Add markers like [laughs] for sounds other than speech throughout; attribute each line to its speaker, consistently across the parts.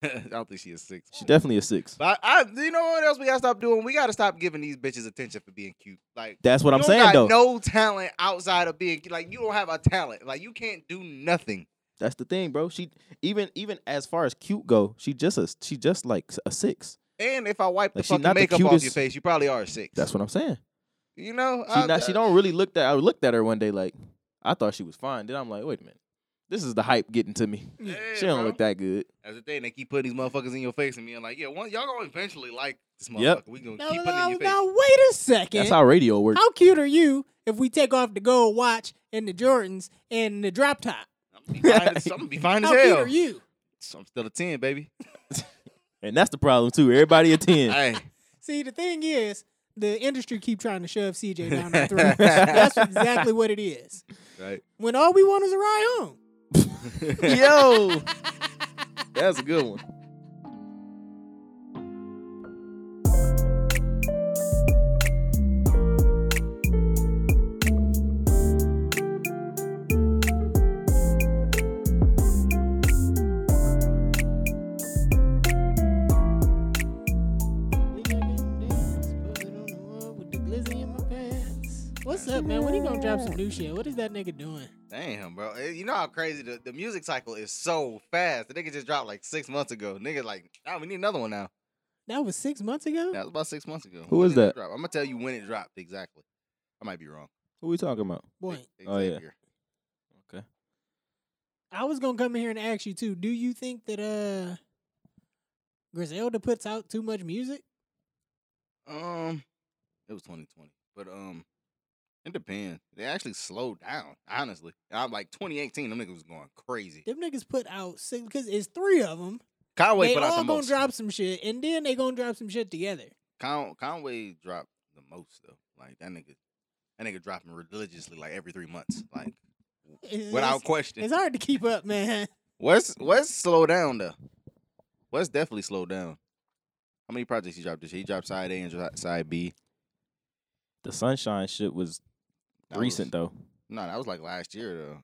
Speaker 1: [laughs] I don't think she is six.
Speaker 2: She definitely a six.
Speaker 1: But I, I, you know what else we gotta stop doing? We gotta stop giving these bitches attention for being cute. Like
Speaker 2: That's what
Speaker 1: you
Speaker 2: I'm
Speaker 1: don't
Speaker 2: saying
Speaker 1: got
Speaker 2: though.
Speaker 1: No talent outside of being cute. Like you don't have a talent. Like you can't do nothing.
Speaker 2: That's the thing, bro. She even even as far as cute go, she just a she just like a six.
Speaker 1: And if I wipe the
Speaker 2: Like, she
Speaker 1: fucking
Speaker 2: not the
Speaker 1: makeup off your
Speaker 2: cutest-
Speaker 1: face, you probably are a six.
Speaker 2: That's what I'm saying.
Speaker 1: [laughs] you know.
Speaker 2: She not, she don't really looked at. I looked at her one day like I thought she was fine. Then I'm like, wait a minute, this is the hype getting to me.
Speaker 1: Yeah,
Speaker 2: she don't
Speaker 1: bro.
Speaker 2: look that good.
Speaker 1: That's the thing. They keep putting these motherfuckers in your face and being like, "Yeah, one, y'all gonna eventually like this motherfucker.
Speaker 2: Yep.
Speaker 1: We gonna
Speaker 3: Now,
Speaker 1: keep putting it
Speaker 3: now,
Speaker 1: in your face."
Speaker 3: now, wait a second.
Speaker 2: That's
Speaker 3: How-,
Speaker 2: how radio works.
Speaker 3: cute are you if we take off the gold watch and the Jordans and the drop top?
Speaker 1: I'm gonna be fine as, I'm gonna be
Speaker 3: [laughs]
Speaker 1: fine as
Speaker 3: How cute
Speaker 1: hell.
Speaker 3: are you?
Speaker 1: So I'm still a ten, baby.
Speaker 2: And that's the problem too. Everybody
Speaker 1: [laughs]
Speaker 2: a ten. [laughs]
Speaker 1: Hey,
Speaker 3: See, the thing is, the industry keep trying to shove
Speaker 1: [laughs]
Speaker 3: CJ down our throats. That's exactly what it is.
Speaker 1: right?
Speaker 3: When all we want is a ride home.
Speaker 2: Yo, that's a good one.
Speaker 3: What's up, man? When he gonna drop some new shit? What is that nigga doing?
Speaker 1: Damn, bro. Eh, You know how crazy the, the music cycle is so fast. The nigga just dropped like six months ago. Nigga, like, ah, we need another one now.
Speaker 3: That was six months ago.
Speaker 1: That was about six months ago.
Speaker 2: Who is that?
Speaker 1: I'm gonna tell you when it dropped exactly. I might be wrong. E,
Speaker 2: Who we talking about?
Speaker 3: Boy,
Speaker 2: Oh, yeah.
Speaker 1: Xavier.
Speaker 2: Okay.
Speaker 3: I was gonna come in here and ask you too. Do you think that uh Griselda puts out too much music?
Speaker 1: Um, it was 2020, but um, it depends. They actually slowed down, honestly. I'm like 2018. Them niggas was going crazy.
Speaker 3: Them niggas put out six because it's three of them.
Speaker 1: Conway
Speaker 3: they
Speaker 1: put out
Speaker 3: all
Speaker 1: the
Speaker 3: gonna
Speaker 1: most.
Speaker 3: drop some shit, and then they gonna drop some shit together.
Speaker 1: Con- Conway dropped the most though. Like that nigga, that nigga dropping religiously like every three months, like
Speaker 3: It's,
Speaker 1: without question.
Speaker 3: it's hard to keep up, man. [laughs]
Speaker 1: What's what's slow down though? What's definitely slowed down? How many projects he dropped this year? He dropped side A and dro- side B.
Speaker 2: The sunshine shit was
Speaker 1: That
Speaker 2: recent
Speaker 1: was,
Speaker 2: though.
Speaker 1: No, that was like last year though.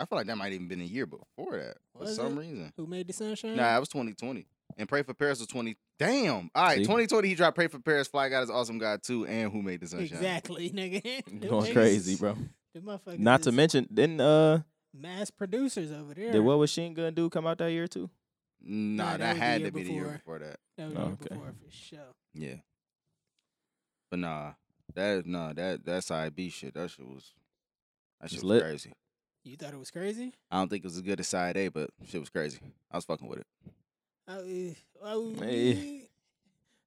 Speaker 1: I feel like that might even been a year before that for
Speaker 3: Was
Speaker 1: some
Speaker 3: it? Mm.
Speaker 1: reason.
Speaker 3: Who made the sunshine?
Speaker 1: Nah, it was 2020. And Pray for Paris was 20. Damn. All right,
Speaker 2: See?
Speaker 1: 2020 he dropped Pray for Paris, Fly God is Awesome God too, and Who Made the Sunshine. [laughs]
Speaker 3: exactly, nigga. Them
Speaker 2: Going
Speaker 3: niggas-
Speaker 2: crazy, bro.
Speaker 3: them motherfuckers
Speaker 2: Not to
Speaker 3: is
Speaker 2: mention, didn't uh,
Speaker 3: mass producers over there.
Speaker 2: did what was Shin Gun do come out that year too?
Speaker 1: Nah,
Speaker 3: Nah,
Speaker 1: that,
Speaker 3: that was the
Speaker 1: had
Speaker 3: year
Speaker 1: to be the year
Speaker 3: before.
Speaker 1: before that.
Speaker 3: That was
Speaker 2: Oh,
Speaker 3: here
Speaker 2: okay.
Speaker 3: before for sure.
Speaker 1: Yeah. But nah, that nah, that that side B shit. That shit was that shit
Speaker 2: It's
Speaker 1: was
Speaker 2: lit.
Speaker 1: crazy.
Speaker 3: You thought it was crazy?
Speaker 1: I don't think it was as good as side A, but shit was crazy. I was fucking with it.
Speaker 3: Uh, uh,
Speaker 2: Eh.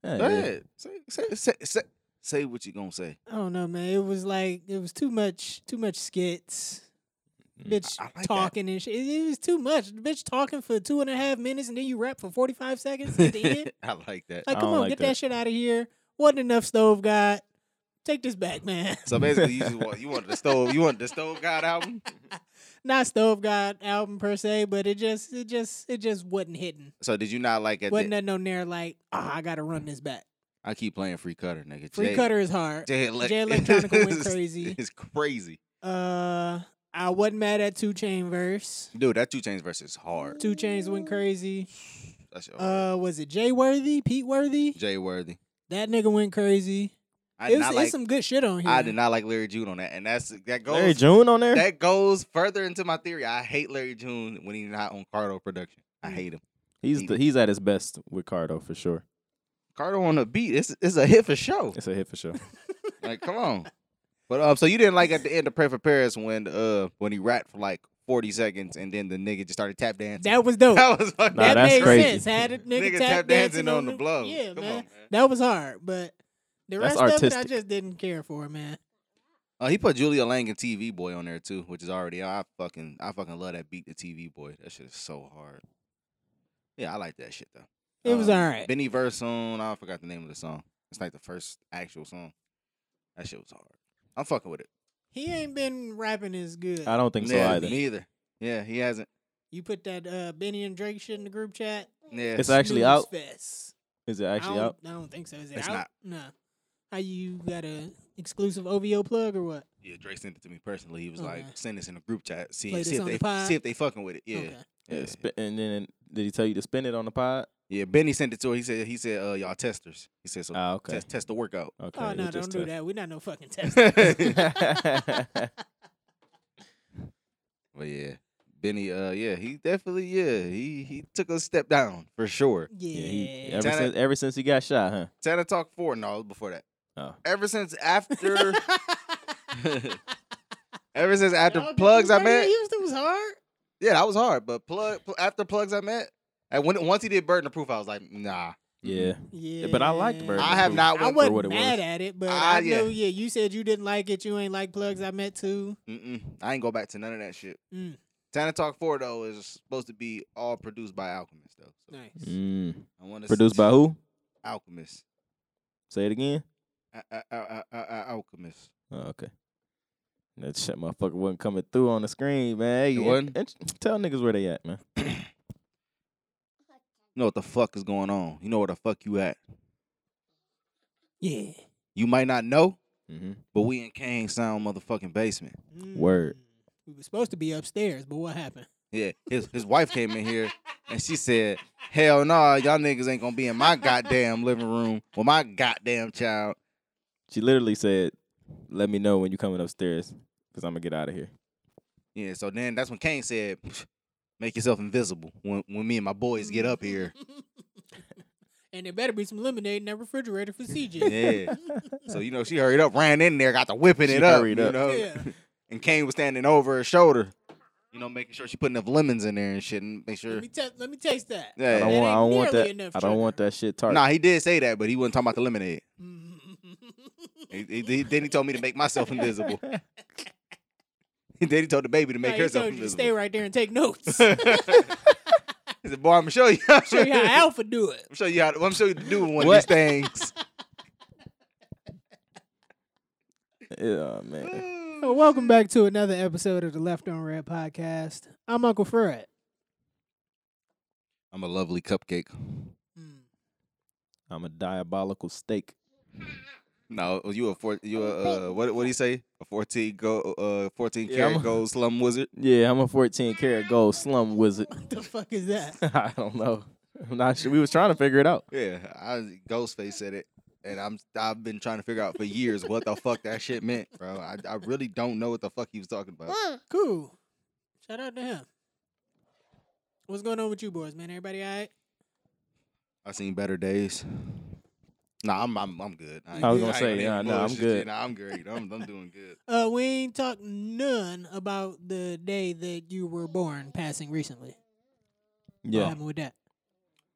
Speaker 2: Yeah,
Speaker 1: Go
Speaker 2: yeah.
Speaker 1: ahead. Say, say, say, say, say what you gonna say.
Speaker 3: I don't know, man. It was like it was too much, too much skits,
Speaker 2: Mm.
Speaker 3: bitch
Speaker 1: I- I like that.
Speaker 3: talking and shit. It, it was too much, bitch talking for two and a half minutes, and then you rap for forty five seconds
Speaker 1: [laughs]
Speaker 3: at the end.
Speaker 1: I like that.
Speaker 3: Like,
Speaker 2: I
Speaker 3: come
Speaker 2: don't
Speaker 3: on,
Speaker 2: like
Speaker 3: get that.
Speaker 2: that.
Speaker 3: shit out of here. Wasn't enough stove god. Take this back,
Speaker 1: [laughs]
Speaker 3: man. [laughs]
Speaker 1: So basically, you just want you wanted the stove, you wanted the stove god
Speaker 3: [laughs]
Speaker 1: album.
Speaker 3: Not stove god album per se, but it just, it just, it just wasn't hitting.
Speaker 1: So did you not like it?
Speaker 3: Wasn't nothing on there like, ah, I gotta run this back.
Speaker 1: I keep playing free cutter, nigga.
Speaker 3: Free
Speaker 1: Jay-
Speaker 3: cutter is hard.
Speaker 1: Jay, Ele-
Speaker 3: Jay Electronica went
Speaker 1: is-
Speaker 3: crazy.
Speaker 1: [laughs] It's crazy,
Speaker 3: Uh, I wasn't mad at Two Chain verse.
Speaker 1: dude. That two chains verse is hard.
Speaker 3: Two Chains went crazy.
Speaker 1: That's your
Speaker 3: Uh, was it Jay Worthy, Pete Worthy?
Speaker 1: Jay Worthy.
Speaker 3: That nigga went crazy.
Speaker 1: I
Speaker 3: It
Speaker 1: did
Speaker 3: was,
Speaker 1: not
Speaker 3: it's
Speaker 1: like.
Speaker 3: some good shit on here.
Speaker 1: I did not like Larry June on that, and that's that goes
Speaker 2: Larry June on there.
Speaker 1: that goes further into my theory. I hate Larry June when he's not on Cardo production.
Speaker 3: Mm.
Speaker 1: I hate him.
Speaker 2: He's the, he's at his best with Cardo for sure.
Speaker 1: Cardo on the beat, it's it's a hit for show. [laughs]
Speaker 2: It's a hit for sure.
Speaker 1: Like, come on. But um, so you didn't like at the end of Pray for Paris when uh when he rapped for like forty seconds and then the nigga just started tap dancing. [laughs]
Speaker 3: That was dope.
Speaker 1: That was fucking
Speaker 2: Nah,
Speaker 3: that
Speaker 2: that's
Speaker 3: made
Speaker 2: crazy.
Speaker 3: sense. Had a nigga,
Speaker 1: nigga
Speaker 3: tap, dancing on the
Speaker 1: blow.
Speaker 3: Yeah,
Speaker 1: come
Speaker 3: man.
Speaker 1: on, man.
Speaker 3: That was hard, but the
Speaker 2: That's
Speaker 3: rest of
Speaker 2: artistic.
Speaker 3: it I just didn't care for, man.
Speaker 1: Uh, he put Julia Lang and TV Boy on there too, which is already I fucking I fucking love that beat the TV Boy. That shit is so hard. Yeah, I like that shit though.
Speaker 3: It was
Speaker 1: Um,
Speaker 3: alright.
Speaker 1: Benny Verse on I forgot the name of the song. It's like the first actual song. That shit was hard. I'm fucking with it.
Speaker 3: He ain't been rapping as good.
Speaker 2: I don't think so
Speaker 1: yeah,
Speaker 2: either.
Speaker 1: Me either. Yeah, he hasn't.
Speaker 3: You put that uh, Benny and Drake shit in the group chat.
Speaker 1: Yeah,
Speaker 2: It's actually out.
Speaker 3: Fest.
Speaker 2: Is it
Speaker 3: I
Speaker 2: actually
Speaker 3: don't-
Speaker 2: out?
Speaker 3: I don't think so. Is it
Speaker 1: It's
Speaker 3: out?
Speaker 1: not.
Speaker 3: No. How you got a exclusive OVO plug or what?
Speaker 1: yeah. Drake sent it to me personally. He was
Speaker 3: Okay.
Speaker 1: like, send this in a group chat. See,
Speaker 3: Play
Speaker 1: see
Speaker 3: this
Speaker 1: if
Speaker 3: on
Speaker 1: they
Speaker 3: the pod?
Speaker 1: see if they fucking with it. Yeah,
Speaker 3: Okay.
Speaker 2: Yeah,
Speaker 1: Yeah.
Speaker 2: sp- and then did he tell you to spend it on the pod?
Speaker 1: Yeah, Benny sent it to her. He said he said uh y'all testers. He said so
Speaker 2: Ah, okay.
Speaker 1: test test the workout.
Speaker 2: Okay.
Speaker 3: Oh
Speaker 2: it
Speaker 3: no,
Speaker 2: was
Speaker 3: don't
Speaker 2: just
Speaker 3: do
Speaker 2: a-
Speaker 3: that. We're not
Speaker 2: [laughs]
Speaker 3: no fucking
Speaker 1: [laughs]
Speaker 3: test.
Speaker 2: that.
Speaker 1: But yeah. Benny, uh yeah, he definitely yeah, he he took a step down for sure.
Speaker 2: [laughs] Yeah,
Speaker 3: Yeah.
Speaker 2: he, ever
Speaker 1: Tell
Speaker 2: since ever since he got shot, huh?
Speaker 1: Tana Talk 4, no, it was before that.
Speaker 2: Oh.
Speaker 1: Ever since
Speaker 3: [laughs]
Speaker 1: after ever since after
Speaker 3: Y'all did
Speaker 1: plugs I
Speaker 3: Whitney
Speaker 1: met.
Speaker 3: Houston was hard.
Speaker 1: Yeah, that was hard. But plug pl- after plugs I met, and when once he did Burden the Proof, I was like, nah.
Speaker 2: Yeah.
Speaker 3: Yeah,
Speaker 2: but I liked Burden
Speaker 1: I have
Speaker 2: Proof.
Speaker 1: not
Speaker 3: I
Speaker 1: went
Speaker 3: wasn't
Speaker 2: what it
Speaker 3: mad
Speaker 2: was.
Speaker 3: at it, but
Speaker 1: Ah,
Speaker 3: I
Speaker 1: yeah.
Speaker 3: know. Yeah, you said you didn't like it. You ain't like plugs. I met too.
Speaker 1: Mm-mm. I ain't go back to none of that shit.
Speaker 3: Mm.
Speaker 1: Tana Talk 4 though is supposed to be all produced by Alchemist though. So
Speaker 3: Nice.
Speaker 2: Mm.
Speaker 1: I want to
Speaker 2: Produced by who?
Speaker 1: Alchemist.
Speaker 2: Say it again.
Speaker 1: A- a- a- a- a- Alchemist.
Speaker 2: Oh, okay. That shit motherfucker wasn't coming through on the screen, man. Hey,
Speaker 1: It
Speaker 2: and-
Speaker 1: wasn't?
Speaker 2: and tell niggas where they at, man.
Speaker 1: You know what the fuck is going on. You know where the fuck you at.
Speaker 3: Yeah.
Speaker 1: You might not know,
Speaker 2: Mm-hmm.
Speaker 1: but we in Kane Sound motherfucking basement.
Speaker 2: Word.
Speaker 3: Mm. We were supposed to be upstairs, but what happened?
Speaker 1: Yeah, his his wife came in here and she said, "Hell no, y'all niggas ain't gonna be in my goddamn living room with my goddamn child."
Speaker 2: She literally said, "Let me know when you coming upstairs, cause I'm gonna get out of here."
Speaker 1: Yeah, so then that's when Kane said, "Make yourself invisible when when me and my boys get
Speaker 3: Mm-hmm.
Speaker 1: up here."
Speaker 3: [laughs] and there better be some lemonade in that refrigerator for CJ.
Speaker 1: [laughs] Yeah. So you know she hurried up, ran in there, got to whipping
Speaker 2: She
Speaker 1: it up,
Speaker 2: hurried
Speaker 1: you
Speaker 2: up.
Speaker 1: know.
Speaker 3: Yeah.
Speaker 1: And Kane was standing over her shoulder, you know, making sure she put enough lemons in there and shit, and make sure.
Speaker 3: Let me ta- let me taste that.
Speaker 1: Yeah.
Speaker 2: I don't
Speaker 1: That
Speaker 2: want. I
Speaker 3: ain't
Speaker 2: don't want
Speaker 3: nearly
Speaker 2: that.
Speaker 3: enough
Speaker 2: I don't want
Speaker 3: sugar.
Speaker 2: that shit tart.
Speaker 1: Nah, he did say that, but he wasn't talking about the lemonade.
Speaker 3: Mm. [laughs]
Speaker 1: He, he, he- then he told me to make myself invisible. [laughs] then he told the baby to make
Speaker 3: No, he
Speaker 1: herself
Speaker 3: told you to stay
Speaker 1: invisible.
Speaker 3: right there and
Speaker 1: [laughs]
Speaker 3: take notes.
Speaker 1: He said, "Boy, I'm gonna show you. I'm
Speaker 3: [laughs] Show
Speaker 1: [laughs]
Speaker 3: you how Alpha do it.
Speaker 1: I'm show you how. I'm show you to do one
Speaker 2: What?
Speaker 1: of these
Speaker 3: [laughs]
Speaker 1: things."
Speaker 2: [laughs]
Speaker 1: [laughs]
Speaker 2: yeah, man.
Speaker 3: Well, welcome back to another episode of the Left on Red podcast. I'm Uncle Fred.
Speaker 1: I'm a lovely cupcake.
Speaker 2: [laughs]
Speaker 3: Hmm.
Speaker 2: I'm a diabolical steak.
Speaker 1: No, oh, you a four, you a uh, what? What do you say? A fourteen go, uh, fourteen
Speaker 2: Yeah,
Speaker 1: karat
Speaker 2: I'm a-
Speaker 1: gold slum wizard.
Speaker 2: Yeah, I'm a 14 karat gold slum wizard. [laughs]
Speaker 3: What [laughs] the fuck is that?
Speaker 2: I don't know. I'm not sure. We was trying to figure it out.
Speaker 1: Yeah, I Ghostface said it, and I'm I've been trying to figure out for years what the fuck that shit meant, bro. I, I really don't know what the fuck he was talking about.
Speaker 3: Cool. Shout out to him. What's going on with you boys, man? Everybody all right?
Speaker 1: I seen better days. Nah, I'm I'm, I'm good. ain't-
Speaker 3: I was gonna
Speaker 1: ain't
Speaker 2: say,
Speaker 1: even
Speaker 2: nah, nah, I'm
Speaker 1: bullshit
Speaker 2: good.
Speaker 1: you. Nah, I'm great. I'm I'm doing good.
Speaker 3: Uh, we ain't talked none about the day that you were born passing recently. What
Speaker 2: Yeah.
Speaker 3: happened with that?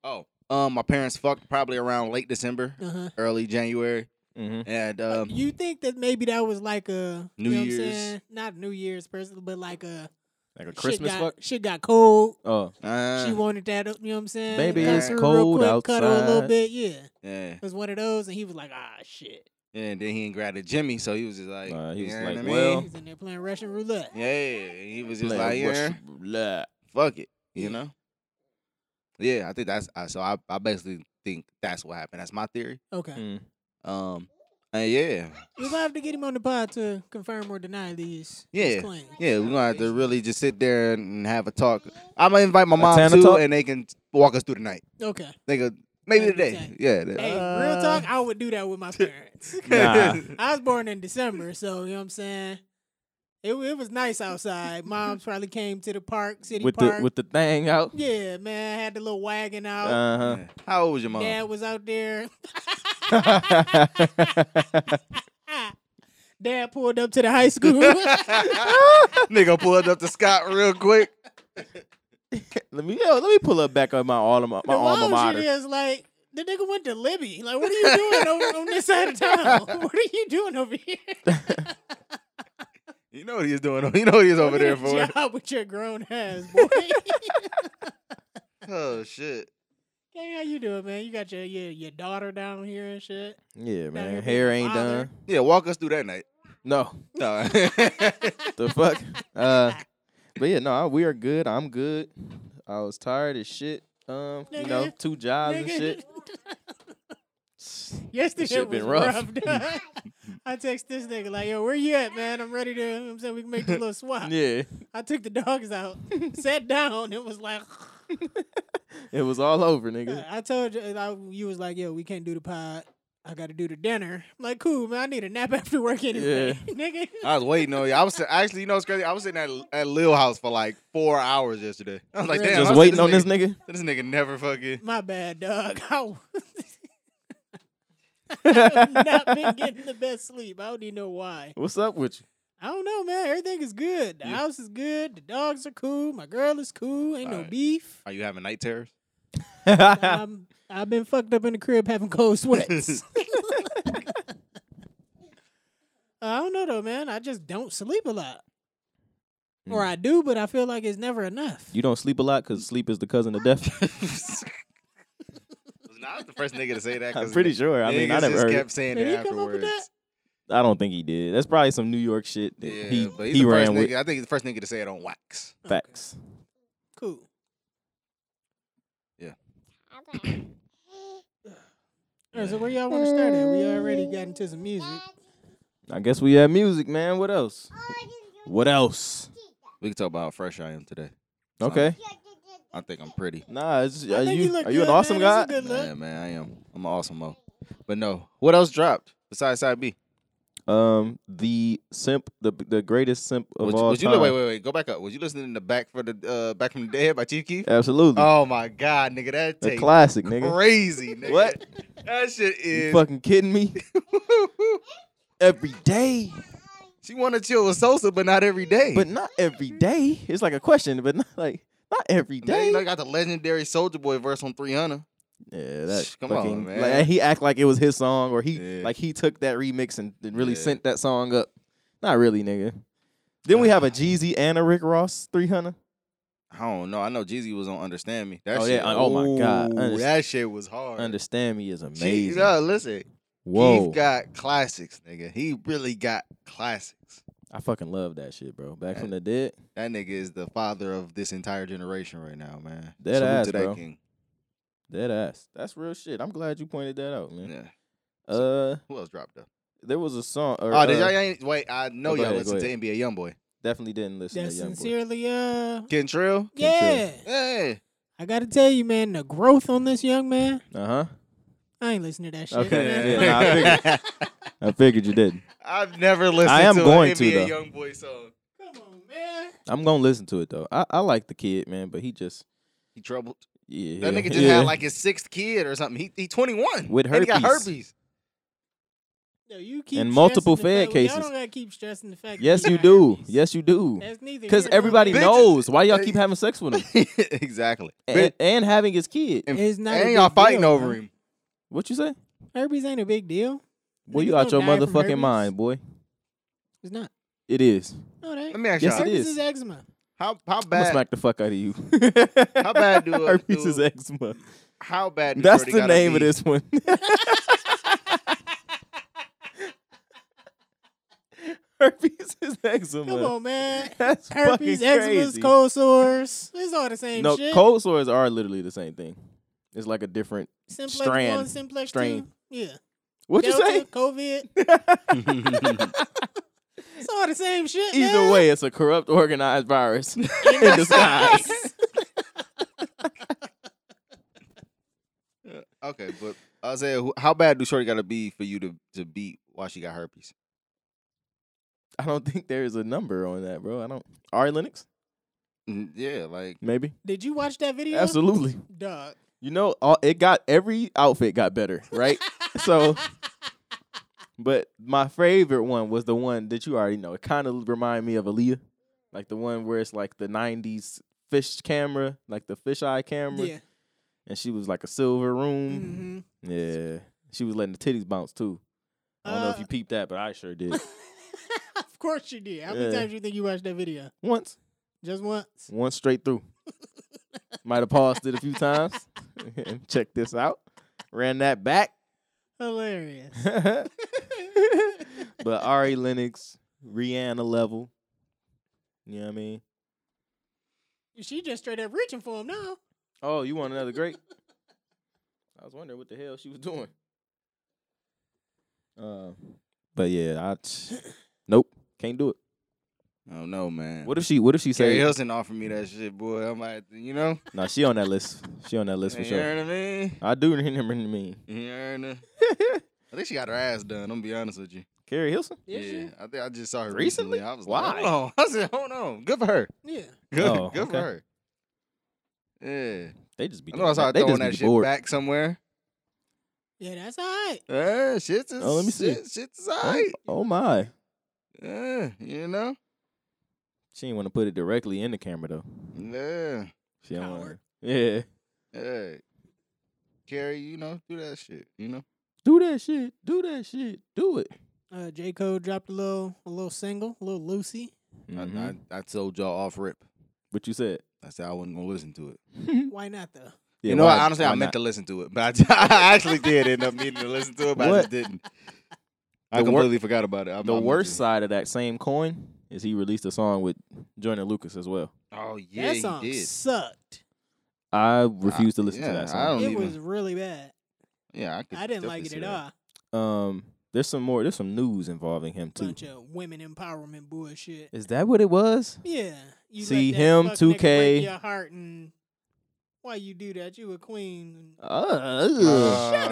Speaker 1: Oh, um, my parents fucked probably around late December,
Speaker 3: Uh-huh.
Speaker 1: early January,
Speaker 2: Mm-hmm.
Speaker 1: and um,
Speaker 3: you think that maybe that was like a
Speaker 1: New
Speaker 3: you know what I'm
Speaker 1: Year's.
Speaker 3: saying? not New Year's person, but like a
Speaker 2: Like a
Speaker 3: shit
Speaker 2: Christmas
Speaker 3: got,
Speaker 2: fuck.
Speaker 3: Shit got cold.
Speaker 2: Oh,
Speaker 1: uh,
Speaker 3: She wanted that, you know what I'm saying?
Speaker 2: Baby,
Speaker 3: Come
Speaker 1: it's
Speaker 3: through
Speaker 2: cold
Speaker 3: real quick, Cuddle a little
Speaker 2: outside.
Speaker 3: bit, yeah.
Speaker 1: yeah,
Speaker 3: It was one of those, and he was like, ah, shit.
Speaker 1: yeah. And then he ain't grabbed a Jimmy, so he was just like,
Speaker 2: Nah, he
Speaker 1: you
Speaker 2: was
Speaker 1: know
Speaker 2: like,
Speaker 1: what I mean?
Speaker 2: well-
Speaker 3: He's in there playing Russian roulette.
Speaker 1: yeah, and he was just
Speaker 2: play
Speaker 1: like, yeah,
Speaker 2: Russian roulette.
Speaker 1: fuck it,
Speaker 3: Yeah.
Speaker 1: you know. Yeah, I think that's I, so. I I basically think that's what happened. That's my theory.
Speaker 3: Okay.
Speaker 2: Mm.
Speaker 1: Um, and yeah,
Speaker 3: We'll have to get him on the pod to confirm or deny these, these
Speaker 1: Yeah.
Speaker 3: claims.
Speaker 1: yeah, we're gonna have to really just sit there and have a talk. I'm gonna invite my mom
Speaker 2: Tana
Speaker 1: too,
Speaker 2: talk?
Speaker 1: and they can walk us through the night.
Speaker 3: Okay.
Speaker 1: They could maybe
Speaker 3: That'd be
Speaker 1: today.
Speaker 3: tight.
Speaker 1: Yeah.
Speaker 3: Hey,
Speaker 1: that- uh,
Speaker 3: real
Speaker 1: [laughs]
Speaker 3: talk, uh-huh. I would do that with my parents.
Speaker 2: Nah.
Speaker 3: I was born in December, so you know what I'm saying? It, wa- it was nice outside. Moms probably came to the park, city
Speaker 2: With
Speaker 3: park.
Speaker 2: the with the thing out.
Speaker 3: yeah, man, I had the little wagon out.
Speaker 2: Uh
Speaker 1: Yeah. How old was your mom? [laughs]
Speaker 3: Dad was out there. [laughs]
Speaker 2: huh.
Speaker 3: Dad pulled up to the high school.
Speaker 2: [laughs]
Speaker 3: [laughs]
Speaker 1: Nigga pulled up to Scott real quick.
Speaker 2: [laughs] let me yo, let me pull up back on my alma my
Speaker 3: the
Speaker 2: alma
Speaker 3: mom shit
Speaker 2: mater.
Speaker 3: is like the nigga went to Libby. Like, what are you doing over on this side
Speaker 2: [laughs]
Speaker 3: of town? What are you doing over here?
Speaker 1: You know what he's doing. [laughs] You know what he's over
Speaker 3: Get
Speaker 1: there
Speaker 3: a
Speaker 1: for.
Speaker 3: job with your grown ass boy. [laughs]
Speaker 1: Oh shit.
Speaker 3: hey, how you doing, man? You got your your, your daughter down here and shit.
Speaker 2: Yeah,
Speaker 3: here
Speaker 2: man.
Speaker 3: being
Speaker 2: Hair
Speaker 3: a
Speaker 2: ain't
Speaker 3: father.
Speaker 2: done.
Speaker 1: Yeah, walk us through that night.
Speaker 2: No.
Speaker 1: [laughs] No.
Speaker 2: The
Speaker 1: [laughs]
Speaker 2: fuck? Uh but yeah, no, I- we are good. I'm good. I was tired as shit. Um, you know,
Speaker 3: Nigga.
Speaker 2: two jobs and
Speaker 3: [laughs] Nigga.
Speaker 2: shit.
Speaker 3: Yesterday
Speaker 1: [laughs]
Speaker 2: shit [laughs]
Speaker 3: was
Speaker 2: been [laughs]
Speaker 3: rough.
Speaker 2: rough.
Speaker 3: dog. I text this nigga like, yo, where you at, man? I'm ready to. you know what I'm saying we can make
Speaker 2: [laughs]
Speaker 3: this little swap.
Speaker 2: yeah,
Speaker 3: I took the dogs out, [laughs] sat down, and was like, [laughs]
Speaker 2: it was all over, nigga.
Speaker 3: I told you, and I, you was like, yo, we can't do the pod. I got to do the dinner. I'm like, cool, man. I need a nap [laughs] after work anyway, [laughs] nigga.
Speaker 1: I was waiting on you. I was sit- actually, you know, it's crazy. I was sitting at at Lil House for like four hours yesterday. [laughs] I was like,
Speaker 3: Really?
Speaker 1: damn, I
Speaker 2: Just
Speaker 1: said,
Speaker 2: waiting on this nigga.
Speaker 1: This nigga never fucking.
Speaker 3: My bad, dog. [laughs] I
Speaker 1: [laughs]
Speaker 3: have not been getting the best sleep. I don't even know why.
Speaker 2: What's up with you?
Speaker 3: I don't know, man. Everything is good. The
Speaker 1: Yeah.
Speaker 3: house is good. The dogs are cool. My girl is cool. Ain't no
Speaker 1: Alright.
Speaker 3: beef.
Speaker 1: [laughs] Are you having night terrors?
Speaker 2: [laughs]
Speaker 3: um, I've been fucked up in the crib having
Speaker 1: [laughs]
Speaker 3: cold sweats. [laughs] I don't know though, man. I just don't sleep a lot, or
Speaker 2: Mm.
Speaker 3: I do, but I feel like it's never enough.
Speaker 2: you don't sleep a lot because sleep is the cousin
Speaker 1: [laughs]
Speaker 2: of death.
Speaker 1: was not the first nigga to say that.
Speaker 2: I'm
Speaker 1: 'cause
Speaker 2: pretty sure. I mean, I
Speaker 1: niggas
Speaker 2: never
Speaker 1: just
Speaker 2: heard. it.
Speaker 1: kept saying
Speaker 3: Did
Speaker 1: it
Speaker 3: he come up with
Speaker 1: afterwards.
Speaker 3: that?
Speaker 2: I don't think he did. That's probably some New York shit that
Speaker 1: Yeah,
Speaker 2: he
Speaker 1: but he's
Speaker 2: he
Speaker 1: the first
Speaker 2: ran
Speaker 1: nigga.
Speaker 2: with.
Speaker 1: I think he's the first nigga to say it on wax.
Speaker 3: Okay,
Speaker 2: Facts.
Speaker 3: cool. [coughs] All right, so where y'all want to start at? We already got into some music.
Speaker 2: I guess we had music, man. What else? What else?
Speaker 1: We can talk about how fresh I am today.
Speaker 2: Okay.
Speaker 1: I think I'm pretty.
Speaker 2: Nah, it's, are
Speaker 3: I think
Speaker 2: you,
Speaker 3: look
Speaker 2: are you an
Speaker 3: good,
Speaker 2: awesome
Speaker 3: man. That's
Speaker 2: guy?
Speaker 3: a good look.
Speaker 1: Man, man, I am. I'm an awesome mo. But no, what else dropped besides Side B?
Speaker 2: Um, the simp, the the greatest simp of
Speaker 1: Was,
Speaker 2: all
Speaker 1: was you
Speaker 2: time.
Speaker 1: li- wait, wait, wait, go back up. Was you listening to Back for the uh, Back from the Dead by Chief Keef?
Speaker 2: Absolutely,
Speaker 1: Oh my god, nigga, that
Speaker 2: the
Speaker 1: tape
Speaker 2: classic nigga.
Speaker 1: crazy, nigga.
Speaker 2: What?
Speaker 1: That shit
Speaker 2: You
Speaker 1: is.
Speaker 2: fucking kidding
Speaker 1: [laughs]
Speaker 2: me? every day,
Speaker 1: she want to chill with Sosa, but not every day.
Speaker 2: but not every day. It's like a question, but not like not every
Speaker 1: And then,
Speaker 2: day.
Speaker 1: you know, you got the legendary Soldier Boy verse on 300.
Speaker 2: Yeah, that
Speaker 1: Sh- come on,
Speaker 2: fucking
Speaker 1: man.
Speaker 2: like and he act like it was his song or he
Speaker 1: Yeah.
Speaker 2: like he took that remix and, and really
Speaker 1: Yeah.
Speaker 2: sent that song up. Not really, nigga. Then we
Speaker 1: [laughs]
Speaker 2: have a Jeezy and a Rick Ross 300.
Speaker 1: I don't know. I know Jeezy was on Understand Me. That
Speaker 2: Oh,
Speaker 1: shit,
Speaker 2: yeah, oh my God,
Speaker 1: ooh,
Speaker 2: Underst-
Speaker 1: that shit was hard.
Speaker 2: Understand me is
Speaker 1: Gee,
Speaker 2: amazing.
Speaker 1: no, listen.
Speaker 2: Whoa.
Speaker 1: Keith got classics, nigga. He really got classics.
Speaker 2: I fucking love that shit, bro. Back from the dead.
Speaker 1: That nigga is the father of this entire generation right now, man.
Speaker 2: Dead
Speaker 1: Salute
Speaker 2: ass,
Speaker 1: to that
Speaker 2: bro.
Speaker 1: king.
Speaker 2: Dead ass. That's real shit. I'm glad you pointed that out, man.
Speaker 1: Yeah.
Speaker 2: Uh
Speaker 1: Who else dropped though?
Speaker 2: there was a song or,
Speaker 1: Oh, did
Speaker 2: uh, Oh,
Speaker 1: y'all ain't, wait? I know
Speaker 2: go
Speaker 1: y'all
Speaker 2: ahead,
Speaker 1: listen
Speaker 2: go
Speaker 1: to
Speaker 2: ahead.
Speaker 1: NBA YoungBoy.
Speaker 2: definitely didn't listen
Speaker 3: That's
Speaker 2: to Young Boy.
Speaker 3: sincerely, uh,
Speaker 1: Kentrell.
Speaker 3: yeah.
Speaker 1: Hey,
Speaker 3: I gotta tell you, man, the growth on this young man.
Speaker 2: Uh-huh.
Speaker 3: I ain't listening to that shit.
Speaker 2: Okay,
Speaker 3: man.
Speaker 1: [laughs]
Speaker 2: yeah, nah, I I figured you didn't.
Speaker 1: have never listened.
Speaker 2: I am
Speaker 1: to
Speaker 2: going
Speaker 1: an
Speaker 2: to,
Speaker 1: NBA
Speaker 2: though.
Speaker 1: YoungBoy song.
Speaker 3: [laughs] Come on, man.
Speaker 2: I'm gonna listen to it though. I, I like the kid, man, but he just
Speaker 1: He troubled.
Speaker 2: yeah.
Speaker 1: That nigga just
Speaker 2: yeah.
Speaker 1: had like his sixth kid or something. He he 21
Speaker 2: With
Speaker 1: And he got
Speaker 2: herpes.
Speaker 1: herpes.
Speaker 3: Yo, you keep
Speaker 2: And multiple
Speaker 3: stressing the
Speaker 2: Fed
Speaker 3: fact- well,
Speaker 2: cases.
Speaker 3: Y'all don't gotta keep stressing the fact.
Speaker 2: [laughs]
Speaker 3: that
Speaker 2: Yes,
Speaker 3: he
Speaker 2: you
Speaker 3: got
Speaker 2: do.
Speaker 3: herpes.
Speaker 2: Yes, you do.
Speaker 3: That's neither
Speaker 2: Because
Speaker 3: here nor
Speaker 2: everybody
Speaker 3: there.
Speaker 1: Bitches.
Speaker 2: knows why y'all keep having
Speaker 1: [laughs]
Speaker 2: sex with him
Speaker 1: exactly.
Speaker 2: and, and having his kid.
Speaker 1: And-
Speaker 3: It's not. a
Speaker 1: and y'all
Speaker 3: big
Speaker 1: fighting
Speaker 3: deal,
Speaker 1: over
Speaker 3: bro.
Speaker 1: him.
Speaker 2: What you say?
Speaker 3: Herpes ain't a big deal.
Speaker 2: Well, you
Speaker 3: Niggas
Speaker 2: out your
Speaker 3: don't die from
Speaker 2: motherfucking
Speaker 3: herpes.
Speaker 2: mind, boy.
Speaker 3: It's not.
Speaker 2: It is.
Speaker 3: No, that
Speaker 1: Let
Speaker 3: ain't.
Speaker 1: me ask
Speaker 2: Yes,
Speaker 1: y'all.
Speaker 2: it
Speaker 3: Herpes
Speaker 2: is.
Speaker 3: is eczema.
Speaker 1: How how
Speaker 2: I'm gonna
Speaker 1: bad
Speaker 2: smack the fuck out of you.
Speaker 1: how bad
Speaker 2: [laughs]
Speaker 1: do a-
Speaker 2: herpes
Speaker 1: do-
Speaker 2: is eczema?
Speaker 1: how bad? do
Speaker 2: That's
Speaker 1: Shorty
Speaker 2: the
Speaker 1: gotta
Speaker 2: name of
Speaker 1: be?
Speaker 2: this one. herpes is eczema.
Speaker 3: Come on, man.
Speaker 2: That's
Speaker 3: Herpes,
Speaker 2: fucking
Speaker 3: eczema's
Speaker 2: crazy.
Speaker 3: cold sores. It's all the same
Speaker 2: no,
Speaker 3: shit.
Speaker 2: cold sores are literally the same thing. It's like a different.
Speaker 3: simplex
Speaker 2: strand,
Speaker 3: one, simplex
Speaker 2: strain.
Speaker 3: two. Yeah.
Speaker 2: What'd you
Speaker 3: Delta,
Speaker 2: say?
Speaker 3: COVID.
Speaker 2: [laughs]
Speaker 3: It's all the same shit.
Speaker 2: Either
Speaker 3: man.
Speaker 2: way, it's a corrupt, organized virus [laughs] in disguise.
Speaker 1: [laughs] okay, but I say wh- how bad do Shorty gotta be for you to to beat why she got herpes?
Speaker 2: I don't think there is a number on that, bro. I don't. Ari Lennox,
Speaker 1: Mm, Yeah, like
Speaker 2: maybe.
Speaker 3: [laughs] Did you watch that video?
Speaker 2: Absolutely.
Speaker 3: Dog.
Speaker 2: You know, all, it got every outfit got better,
Speaker 3: [laughs]
Speaker 2: right? so, but my favorite one was the one that you already know. It kind of reminded me of Aaliyah, like the one where it's like the '90s fish camera, like the fisheye camera,
Speaker 3: Yeah.
Speaker 2: and she was like a silver room.
Speaker 3: Mm-hmm. [laughs]
Speaker 2: Yeah, she was letting the titties bounce too. I don't know if
Speaker 3: Uh,
Speaker 2: you peeped that, but I sure did.
Speaker 3: of course you did. How many
Speaker 2: Yeah.
Speaker 3: times do you think you watched that video?
Speaker 2: Once.
Speaker 3: Just
Speaker 2: [laughs]
Speaker 3: once.
Speaker 2: One straight through. Might have paused it a few
Speaker 3: [laughs]
Speaker 2: times. [laughs] Check this out. Ran that back. [laughs]
Speaker 3: Hilarious.
Speaker 2: but Ari Lennox, Rihanna level. You know what I mean?
Speaker 3: she just straight up reaching for him now.
Speaker 2: Oh, you want another great? I was wondering what the hell she was doing. Uh, But yeah, I nope, can't do it.
Speaker 1: I don't know, man.
Speaker 2: What if she? What if she
Speaker 1: Carrie
Speaker 2: say?
Speaker 1: Hilson offered me that shit, boy? I'm like, you know,
Speaker 2: Nah, she on that list. She on that list for
Speaker 1: you know
Speaker 2: sure.
Speaker 1: what I mean?
Speaker 2: I do remember the mean.
Speaker 1: You know what I mean? I think she got her ass done. I'm gonna be honest with you.
Speaker 2: [laughs] Carrie Hilson.
Speaker 3: Is she?
Speaker 1: I think I just saw her recently.
Speaker 2: Recently?
Speaker 1: I was
Speaker 2: Why?
Speaker 1: like, hold on. [laughs] I said, hold on. Good for her.
Speaker 3: Yeah.
Speaker 1: Good,
Speaker 2: Oh,
Speaker 1: good for
Speaker 2: okay.
Speaker 1: her. Yeah.
Speaker 2: They just be.
Speaker 1: I know I
Speaker 2: doing
Speaker 1: saw her
Speaker 2: that. They
Speaker 1: throwing
Speaker 2: just
Speaker 1: that
Speaker 2: be
Speaker 1: shit
Speaker 2: bored.
Speaker 1: back somewhere.
Speaker 3: Yeah, that's all right.
Speaker 1: Yeah, shit's is,
Speaker 2: Oh, let me see.
Speaker 1: Shit, shit's
Speaker 2: Oh,
Speaker 1: all right.
Speaker 2: oh my,
Speaker 1: Yeah, you know?
Speaker 2: she didn't want to put it directly in the camera though.
Speaker 1: Yeah.
Speaker 2: She don't want.
Speaker 3: Coward.
Speaker 2: Yeah,
Speaker 1: Hey. Carrie, you know, do that shit, you know?
Speaker 2: do that shit. Do that shit. Do it.
Speaker 3: Uh, J Cole dropped a little, a little single, a little Lucy.
Speaker 2: Mhm.
Speaker 1: I, I, I told y'all off rip.
Speaker 2: what you said.
Speaker 1: I said I wasn't gonna listen to it.
Speaker 3: Why not though?
Speaker 2: Yeah,
Speaker 1: you know,
Speaker 2: why-
Speaker 1: what? honestly, I
Speaker 2: why
Speaker 1: meant
Speaker 2: not?
Speaker 1: to listen to it, but I, [laughs] I actually did end up needing to listen to it, but I
Speaker 2: What?
Speaker 1: just didn't. I
Speaker 2: The wor-
Speaker 1: completely forgot about it. I'm-
Speaker 2: the
Speaker 1: I'm with
Speaker 2: worst
Speaker 1: you.
Speaker 2: side of that same coin is he released a song with Jordan Lucas as well.
Speaker 1: Oh yeah,
Speaker 3: that song
Speaker 1: he did.
Speaker 3: sucked.
Speaker 2: I refuse to listen to
Speaker 1: yeah,
Speaker 2: that
Speaker 1: I
Speaker 2: song.
Speaker 1: don't
Speaker 3: It
Speaker 1: even-
Speaker 3: was really bad.
Speaker 1: Yeah, I, could
Speaker 3: I didn't
Speaker 1: definitely
Speaker 3: like it
Speaker 1: see
Speaker 3: at
Speaker 1: that.
Speaker 3: all.
Speaker 2: Um, there's some more. There's some news involving him too.
Speaker 3: Bunch of women empowerment bullshit.
Speaker 2: Is that what it was?
Speaker 3: Yeah. You let
Speaker 2: See
Speaker 3: that
Speaker 2: him,
Speaker 3: fuck nigga break
Speaker 2: 2K.
Speaker 3: Your heart and why you do that? You a queen.
Speaker 2: Uh,
Speaker 3: Shut up.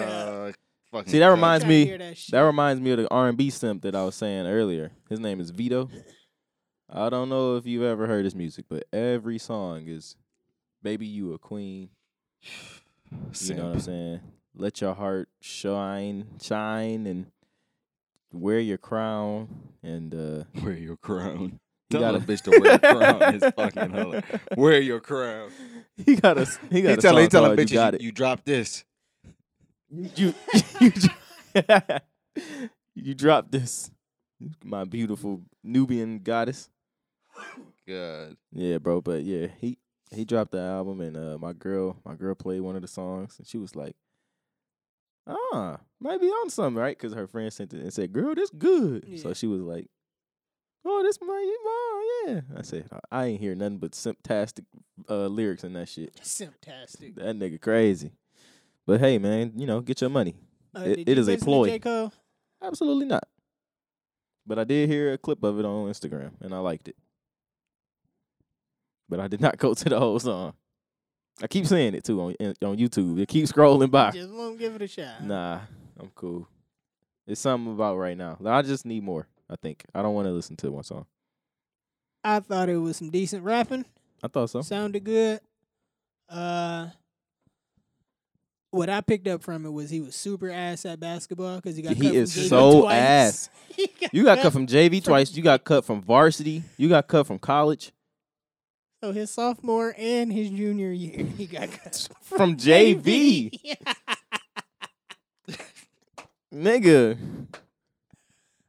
Speaker 1: Uh, fucking
Speaker 2: See, that
Speaker 1: cunt.
Speaker 2: reminds
Speaker 3: Tryna
Speaker 2: me-
Speaker 3: hear That shit.
Speaker 2: that reminds me of the R&B simp that I was saying earlier. His name is Vito. I don't know if you've ever heard his music, but every song is "Baby, You a Queen." You know what I'm
Speaker 1: Simp.
Speaker 2: saying? Let your heart shine, shine, and wear your crown. And uh,
Speaker 1: Wear your crown.
Speaker 2: he
Speaker 1: Tell
Speaker 2: got
Speaker 1: got
Speaker 2: a
Speaker 1: a bitch to wear your crown.
Speaker 2: [laughs]
Speaker 1: It's fucking [laughs] hilarious. Wear your crown.
Speaker 2: He got a he got
Speaker 1: He
Speaker 2: a
Speaker 1: tell,
Speaker 2: song
Speaker 1: he tell a
Speaker 2: called
Speaker 1: bitch
Speaker 2: you got
Speaker 1: you, you drop this.
Speaker 2: it.
Speaker 3: [laughs]
Speaker 2: You [laughs] you [laughs] dro- you dropped this, my beautiful Nubian goddess.
Speaker 1: God.
Speaker 2: Yeah, bro. But yeah, he he dropped the album, and uh, my girl my girl played one of the songs, and she was like, "Ah, might be on something, right?" Because her friend sent it and said, "Girl, this good." So
Speaker 3: Yeah.
Speaker 2: she was like, "Oh, this might, oh yeah." I said, "I- "I ain't hear nothing but simptastic uh, lyrics in that shit.
Speaker 3: Fantastic.
Speaker 2: That nigga crazy." But hey, man, you know, get your money.
Speaker 3: Uh,
Speaker 2: it-
Speaker 3: did
Speaker 2: it
Speaker 3: you
Speaker 2: is a
Speaker 3: listen to
Speaker 2: ploy.
Speaker 3: J. Cole?
Speaker 2: Absolutely not. But I did hear a clip of it on Instagram, and I liked it. But I did [laughs] not go to the whole song. I keep saying it too on in- on YouTube. It keeps scrolling by.
Speaker 3: Just uh, won't give it a shot.
Speaker 2: Nah, I'm cool. It's something about right now. Like, I just need more. I think I don't want to listen to one song.
Speaker 3: I thought it was some decent rapping.
Speaker 2: I thought so.
Speaker 3: Sounded good. Uh, what I picked up from it was he was super ass at basketball because he got
Speaker 2: He
Speaker 3: cut from
Speaker 2: is
Speaker 3: JV
Speaker 2: so
Speaker 3: twice.
Speaker 2: ass.
Speaker 3: [laughs] He got
Speaker 2: You got cut from JV twice. You got cut from varsity. You got cut from college.
Speaker 3: so his sophomore and his junior year. [laughs] He got cut [laughs]
Speaker 2: From JV,
Speaker 3: Yeah.
Speaker 2: nigga.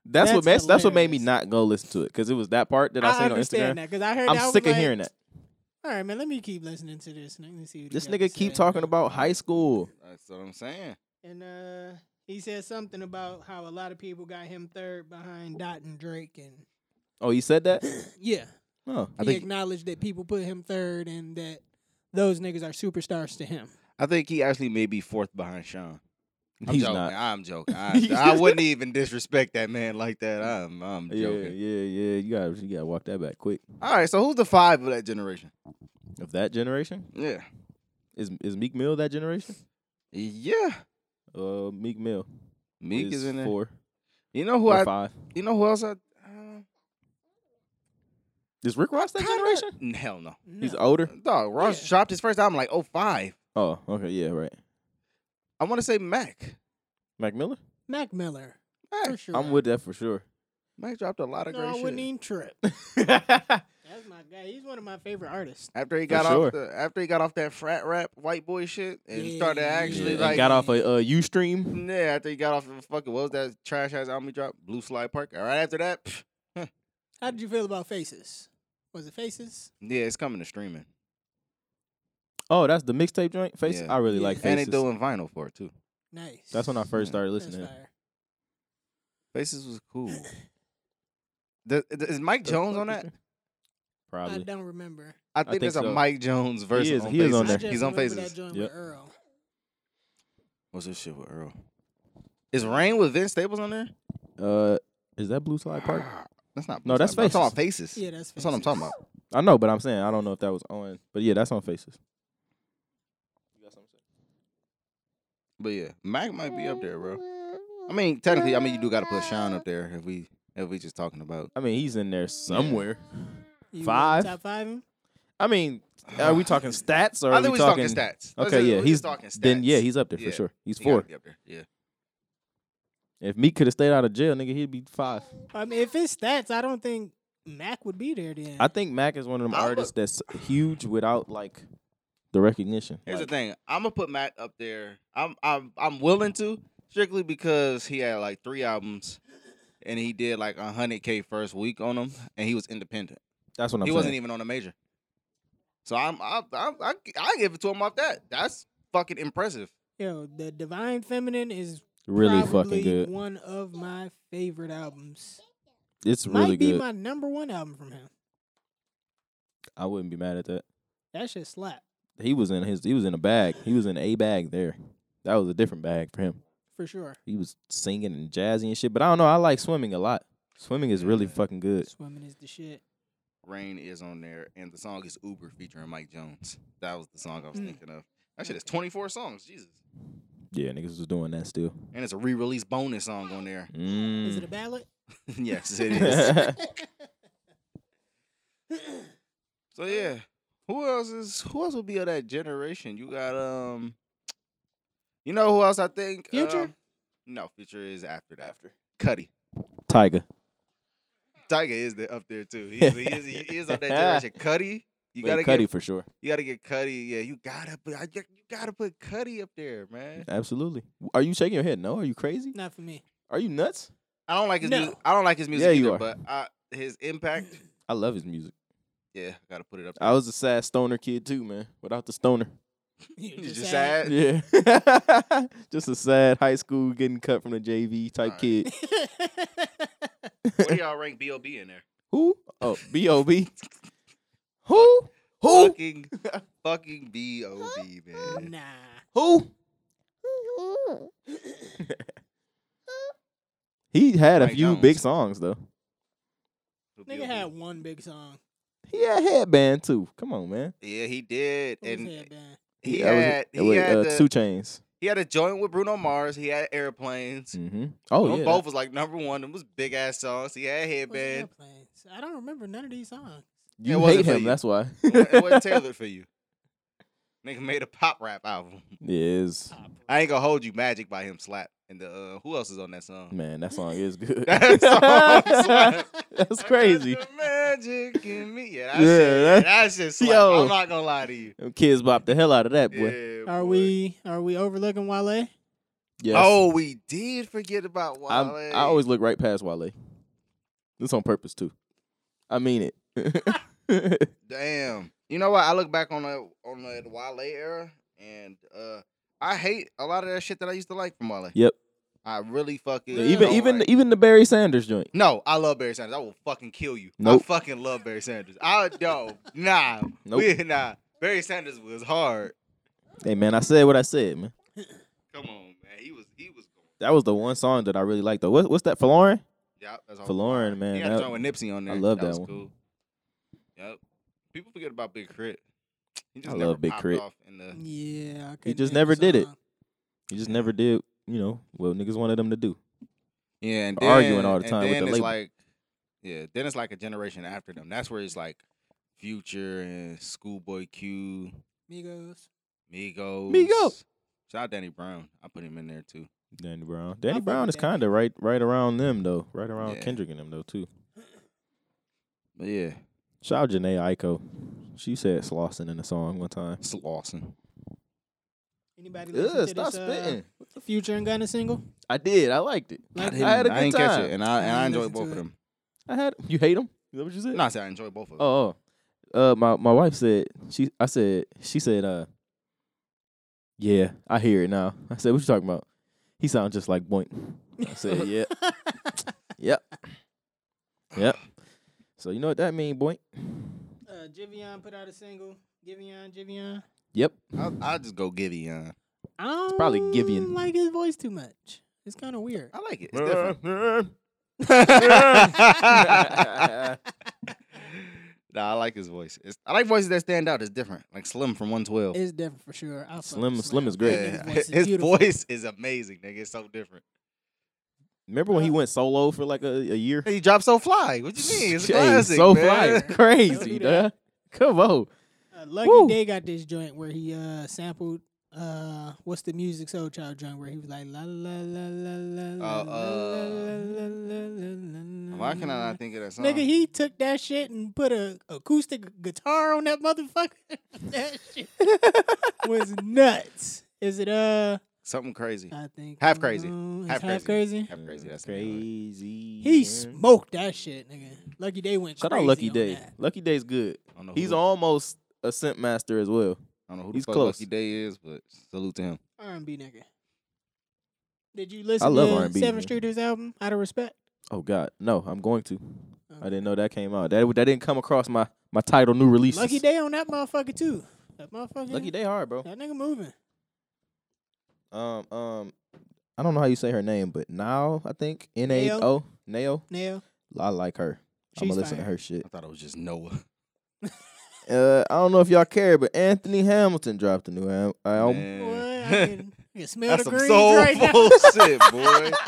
Speaker 2: That's, what
Speaker 3: That's
Speaker 2: mess, that's what made me
Speaker 3: hilarious.
Speaker 2: not go listen to it because it was that part that I,
Speaker 3: I
Speaker 2: seen on Instagram.
Speaker 3: understand that because I heard.
Speaker 2: I'm
Speaker 3: that, I was
Speaker 2: sick of
Speaker 3: like,
Speaker 2: hearing that.
Speaker 3: All right, man. Let me keep listening to this. Let me see. What he
Speaker 2: This
Speaker 3: got
Speaker 2: nigga
Speaker 3: to
Speaker 2: keep
Speaker 3: say."
Speaker 2: talking about high school.
Speaker 1: That's what I'm saying.
Speaker 3: And uh, he said something about how a lot of people got him third behind Dot and Drake, and [clears throat]
Speaker 2: Oh, you said that?
Speaker 3: yeah,
Speaker 2: Oh,
Speaker 1: I
Speaker 3: he
Speaker 1: think-
Speaker 3: acknowledged that people put him third and that those niggas are superstars to him.
Speaker 1: I think he actually may be fourth behind Sean. I'm
Speaker 2: he's
Speaker 1: joking.
Speaker 2: not.
Speaker 1: I'm joking. I, I wouldn't even disrespect that man like that. I'm I'm
Speaker 2: Yeah,
Speaker 1: joking.
Speaker 2: yeah, yeah. You got to you got to walk that back quick.
Speaker 1: All right, so who's the five of that generation?
Speaker 2: Of that generation,
Speaker 1: Yeah.
Speaker 2: is is Meek Mill that generation?
Speaker 1: Yeah.
Speaker 2: Uh, Meek Mill.
Speaker 1: Meek is, in there.
Speaker 2: four
Speaker 1: You know who
Speaker 2: or
Speaker 1: I
Speaker 2: five.
Speaker 1: you know who else I uh,
Speaker 2: Is Rick Ross that
Speaker 1: Kinda-
Speaker 2: generation?
Speaker 1: uh, [laughs] hell no.
Speaker 2: He's
Speaker 3: No.
Speaker 2: older.
Speaker 1: Dog, Ross
Speaker 3: Yeah.
Speaker 1: dropped his first album like 05.
Speaker 2: Oh, okay, yeah, right.
Speaker 1: I want to say Mac.
Speaker 2: Mac Miller.
Speaker 3: Mac Miller. For
Speaker 1: Mac.
Speaker 3: sure.
Speaker 2: I'm with that
Speaker 1: [laughs]
Speaker 2: for sure.
Speaker 1: Mac dropped a lot of
Speaker 3: No,
Speaker 1: great
Speaker 3: I
Speaker 1: shit.
Speaker 3: wouldn't e
Speaker 2: [laughs]
Speaker 3: even trip.
Speaker 2: yeah,
Speaker 3: That's my guy. He's one of my favorite artists.
Speaker 1: after he
Speaker 2: For
Speaker 1: got
Speaker 2: sure.
Speaker 1: off the, after he got off that frat rap white boy shit and started
Speaker 3: Yeah.
Speaker 1: actually
Speaker 2: and
Speaker 1: like
Speaker 2: got off a uh, UStream.
Speaker 1: Yeah, after he got off of fucking what was that trash ass album he dropped? Blue Slide Park. All right, after that, pff,
Speaker 3: How did you feel about Faces? Was it Faces?
Speaker 1: yeah, it's coming to streaming.
Speaker 2: Oh, that's the mixtape joint. Face.
Speaker 1: Yeah.
Speaker 2: I really
Speaker 3: Yeah.
Speaker 2: like
Speaker 1: And they
Speaker 2: Faces.
Speaker 1: doing vinyl for it too.
Speaker 3: Nice.
Speaker 2: That's when I first
Speaker 1: Yeah.
Speaker 2: started
Speaker 3: That's
Speaker 2: listening.
Speaker 3: fire.
Speaker 1: Faces was cool.
Speaker 2: [laughs]
Speaker 1: The- the- is Mike Jones on that?
Speaker 3: I
Speaker 2: Probably.
Speaker 3: don't remember.
Speaker 1: I think,
Speaker 2: think
Speaker 1: there's
Speaker 2: so.
Speaker 1: a Mike Jones verse.
Speaker 2: is-
Speaker 1: on
Speaker 2: he is
Speaker 1: Faces.
Speaker 2: on there.
Speaker 3: I just
Speaker 1: He's on
Speaker 3: remember
Speaker 1: Faces.
Speaker 3: That joint
Speaker 2: Yep.
Speaker 3: with Earl.
Speaker 1: What's this shit with Earl? Is Rain with Vince Staples on there?
Speaker 2: Uh, is that Blue Slide Park?
Speaker 1: [sighs] That's not.
Speaker 2: No,
Speaker 1: Blue
Speaker 2: that's
Speaker 1: Slide. I'm talking about faces.
Speaker 3: Yeah, that's
Speaker 1: That's what I'm
Speaker 3: Faces.
Speaker 1: talking about.
Speaker 2: I know, but I'm saying I don't know if that was on. But yeah, that's on Faces.
Speaker 1: But yeah, Mac might be up there, bro. I mean, technically, I mean, you do got to put Sean up there if we if we just talking about.
Speaker 2: I mean, he's in there somewhere.
Speaker 3: You
Speaker 2: Five?
Speaker 3: Top five him?
Speaker 2: I mean, are we talking stats or
Speaker 1: [sighs]
Speaker 2: are
Speaker 1: I think
Speaker 2: we
Speaker 1: we
Speaker 2: talking?
Speaker 1: talking stats. Let's
Speaker 2: Okay,
Speaker 1: just-
Speaker 2: yeah,
Speaker 1: we just
Speaker 2: he's
Speaker 1: talking stats.
Speaker 2: Then yeah, he's up there
Speaker 1: Yeah,
Speaker 2: for sure. He's
Speaker 1: He gotta
Speaker 2: four.
Speaker 1: be up there. Yeah.
Speaker 2: If Meek could have stayed out of jail, nigga, he'd be five.
Speaker 3: I mean, if it's stats, I don't think Mac would be there then.
Speaker 2: I think Mac is one of them
Speaker 1: I'ma-
Speaker 2: artists that's huge without like the recognition.
Speaker 1: Here's
Speaker 2: Like,
Speaker 1: the thing. I'm gonna put Mac up there. I'm I'm I'm willing to strictly because he had like three albums, and he did like hundred k first week on them, and he was independent.
Speaker 2: That's what I'm
Speaker 1: he
Speaker 2: saying.
Speaker 1: wasn't even on a major. So I'm I I I, I give it to him off that. That's fucking impressive.
Speaker 3: Yo, the Divine Feminine is
Speaker 2: really
Speaker 3: probably
Speaker 2: fucking good.
Speaker 3: One of my favorite albums.
Speaker 2: It's
Speaker 3: Might
Speaker 2: really
Speaker 3: be
Speaker 2: good.
Speaker 3: my number one album from him.
Speaker 2: I wouldn't be mad at that.
Speaker 3: That shit slap
Speaker 2: He was in his. He was in a bag. He was in a bag there. That was a different bag for him.
Speaker 3: for sure.
Speaker 2: He was singing and jazzy and shit. But I don't know. I like swimming a lot. Swimming is really
Speaker 1: Yeah.
Speaker 2: fucking good.
Speaker 3: Swimming is the shit.
Speaker 1: Rain is on there, and the song is Uber featuring Mike Jones. That was the song I was
Speaker 3: Mm.
Speaker 1: thinking of. That shit is 24 songs, Jesus,
Speaker 2: Yeah, niggas was doing that still.
Speaker 1: and it's a re-release bonus song on there.
Speaker 2: Mm.
Speaker 3: Is it a ballad? [clears throat]
Speaker 1: yes,
Speaker 3: [laughs]
Speaker 1: it [laughs] is. so yeah, who else is who else would be of that generation? You got um, you know who else I think
Speaker 3: Future?
Speaker 1: Um, no, Future is after that. After Cuddy.
Speaker 2: [laughs] Tiger.
Speaker 1: Tiger is the, up there too. He is, he is, [laughs] he is up that generation. Cuddy, you
Speaker 2: Wait,
Speaker 1: gotta
Speaker 2: Cudi
Speaker 1: get,
Speaker 2: for sure.
Speaker 1: you gotta get Cuddy. Yeah, you gotta put I- you gotta put Cuddy up there, [laughs] man.
Speaker 2: Absolutely. Are you shaking your head? No. Are you crazy?
Speaker 3: Not for me. [laughs]
Speaker 2: Are you nuts?
Speaker 1: I don't like his
Speaker 3: No.
Speaker 1: music. I don't like his music
Speaker 2: Yeah,
Speaker 1: either,
Speaker 2: you are.
Speaker 1: but I, his
Speaker 3: [laughs]
Speaker 1: impact.
Speaker 2: I love his music.
Speaker 1: Yeah, I gotta put it up. There.
Speaker 2: I was a sad stoner kid too, man. Without
Speaker 1: [laughs]
Speaker 2: the stoner.
Speaker 3: You
Speaker 1: It's just
Speaker 3: just sad.
Speaker 1: sad.
Speaker 2: Yeah. [laughs] Just a sad high school getting cut from the JV type
Speaker 1: Alright.
Speaker 2: kid.
Speaker 1: Where [laughs] do y'all rank Bob in there?
Speaker 2: Who? Oh, B O
Speaker 1: [laughs]
Speaker 2: B. Who? Who?
Speaker 1: Fucking, fucking Bob,
Speaker 3: [laughs]
Speaker 1: man.
Speaker 3: [laughs] nah.
Speaker 2: Who? [laughs] he had a
Speaker 1: Mike
Speaker 2: few
Speaker 1: Jones.
Speaker 2: big songs though.
Speaker 1: Who
Speaker 3: Nigga
Speaker 1: B.O.B..
Speaker 3: had one big song.
Speaker 2: He had headband too. Come on, man.
Speaker 1: Yeah, he did,
Speaker 3: What was
Speaker 1: and
Speaker 3: that band?
Speaker 1: he
Speaker 2: that was-
Speaker 1: had
Speaker 2: that
Speaker 1: he
Speaker 2: was,
Speaker 1: had
Speaker 2: uh,
Speaker 1: the,
Speaker 2: two chains.
Speaker 1: he had a joint with Bruno Mars. He had airplanes.
Speaker 2: Mm-hmm. Oh
Speaker 1: Them
Speaker 2: yeah.
Speaker 1: both was like number one. Them was big ass songs. He had
Speaker 3: What was
Speaker 1: headband.
Speaker 3: Airplanes? I don't remember none of these songs.
Speaker 1: It
Speaker 2: You
Speaker 1: wasn't
Speaker 2: hate
Speaker 1: for
Speaker 2: him.
Speaker 1: you. [laughs]
Speaker 2: That's why.
Speaker 1: It wa- it wasn't
Speaker 3: [laughs]
Speaker 1: tailored for you. Nigga made a pop rap album.
Speaker 2: [laughs] Yes,
Speaker 1: I ain't gonna hold you. Magic by him slap. And the uh, who else is on that song?
Speaker 2: man. That song is good.
Speaker 1: [laughs] That
Speaker 2: [laughs]
Speaker 1: song slap.
Speaker 2: That's crazy.
Speaker 1: I got the Magic in me. Yeah,
Speaker 2: Yeah,
Speaker 1: that's
Speaker 2: that-
Speaker 1: that's just slap.
Speaker 2: Yo.
Speaker 1: I'm not gonna lie to you.
Speaker 2: Them kids bop the hell out of that boy.
Speaker 1: Yeah,
Speaker 3: Are
Speaker 1: boy.
Speaker 3: we are we overlooking Wale?
Speaker 2: Yes.
Speaker 1: Oh, we did forget about Wale.
Speaker 2: I, I always look right past Wale. This on purpose too. I mean [laughs]
Speaker 1: [laughs]
Speaker 2: it.
Speaker 1: Damn. You know what? I look back on the on the Wale era, and uh, I hate a lot of that shit that I used to like from Wale.
Speaker 2: Yep.
Speaker 1: I really fucking
Speaker 2: even
Speaker 1: don't
Speaker 2: even
Speaker 1: like-
Speaker 2: even the Barry Sanders joint.
Speaker 1: No, I love Barry Sanders. I will fucking kill you.
Speaker 2: Nope.
Speaker 1: I fucking love Barry Sanders. I no, nah,
Speaker 2: Nope.
Speaker 1: we, nah. Barry Sanders was hard.
Speaker 2: Hey man, I said what I said, man.
Speaker 1: Come on, man. He was he was going.
Speaker 2: That was the one song that I really liked though. What, what's that for Lauren?
Speaker 1: Yeah, that's all.
Speaker 2: For Lauren, man.
Speaker 1: He got a
Speaker 2: that-
Speaker 1: joint with Nipsey on
Speaker 2: I
Speaker 1: there.
Speaker 2: love that
Speaker 1: was
Speaker 2: one.
Speaker 1: Cool. Yep. People forget about Big Crit. He just
Speaker 2: I
Speaker 1: never
Speaker 2: love Big
Speaker 1: popped
Speaker 2: Crit.
Speaker 1: off in the-
Speaker 3: Yeah, I couldn't
Speaker 2: just
Speaker 3: name the
Speaker 2: never did it.
Speaker 3: song.
Speaker 2: he just never did, you know, what niggas wanted him to do.
Speaker 1: Yeah, and
Speaker 2: Or arguing
Speaker 1: then-
Speaker 2: all the
Speaker 1: and
Speaker 2: time with
Speaker 1: then
Speaker 2: the
Speaker 1: it's
Speaker 2: label.
Speaker 1: Like, yeah, then it's like a generation after them. That's where it's like Future and Schoolboy Q,
Speaker 3: Migos.
Speaker 1: Migos.
Speaker 2: Migos.
Speaker 1: Shout out Danny Brown. I put him in there too.
Speaker 2: Danny Brown. Danny
Speaker 3: fuck
Speaker 2: Brown
Speaker 3: with
Speaker 2: is
Speaker 3: Danny.
Speaker 2: kind of right right around them though. Right around
Speaker 1: Yeah.
Speaker 2: Kendrick and them though too.
Speaker 1: But yeah,
Speaker 2: Shout out Janae Aiko. She said Slauson in a song one time.
Speaker 1: it's Lawson.
Speaker 3: Anybody listen
Speaker 2: Ugh,
Speaker 3: to
Speaker 2: stop
Speaker 3: this, uh,
Speaker 2: spitting.
Speaker 3: Future and Gunna single?
Speaker 2: [laughs]
Speaker 3: [laughs]
Speaker 2: I did. I liked it.
Speaker 1: I,
Speaker 3: Like
Speaker 1: didn't,
Speaker 2: had a
Speaker 1: I
Speaker 2: good
Speaker 1: didn't catch
Speaker 2: time.
Speaker 1: it, and I and
Speaker 3: I
Speaker 1: I
Speaker 3: didn't
Speaker 1: enjoyed
Speaker 3: listen
Speaker 1: both of
Speaker 3: to it.
Speaker 1: them.
Speaker 2: I had you hate him? Is that what you said?
Speaker 1: Not say I enjoyed both of them.
Speaker 2: Oh, oh. uh, my my wife said she. I said she said uh. Yeah, I hear it now. I said, "What you talking about?" He sounds just like Boink. I [laughs] said, "Yeah,
Speaker 3: Uh,
Speaker 2: yep,
Speaker 3: [sighs]
Speaker 2: yep." So you know what that mean, Boink?
Speaker 3: Uh, Jivion put out a single. Givion, Jivion.
Speaker 2: Yep.
Speaker 1: I'll, I'll just go Giveon.
Speaker 3: I don't
Speaker 2: probably Givion.
Speaker 3: Um,
Speaker 1: Oh.
Speaker 3: like his voice too much. It's kind of weird.
Speaker 2: [laughs]
Speaker 1: I like it. It's different. [laughs] nah, I like his voice. It's, I like voices that stand out. It's different, like Slim from One Twelve.
Speaker 3: It's different for sure. I fuck with
Speaker 2: Slim- Slim is great.
Speaker 3: That
Speaker 1: Yeah. [laughs]
Speaker 3: nigga's voice is
Speaker 1: His
Speaker 3: beautiful.
Speaker 1: voice is amazing. Nigga, it's so different.
Speaker 2: Remember when he went solo for like a, a year?
Speaker 1: He dropped so fly. What you mean? [laughs] It's a
Speaker 2: Hey,
Speaker 1: classic.
Speaker 2: so fly,
Speaker 1: man.
Speaker 2: it's crazy,
Speaker 3: Don't do that.
Speaker 2: duh. Come on,
Speaker 3: Uh, Lucky
Speaker 2: Woo.
Speaker 3: Day got this joint where he uh sampled uh what's the music soul child joint where he was like la la la la la la
Speaker 1: Uh,
Speaker 3: la
Speaker 1: uh,
Speaker 3: la la
Speaker 1: [laughs]
Speaker 3: la
Speaker 1: Why can I
Speaker 3: la
Speaker 1: not think of that song?
Speaker 3: Nigga, he took that shit and put a acoustic guitar on that motherfucker. [laughs] that
Speaker 1: [laughs]
Speaker 3: shit was nuts. Is it uh?
Speaker 1: Something crazy.
Speaker 3: I think
Speaker 1: Half crazy.
Speaker 3: um, it's
Speaker 1: Half
Speaker 3: half
Speaker 1: crazy.
Speaker 3: crazy.
Speaker 1: Half crazy. That's the name of it.
Speaker 2: crazy.
Speaker 3: He
Speaker 2: man.
Speaker 3: smoked that shit, nigga. Lucky Day went.
Speaker 2: Shout out
Speaker 3: crazy
Speaker 2: Lucky
Speaker 3: on
Speaker 2: Day.
Speaker 3: that.
Speaker 2: Lucky Day's good.
Speaker 1: I don't know
Speaker 2: He's
Speaker 1: who,
Speaker 2: almost a scent master as well.
Speaker 1: I don't know who
Speaker 2: he's
Speaker 1: the fuck
Speaker 2: close.
Speaker 1: Lucky Day is, but salute to him.
Speaker 3: R and B nigga. Did you listen
Speaker 2: love
Speaker 3: to
Speaker 2: R&B,
Speaker 3: Seven
Speaker 2: man.
Speaker 3: Streeters album Out of Respect? Oh.
Speaker 2: Oh God, no! I'm going to. I
Speaker 3: Okay.
Speaker 2: didn't know that came out. That that didn't come across my my title new release.
Speaker 3: Lucky Day on that motherfucker too. That motherfucker.
Speaker 2: Lucky Day hard, bro.
Speaker 3: That nigga moving.
Speaker 2: Um um, I don't know how you say her name, but now I think N A
Speaker 3: Nayo?
Speaker 2: O Nayo.
Speaker 3: Nail.
Speaker 2: I like her. I'm
Speaker 3: She's
Speaker 2: gonna listen to
Speaker 3: fire.
Speaker 2: her shit.
Speaker 1: I thought it was just Noah.
Speaker 2: Uh, I don't know if y'all care, but Anthony Hamilton dropped a new al- album.
Speaker 1: Man. [laughs]
Speaker 3: Boy,
Speaker 2: [laughs]
Speaker 3: I can, I can smell
Speaker 1: That's
Speaker 3: the
Speaker 1: some
Speaker 3: greens
Speaker 1: soulful
Speaker 3: right now.
Speaker 1: shit, boy.
Speaker 3: [laughs]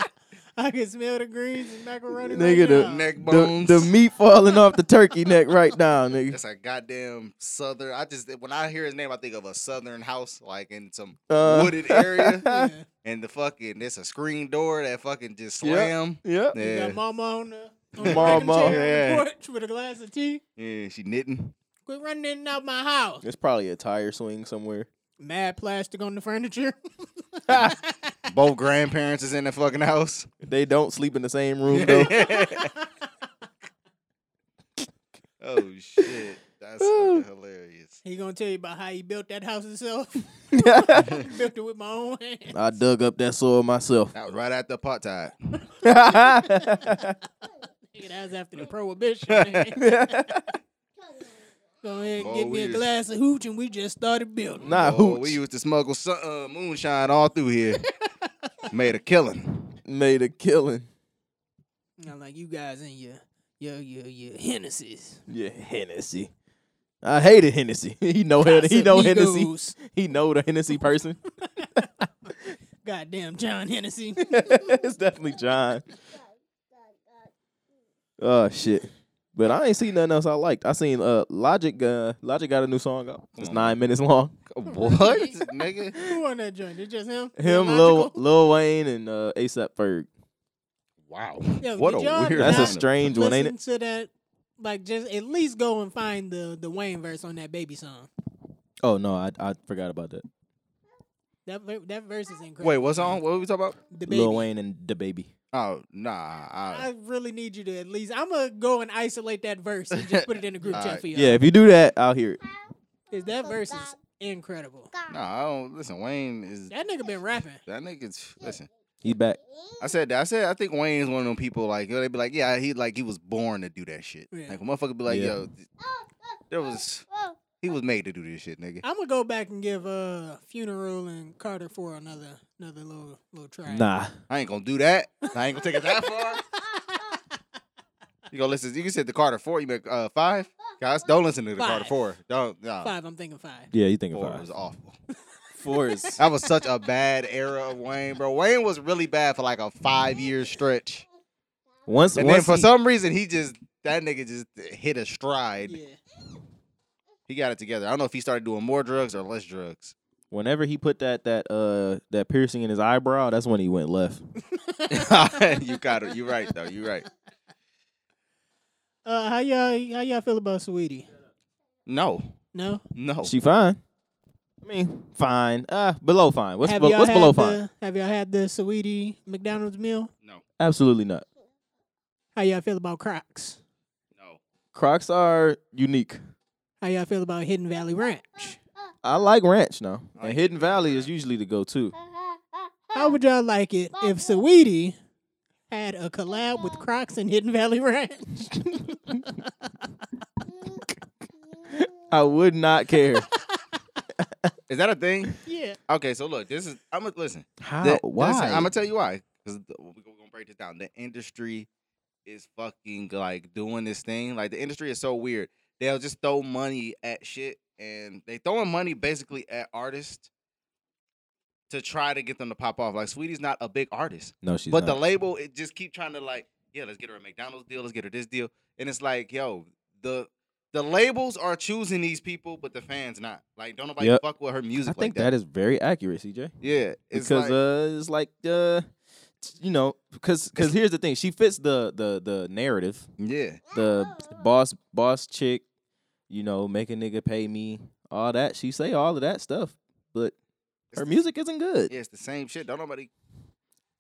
Speaker 3: I can smell the greens and macaroni
Speaker 2: Nigga,
Speaker 3: right
Speaker 2: the-
Speaker 3: now.
Speaker 1: Neck
Speaker 2: The,
Speaker 1: bones.
Speaker 2: the meat falling off the turkey neck right now, nigga.
Speaker 1: That's a goddamn southern. I just when I hear his name, I think of a southern house, like in some
Speaker 2: Uh,
Speaker 1: wooded area,
Speaker 3: Yeah.
Speaker 1: and the fucking there's a screen door that fucking just slam.
Speaker 2: [laughs] yeah.
Speaker 1: Yeah,
Speaker 3: You
Speaker 1: yeah.
Speaker 3: got mama on the, on the
Speaker 2: Mama,
Speaker 3: rocking chair on
Speaker 1: yeah.
Speaker 3: the porch with a glass of tea.
Speaker 1: she knitting.
Speaker 3: Quit running in and out my house.
Speaker 2: It's probably a tire swing somewhere.
Speaker 3: Mad plastic on the furniture. [laughs]
Speaker 1: Both grandparents is in the fucking [laughs] house.
Speaker 2: They don't sleep in the same room though.
Speaker 1: [laughs] oh shit, that's fucking hilarious.
Speaker 3: he gonna tell you about how he built that house himself.
Speaker 2: [laughs]
Speaker 3: built it with my own hands.
Speaker 2: I dug up that soil
Speaker 1: [laughs]
Speaker 2: myself. [laughs]
Speaker 1: That was right after apartheid.
Speaker 2: Boy,
Speaker 3: Nigga, [laughs] that was after the prohibition. man.
Speaker 2: [laughs]
Speaker 3: Go ahead and
Speaker 1: Boy,
Speaker 3: get me a
Speaker 1: we-
Speaker 3: glass of hooch and we just started building.
Speaker 2: Nah,
Speaker 1: Oh,
Speaker 2: hooch.
Speaker 1: we used to smuggle su- uh, moonshine all through [laughs] here. Made a killing.
Speaker 2: Made a killing.
Speaker 3: Not like you guys and your your your your Hennessy's.
Speaker 2: Yeah, Hennessy. I hated Hennessy. [laughs] he know he know Hennessy.
Speaker 3: Casamigos.
Speaker 2: He know the Hennessy person. [laughs]
Speaker 3: Goddamn John Hennessy.
Speaker 2: it's definitely John. Oh shit. But I ain't seen nothing else I liked. I seen uh Logic uh Logic got a new song out. It's
Speaker 1: on.
Speaker 2: nine minutes long.
Speaker 1: [laughs] What, nigga?
Speaker 3: Who on that joint? It's just him.
Speaker 2: [laughs] Him, Lil,
Speaker 3: Illogical?
Speaker 2: Lil Wayne, and uh ASAP Ferg.
Speaker 1: Wow.
Speaker 3: Yo,
Speaker 1: what a
Speaker 3: did y'all
Speaker 1: weird.
Speaker 2: That's a
Speaker 3: Nah.
Speaker 2: strange one, ain't
Speaker 3: Listen
Speaker 2: it?
Speaker 3: to that. Like just at least go and find the the Wayne verse on that baby song.
Speaker 2: Oh no, I I forgot about that.
Speaker 3: That ver- that verse is incredible.
Speaker 1: Wait, what's on? What were we talking about?
Speaker 3: The baby.
Speaker 2: Lil Wayne and the baby.
Speaker 1: Oh, nah. I,
Speaker 3: I really need you to at least. I'm gonna go and isolate that verse and just put it in
Speaker 1: [laughs]
Speaker 3: the group chat
Speaker 1: Alright.
Speaker 3: for you.
Speaker 2: Yeah, if you do that, I'll hear it.
Speaker 3: is that verse is incredible.
Speaker 1: nah, I don't. Listen, Wayne is
Speaker 3: That nigga been rapping.
Speaker 1: that nigga's. Listen,
Speaker 2: He's back.
Speaker 3: [coughs]
Speaker 1: I said that. I said I think Wayne is one of them people like yo, they be like, yeah, he like he was born to do that shit.
Speaker 3: Yeah.
Speaker 1: Like a motherfucker be like,
Speaker 2: Yeah.
Speaker 1: yo, th- there was he was made to do this shit, nigga.
Speaker 3: I'm gonna go back and give uh funeral and Carter for another another little little try.
Speaker 2: Nah.
Speaker 1: I ain't gonna do that. I ain't gonna take it that
Speaker 3: [laughs]
Speaker 1: far. You gonna listen? You can said the Carter Four. You make uh, five. Guys, don't listen to the Carter
Speaker 3: Five.
Speaker 1: Four. Don't. Nah.
Speaker 3: Five. I'm thinking five.
Speaker 2: Yeah, you thinking
Speaker 1: Four
Speaker 2: five.
Speaker 1: was awful.
Speaker 2: Four is
Speaker 1: That was such a bad era of Wayne, bro. Wayne was really bad for like a five year stretch.
Speaker 2: [laughs] once
Speaker 1: And then
Speaker 2: once
Speaker 1: for
Speaker 2: he-
Speaker 1: some reason, he just, that nigga just hit a stride.
Speaker 3: Yeah.
Speaker 1: He got it together. I don't know if he started doing more drugs or less drugs.
Speaker 2: whenever he put that that uh that piercing in his eyebrow, that's when he went left.
Speaker 1: [laughs] you got it. You're right, though. You're right.
Speaker 3: Uh, how y'all how y'all feel about Sweetie?
Speaker 1: No.
Speaker 3: No.
Speaker 1: No.
Speaker 2: She fine. I mean, fine. Uh below fine. What's
Speaker 3: have
Speaker 2: be-
Speaker 3: y'all
Speaker 2: what's
Speaker 3: had
Speaker 2: below
Speaker 3: the,
Speaker 2: fine?
Speaker 3: Have y'all had the Sweetie McDonald's meal?
Speaker 1: no.
Speaker 2: Absolutely not.
Speaker 3: How y'all feel about Crocs?
Speaker 1: No.
Speaker 2: Crocs are unique.
Speaker 3: How y'all feel about Hidden Valley Ranch?
Speaker 2: I like ranch now.
Speaker 1: I
Speaker 2: And
Speaker 1: like
Speaker 2: Hidden Valley is usually the go-to.
Speaker 1: [coughs]
Speaker 3: How would y'all like it if Sweetie had a collab with Crocs and Hidden Valley Ranch? [laughs]
Speaker 2: I would not care.
Speaker 1: Is that a thing?
Speaker 3: yeah.
Speaker 1: Okay, so look, this is, I'm going to listen.
Speaker 2: [laughs] How?
Speaker 1: The-
Speaker 2: why?
Speaker 1: I'm going to tell you why. Because we're going to break this down. The industry is fucking like doing this thing. Like the industry is so weird. They'll just throw money at shit, and they throwing money basically at artists to try to get them to pop off. Like Sweetie's not a big artist,
Speaker 2: No, she's
Speaker 1: but the
Speaker 2: not.
Speaker 1: label it just keep trying to like, yeah, let's get her a McDonald's deal, let's get her this deal, and it's like, yo, the the labels are choosing these people, but the fans not. Like, don't nobody
Speaker 2: Yep.
Speaker 1: fuck with her
Speaker 2: I
Speaker 1: music.
Speaker 2: think
Speaker 1: like that.
Speaker 2: that is very accurate, CJ.
Speaker 1: yeah, it's
Speaker 2: because
Speaker 1: like,
Speaker 2: uh, it's like uh, t- you know, because because here's the thing, she fits the the the narrative,
Speaker 1: yeah,
Speaker 2: the boss boss chick, you know, make a nigga pay me, all that. She say all of that stuff, but
Speaker 1: It's
Speaker 2: her
Speaker 1: the-
Speaker 2: music isn't good.
Speaker 1: yeah, it's the same shit. Don't nobody.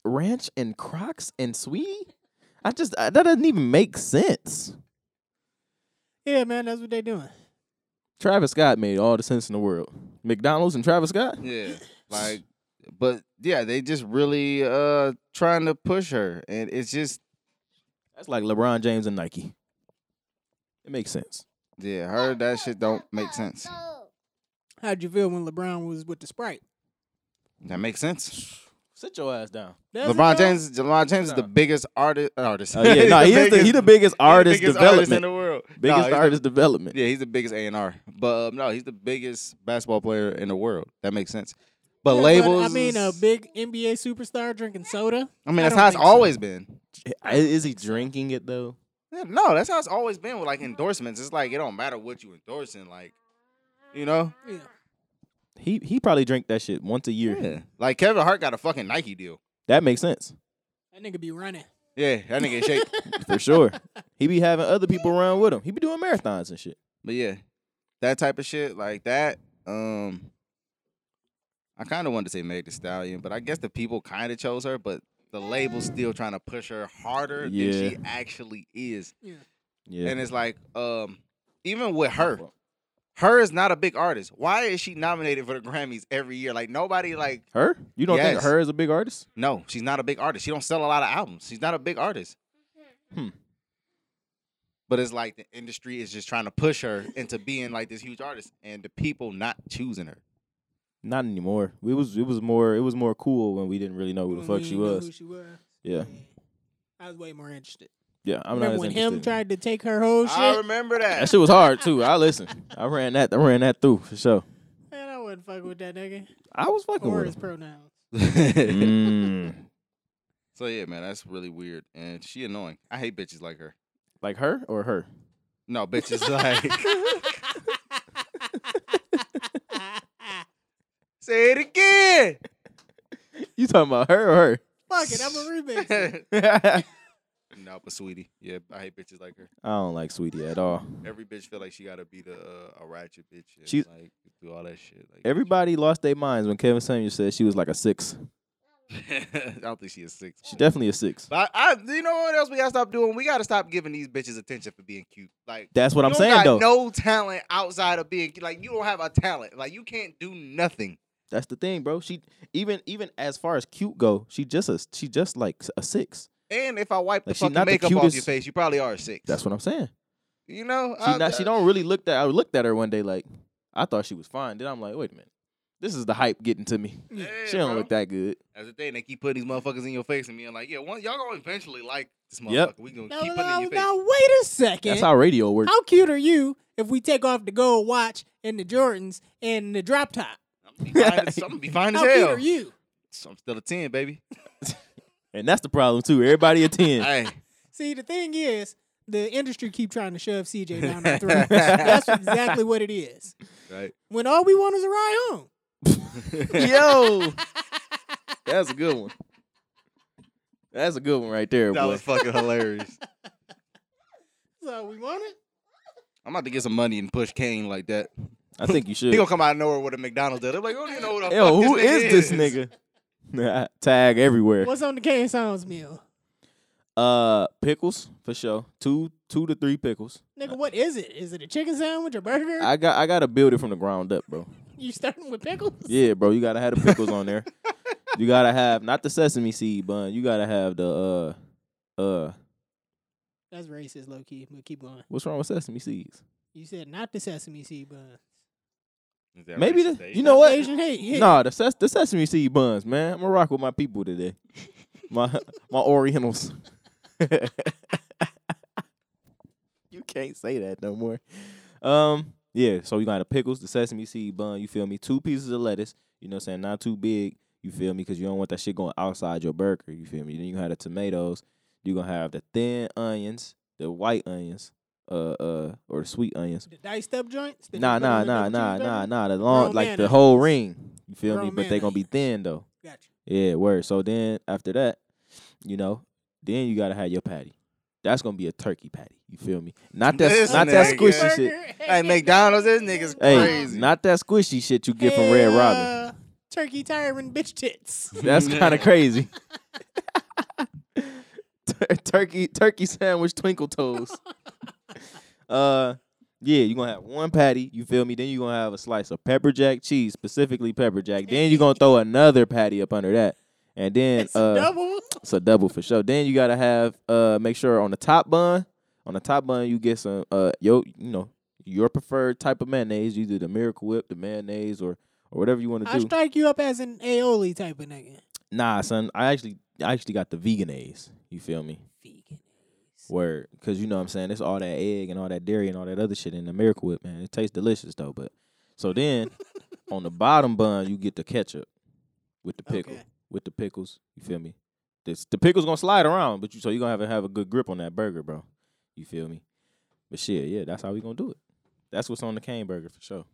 Speaker 2: Ranch and Crocs and Sweetie, I just I, that doesn't even make sense.
Speaker 3: Yeah, man, that's what they doing.
Speaker 2: Travis Scott made all the sense in the world. McDonald's and Travis Scott.
Speaker 1: Yeah, like, but yeah, they just really uh trying to push her, and it's just
Speaker 2: That's like LeBron James and Nike. It makes sense.
Speaker 1: yeah, her that shit don't make
Speaker 3: [coughs]
Speaker 1: sense.
Speaker 3: How'd you feel when LeBron was with the Sprite?
Speaker 1: That makes sense.
Speaker 2: Sit your
Speaker 1: [laughs]
Speaker 2: ass down.
Speaker 3: Does it
Speaker 1: LeBron
Speaker 3: though?
Speaker 1: James, LeBron James is the
Speaker 2: Nah.
Speaker 1: biggest artist. Artist.
Speaker 2: Oh
Speaker 1: [laughs]
Speaker 2: yeah, no, he is the, he the biggest artist
Speaker 1: biggest
Speaker 2: development.
Speaker 1: artist in the world. No,
Speaker 2: biggest
Speaker 1: he's the-
Speaker 2: artist development.
Speaker 1: yeah, he's the biggest A and R. But um, no, he's the biggest basketball player in the world. That makes sense. But
Speaker 3: Yeah,
Speaker 1: labels.
Speaker 3: I mean, a big NBA superstar drinking soda.
Speaker 1: I mean,
Speaker 3: I
Speaker 1: that's
Speaker 3: don't
Speaker 1: how it's
Speaker 3: think so.
Speaker 1: always been.
Speaker 2: I- Is he drinking it though?
Speaker 1: Yeah, no, that's how it's always been with like endorsements. It's like it don't matter what you endorsing, like you know.
Speaker 3: Yeah.
Speaker 2: He he probably drank that shit once a year.
Speaker 1: Like Kevin Hart got a fucking Nike deal.
Speaker 2: That makes sense
Speaker 3: That nigga be running.
Speaker 1: Yeah, that nigga in shape.
Speaker 3: [laughs]
Speaker 2: for sure. he be having other people run with him. He be doing marathons and shit.
Speaker 1: But yeah, that type of shit like that. Um, I kind of wanted to say Meg The Stallion, but I guess the people kind of chose her, but the label's still trying to push her harder
Speaker 2: Yeah.
Speaker 1: than she actually is.
Speaker 2: Yeah,
Speaker 1: And it's like, um, even with her, her is not a big artist. Why is she nominated for the Grammys every year? Like nobody like
Speaker 2: Her? You don't
Speaker 1: Yes.
Speaker 2: think her is a big artist?
Speaker 1: No, she's not a big artist. She don't sell a lot of albums. She's not a big artist.
Speaker 2: Hmm.
Speaker 1: But it's like the industry is just trying to push her into being like this huge artist, and the people not choosing her.
Speaker 2: Not anymore. It was it was more it was more cool when we didn't really know who the
Speaker 3: When
Speaker 2: fuck
Speaker 3: we
Speaker 2: she
Speaker 3: knew
Speaker 2: was.
Speaker 3: Who she was.
Speaker 2: Yeah,
Speaker 3: I was way more interested.
Speaker 2: yeah. I'm
Speaker 3: Remember
Speaker 2: not as
Speaker 3: when
Speaker 2: interested.
Speaker 3: him tried to take her whole shit?
Speaker 1: I remember [laughs]
Speaker 2: that
Speaker 1: that.
Speaker 2: shit was hard too. I listen. I ran that. I ran that through for sure.
Speaker 3: Man, I wouldn't fuck with that
Speaker 2: [laughs]
Speaker 3: nigga.
Speaker 2: I was fucking
Speaker 3: Or
Speaker 2: with
Speaker 3: his
Speaker 2: him.
Speaker 3: pronouns. [laughs]
Speaker 2: Mm.
Speaker 1: so yeah, man, that's really weird, and she annoying. I hate bitches like her.
Speaker 2: Like her or her?
Speaker 1: No, bitches like say it again.
Speaker 2: [laughs] You talking about her or her?
Speaker 3: Fuck it, I'm a remix.
Speaker 1: [laughs]
Speaker 3: it.
Speaker 2: [laughs] I
Speaker 1: no, but sweetie, yeah, I hate bitches like her.
Speaker 2: don't like Sweetie at all.
Speaker 1: Every bitch feel like she gotta be the uh, a ratchet bitch. And,
Speaker 2: She's-
Speaker 1: like do all that shit. Like
Speaker 2: Everybody lost their minds when Kevin Samuels said she was like a six.
Speaker 1: [laughs] I don't think she is six.
Speaker 2: She definitely a six.
Speaker 1: But I, I- you know what else we gotta stop doing? We gotta stop giving these bitches attention for being cute. Like
Speaker 2: That's what
Speaker 1: you
Speaker 2: I'm
Speaker 1: don't
Speaker 2: saying
Speaker 1: got
Speaker 2: though.
Speaker 1: no talent outside of being like you don't have a talent. Like you can't do nothing.
Speaker 2: That's the thing, bro. She even even as far as cute go, she just a, she just like a six.
Speaker 1: And if I wipe the
Speaker 2: Like, she
Speaker 1: fucking
Speaker 2: not the
Speaker 1: makeup off your
Speaker 2: cutest-
Speaker 1: face, you probably are a six.
Speaker 2: That's what I'm saying.
Speaker 1: you know.
Speaker 2: She not she don't really look that. I looked at her one day like I thought she was fine. Then I'm like, wait a minute, this is the hype getting to me.
Speaker 1: Yeah,
Speaker 2: She don't
Speaker 1: bro.
Speaker 2: look that good.
Speaker 1: That's the thing. They keep putting these motherfuckers in your face and being like, "Yeah, one, y'all gonna eventually like this motherfucker.
Speaker 2: Yep.
Speaker 1: We gonna
Speaker 3: Now,
Speaker 1: keep putting it
Speaker 3: now,
Speaker 1: in your face."
Speaker 3: now, wait a second.
Speaker 2: That's how radio works.
Speaker 3: How cute are you if we take off the gold watch and the Jordans and the drop top?
Speaker 1: I'm, gonna be fine as, I'm gonna be fine as
Speaker 3: [laughs] How cute
Speaker 1: hell.
Speaker 3: are you?
Speaker 1: I'm still a ten, baby.
Speaker 2: And that's the problem too. Everybody a [laughs] ten.
Speaker 1: hey,
Speaker 3: See, the thing is, the industry keep trying to
Speaker 2: [laughs]
Speaker 3: shove CJ down our throats. That's exactly what it is.
Speaker 1: right?
Speaker 3: When all we want is a ride home.
Speaker 2: [laughs] Yo, that's a good one. That's a good one right there,
Speaker 1: that
Speaker 2: boy.
Speaker 1: was fucking hilarious.
Speaker 3: That's all we wanted.
Speaker 1: [laughs] I'm about to get some money and push Kane like that.
Speaker 2: I think you [laughs] should.
Speaker 1: He gonna come out of nowhere with a McDonald's deal. They're like, "Oh, you know what?
Speaker 2: Yo, who is this nigga? [laughs] Nah, Tag everywhere.
Speaker 3: What's on the Kane Sounds meal?
Speaker 2: Uh, pickles for sure. Two, two to three pickles.
Speaker 3: Nigga, what is it? Is it a chicken sandwich, a burger?
Speaker 2: I got, I gotta build it from the ground up, bro.
Speaker 3: you starting with pickles?
Speaker 2: Yeah, bro, you gotta have the pickles on there. You gotta have not the sesame seed bun. You gotta have the uh, uh,
Speaker 3: That's racist, low key. But keep going.
Speaker 2: what's wrong with sesame seeds?
Speaker 3: You said not the sesame seed buns.
Speaker 1: nigga?
Speaker 2: Maybe the,
Speaker 1: [laughs]
Speaker 2: you know what?
Speaker 3: Asian hate. Yeah.
Speaker 2: Nah, the ses- the sesame seed buns, man. [laughs] I'm gonna rock with my people today. My my Orientals. can't say that no more. Um, yeah. So you got the pickles, the sesame seed bun. You feel me? Two pieces of lettuce. You know, what I'm saying not too big. You feel me? Because you don't want that shit going outside your burger. You feel me? Then you have the tomatoes. You are gonna have the thin onions, the white onions, uh, uh, or the sweet onions.
Speaker 3: The diced up joints? that
Speaker 2: Nah,
Speaker 3: you put on
Speaker 2: nah,
Speaker 3: the
Speaker 2: nah,
Speaker 3: double
Speaker 2: nah, nah,
Speaker 3: cheeseburger?
Speaker 2: nah. The long,
Speaker 3: Grown
Speaker 2: like
Speaker 3: man
Speaker 2: the whole
Speaker 3: onions.
Speaker 2: ring. You feel me?
Speaker 3: Grown
Speaker 2: But
Speaker 3: man
Speaker 2: they gonna be thin though.
Speaker 3: Gotcha.
Speaker 2: Yeah, word. So then after that, you know, then you gotta have your patty. That's gonna be a turkey patty. You feel me? Not that
Speaker 1: This
Speaker 2: not that
Speaker 1: nigga.
Speaker 2: squishy shit.
Speaker 1: Hey, McDonald's, this nigga's
Speaker 2: Hey,
Speaker 1: crazy.
Speaker 2: not that squishy shit you get from Red Robin.
Speaker 3: Uh, turkey tyrant bitch tits. [laughs]
Speaker 2: That's kind of crazy. Tur- turkey turkey sandwich twinkle
Speaker 3: [laughs]
Speaker 2: toes. uh yeah, you're gonna have one patty, you feel me? Then you're gonna have a slice of pepper jack cheese, specifically pepper jack. Then you're gonna throw another patty up under that. And then
Speaker 3: It's
Speaker 2: uh
Speaker 3: double.
Speaker 2: It's a double for sure. Then you gotta have uh make sure on the top bun, on the top bun you get some uh yo you know your preferred type of mayonnaise. You do the Miracle Whip, the mayonnaise, or or whatever you want to
Speaker 3: I
Speaker 2: do.
Speaker 3: strike you up as an aioli type of nigga.
Speaker 2: nah, son, I actually I actually got the veganaise. You feel me?
Speaker 3: Vegan.
Speaker 2: Word, because you know what I'm saying it's all that egg and all that dairy and all that other shit in the Miracle Whip, man. It tastes delicious though. But so then on the bottom bun you get the ketchup with the pickle
Speaker 3: Okay.
Speaker 2: with the pickles. You feel me? This, the pickles gonna slide around, but you so you gonna have to have a good grip on that burger, bro. You feel me? But shit, yeah, that's how we gonna do it. That's what's on the cane burger for sure.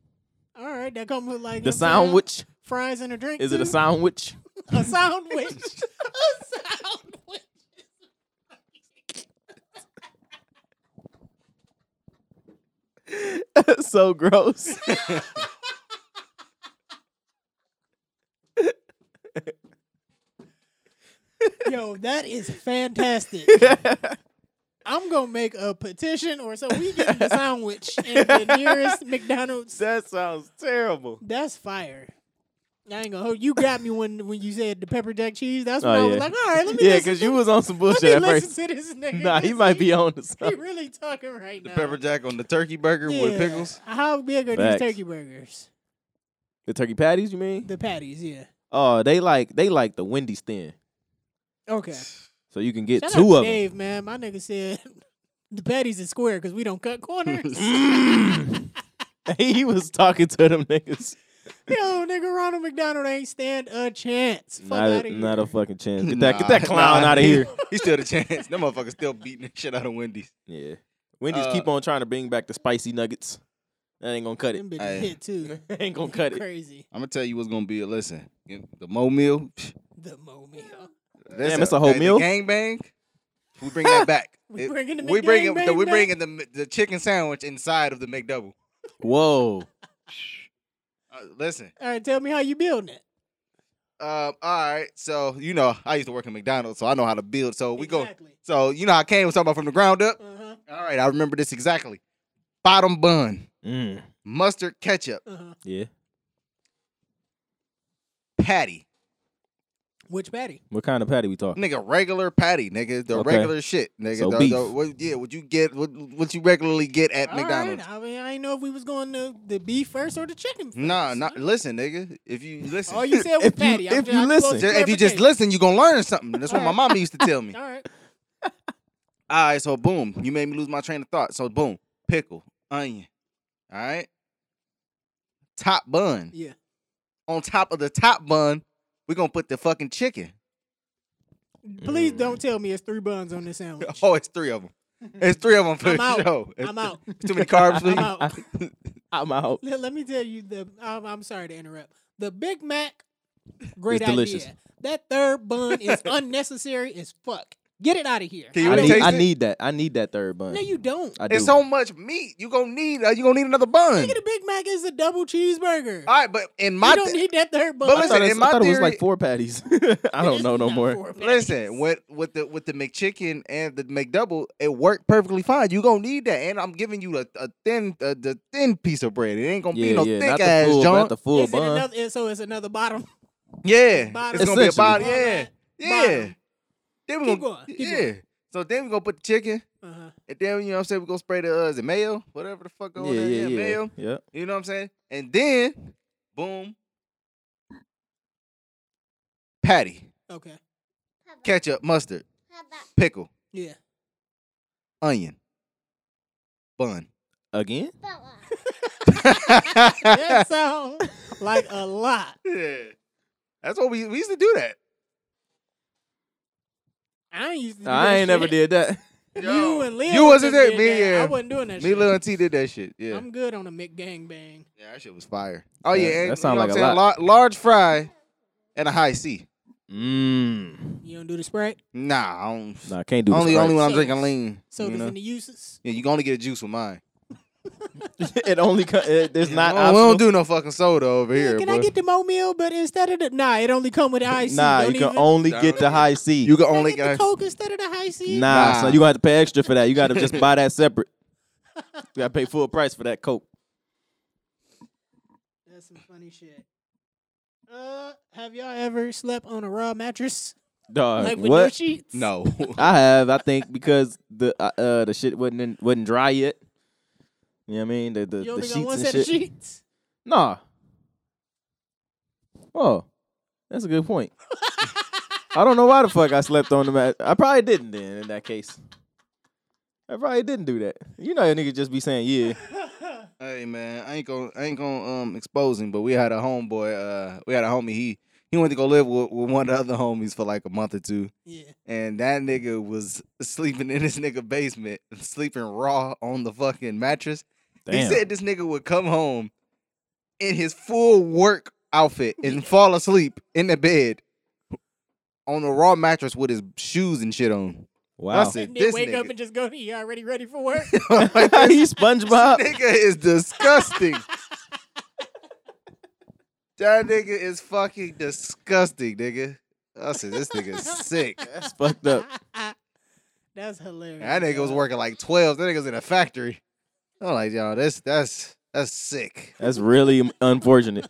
Speaker 3: All right, that comes with like
Speaker 2: The
Speaker 3: I'm saying,
Speaker 2: sandwich
Speaker 3: fries and a drink.
Speaker 2: is it
Speaker 3: too?
Speaker 2: a sandwich? [laughs]
Speaker 3: A sandwich. [laughs] a sandwich.
Speaker 2: so gross. [laughs]
Speaker 3: Yo, that
Speaker 2: [laughs]
Speaker 3: is fantastic. I'm gonna make a petition, or so we get the sandwich in the
Speaker 2: [laughs]
Speaker 3: nearest McDonald's.
Speaker 2: that sounds terrible.
Speaker 3: That's fire. I ain't gonna hold you. Got me when when you said the pepper jack cheese. That's when
Speaker 2: Oh,
Speaker 3: I was
Speaker 2: yeah.
Speaker 3: like, all right, let me
Speaker 2: Yeah,
Speaker 3: listen
Speaker 2: because
Speaker 3: to-
Speaker 2: you was on some
Speaker 3: let
Speaker 2: bullshit
Speaker 3: me
Speaker 2: at
Speaker 3: listen
Speaker 2: first.
Speaker 3: to
Speaker 2: [laughs]
Speaker 3: this nigga.
Speaker 2: Nah, he might be on to
Speaker 3: He [laughs]
Speaker 2: something.
Speaker 3: really talking right now.
Speaker 1: Pepper jack on the turkey burger with
Speaker 3: Yeah.
Speaker 1: pickles.
Speaker 3: How big are
Speaker 2: Facts.
Speaker 3: these turkey burgers?
Speaker 2: The turkey patties, you mean?
Speaker 3: The patties, yeah.
Speaker 2: oh, they like they like the Wendy's thin,
Speaker 3: Okay.
Speaker 2: so you can get
Speaker 3: Shout out
Speaker 2: two
Speaker 3: to
Speaker 2: of them.
Speaker 3: Dave, man. My nigga said [laughs] the patties is square because we don't cut
Speaker 2: [laughs]
Speaker 3: corners. [laughs]
Speaker 2: he was talking to them niggas.
Speaker 3: Yo, nigga, Ronald McDonald ain't stand a chance. Fuck
Speaker 2: Not
Speaker 3: out
Speaker 2: a,
Speaker 3: of
Speaker 2: not
Speaker 3: here.
Speaker 2: a fucking chance. Get that, get
Speaker 1: Nah,
Speaker 2: that clown
Speaker 1: nah,
Speaker 2: out of here.
Speaker 1: [laughs] He still the chance. Them motherfuckers still beating the shit out of Wendy's.
Speaker 2: [laughs] Yeah. Wendy's
Speaker 1: Uh,
Speaker 2: keep on trying to bring back the spicy nuggets. That ain't gonna cut it. [laughs]
Speaker 3: Them bitches
Speaker 1: Hey. [laughs]
Speaker 3: hit too.
Speaker 2: ain't gonna cut
Speaker 3: [laughs]
Speaker 2: it.
Speaker 3: Crazy.
Speaker 1: I'm gonna tell you what's gonna be. Listen, the Mo meal. psh,
Speaker 3: The moment.
Speaker 1: listen,
Speaker 2: it's a whole
Speaker 1: the-
Speaker 2: meal?
Speaker 1: The gang bang. We bring
Speaker 2: [laughs]
Speaker 1: that back.
Speaker 3: We bringing the
Speaker 1: we bringing
Speaker 3: McGangbang
Speaker 1: the, we
Speaker 3: back?
Speaker 1: bringing the the chicken sandwich inside of the McDouble.
Speaker 2: Whoa.
Speaker 1: Uh, listen,
Speaker 3: All right, tell me how you building it.
Speaker 1: um, all right. So you know, I used to work in McDonald's, so I know how to build. So we go.
Speaker 3: exactly.
Speaker 1: So you know, I came was talking about from the ground up.
Speaker 3: Uh-huh.
Speaker 1: All right, I remember this exactly. Bottom bun,
Speaker 2: Mm.
Speaker 1: mustard, ketchup,
Speaker 3: Uh-huh.
Speaker 2: Yeah.
Speaker 1: patty.
Speaker 3: Which patty?
Speaker 2: What kind of patty we talking?
Speaker 1: Nigga, regular patty, nigga, the
Speaker 2: Okay.
Speaker 1: regular shit, nigga.
Speaker 2: So
Speaker 1: the,
Speaker 2: beef.
Speaker 1: the- what, yeah, what you get, what, what you regularly get at
Speaker 3: All right,
Speaker 1: McDonald's.
Speaker 3: I mean, I ain't know if we was going to the beef first or the chicken. First.
Speaker 1: Nah, not listen, nigga. If you listen,
Speaker 3: All Oh, you said
Speaker 2: [laughs]
Speaker 3: was
Speaker 2: If you-
Speaker 3: patty. I'm
Speaker 2: if
Speaker 3: just-
Speaker 2: you
Speaker 3: I'm just
Speaker 2: listen.
Speaker 1: Ju- if you [laughs] just
Speaker 3: clarification.
Speaker 1: listen, you gonna learn something. That's what my
Speaker 3: Alright.
Speaker 1: mama
Speaker 3: [laughs]
Speaker 1: used to tell me. All
Speaker 3: All right.
Speaker 1: right, so boom, you made me lose my train of thought. So boom, pickle, onion, all right, top bun.
Speaker 2: [laughs]
Speaker 3: Yeah.
Speaker 1: On top of the top bun, we gonna put the fucking chicken. [laughs]
Speaker 3: Please
Speaker 2: Mm.
Speaker 3: don't tell me it's three buns on
Speaker 1: [laughs]
Speaker 3: this sandwich.
Speaker 1: Oh, it's three of them. It's three of them for
Speaker 3: I'm out.
Speaker 1: sure. It's
Speaker 3: I'm out.
Speaker 1: Too many carbs,
Speaker 3: [laughs] I'm
Speaker 1: please.
Speaker 3: out.
Speaker 2: I'm out.
Speaker 3: Let, let me tell you the. I'm, I'm sorry to interrupt. The Big
Speaker 1: [laughs]
Speaker 3: Mac, great
Speaker 2: It's delicious.
Speaker 3: idea. That third bun is unnecessary as fuck. Get it out of here.
Speaker 1: Can
Speaker 2: I
Speaker 1: you
Speaker 3: don't-
Speaker 1: taste
Speaker 2: need, I
Speaker 1: it?
Speaker 2: need that. I need that third bun.
Speaker 3: No, you don't.
Speaker 2: I do.
Speaker 1: It's so much meat. You gonna need. Uh, you gonna need another bun.
Speaker 3: Nigga, the Big Mac is a double cheeseburger.
Speaker 1: All right, but in Uh, my
Speaker 3: you don't
Speaker 1: thi-
Speaker 3: need that third bun.
Speaker 1: But
Speaker 2: I
Speaker 1: listen,
Speaker 2: thought, it's-
Speaker 1: in my
Speaker 2: I thought it was
Speaker 1: theory-
Speaker 2: like four patties. [laughs] I don't
Speaker 3: It's
Speaker 2: know no
Speaker 3: not
Speaker 2: more.
Speaker 3: four patties.
Speaker 1: Listen, with with the with the McChicken and the McDouble, it worked perfectly fine. You gonna need that, and I'm giving you a, a thin a, the thin piece of bread. It ain't gonna be
Speaker 2: Yeah,
Speaker 1: no
Speaker 2: yeah. Not
Speaker 1: thick
Speaker 2: the
Speaker 1: ass
Speaker 2: full, not
Speaker 1: joint.
Speaker 2: the full
Speaker 3: Is it
Speaker 2: bun.
Speaker 3: another- so it's another bottom. [laughs]
Speaker 1: yeah,
Speaker 3: bottom-
Speaker 1: it's gonna be a
Speaker 2: Essentially.
Speaker 1: bottom.
Speaker 3: Bottom,
Speaker 1: Yeah, yeah.
Speaker 3: bottom.
Speaker 1: Then we
Speaker 3: Keep
Speaker 1: gonna
Speaker 3: going, keep
Speaker 1: yeah.
Speaker 3: going.
Speaker 1: So then we gonna put the chicken,
Speaker 3: Uh-huh.
Speaker 1: and then you know what I'm saying we gonna spray the uh, is it mayo, whatever the fuck
Speaker 2: Yeah,
Speaker 1: going on
Speaker 2: yeah,
Speaker 1: there,
Speaker 2: yeah.
Speaker 1: mayo.
Speaker 2: Yeah.
Speaker 1: You know what I'm saying? And then, boom, patty,
Speaker 3: Okay.
Speaker 1: [laughs] ketchup, mustard, pickle,
Speaker 3: Yeah.
Speaker 1: onion, Bun. [laughs]
Speaker 2: Again?
Speaker 3: That sounds like a lot.
Speaker 1: That's what we we used to do that.
Speaker 3: I ain't used to. Do
Speaker 2: I
Speaker 3: that
Speaker 2: ain't never did
Speaker 3: shit.
Speaker 2: that.
Speaker 3: You and Lil
Speaker 1: You wasn't
Speaker 3: did
Speaker 1: there? Me,
Speaker 3: that.
Speaker 1: yeah.
Speaker 3: I wasn't doing that
Speaker 1: Me,
Speaker 3: shit.
Speaker 1: Lil, and T did that shit. Yeah.
Speaker 3: I'm good on a McGangbang.
Speaker 1: yeah, that shit was fire. Oh
Speaker 2: Yeah,
Speaker 1: yeah, and,
Speaker 2: that sound
Speaker 1: you know
Speaker 2: like
Speaker 1: what I'm
Speaker 2: a
Speaker 1: saying? Lar- large fry and a high C.
Speaker 2: Mmm.
Speaker 3: You don't do the Sprite?
Speaker 1: Nah, I don't.
Speaker 2: Nah, can't do the
Speaker 1: Mm. only only when I'm
Speaker 3: Sodas.
Speaker 1: drinking lean.
Speaker 3: Sodas
Speaker 1: you know?
Speaker 3: and the uses?
Speaker 1: yeah, you can only get a juice with mine.
Speaker 2: Sprite. [laughs] it only co- it, it's
Speaker 1: Yeah,
Speaker 2: not.
Speaker 1: we don't, we don't
Speaker 2: optional.
Speaker 1: do no fucking soda over
Speaker 3: Yeah,
Speaker 1: here.
Speaker 3: can
Speaker 1: bro.
Speaker 3: I get the oatmeal? But instead of the nah, it only come with the ice.
Speaker 2: Nah, you can only
Speaker 1: Don't
Speaker 2: get the
Speaker 1: even-
Speaker 2: high C.
Speaker 1: You can
Speaker 3: Can I
Speaker 1: only
Speaker 3: get
Speaker 1: get.
Speaker 3: the Coke instead of the high C.
Speaker 2: Nah,
Speaker 1: Nah.
Speaker 2: so you gonna have to pay extra for that. You gotta
Speaker 1: [laughs]
Speaker 2: just buy that separate. You gotta pay full price for that coke.
Speaker 3: That's some funny shit. Uh, have y'all ever slept on a raw mattress?
Speaker 1: Uh,
Speaker 2: Dog,
Speaker 3: Like with no
Speaker 2: what?
Speaker 3: sheets?
Speaker 1: no. [laughs]
Speaker 2: I have, I think, because the uh, uh the shit wasn't in, wasn't dry yet. You know what I mean? The the,
Speaker 3: You
Speaker 2: the
Speaker 3: only
Speaker 2: sheets
Speaker 3: got one
Speaker 2: and
Speaker 3: set
Speaker 2: shit.
Speaker 3: of sheets.
Speaker 2: Nah. Oh, that's a
Speaker 1: [laughs]
Speaker 2: good point. I don't know why the fuck I slept on the mat. I probably didn't then. In that case, I probably didn't do that. You know, a nigga just be saying yeah.
Speaker 1: hey man, I ain't gonna I ain't gonna um expose him, but we had a homeboy. Uh, we had a homie. He he went to go live with, with one of the other homies for like a month or two,
Speaker 3: yeah.
Speaker 1: and that nigga was sleeping in his nigga basement, sleeping raw on the fucking mattress. [laughs] He
Speaker 2: Damn.
Speaker 1: said this nigga would come home in his full work outfit and fall asleep in the bed on the raw mattress with his shoes and shit on. [laughs]
Speaker 2: Wow. [laughs]
Speaker 1: That's it.
Speaker 3: And
Speaker 1: this
Speaker 3: then wake up
Speaker 1: nigga.
Speaker 3: and just go, you already
Speaker 1: [laughs]
Speaker 3: ready for work?
Speaker 1: Like,
Speaker 2: you SpongeBob.
Speaker 1: nigga is disgusting. that nigga is fucking disgusting, nigga. I said this nigga is sick.
Speaker 2: That's fucked up.
Speaker 3: [laughs] That's hilarious.
Speaker 1: That nigga was
Speaker 3: [laughs] dog.
Speaker 1: working like twelve. That nigga's in a factory. I'm like, yo, that's that's that's sick.
Speaker 2: That's really unfortunate.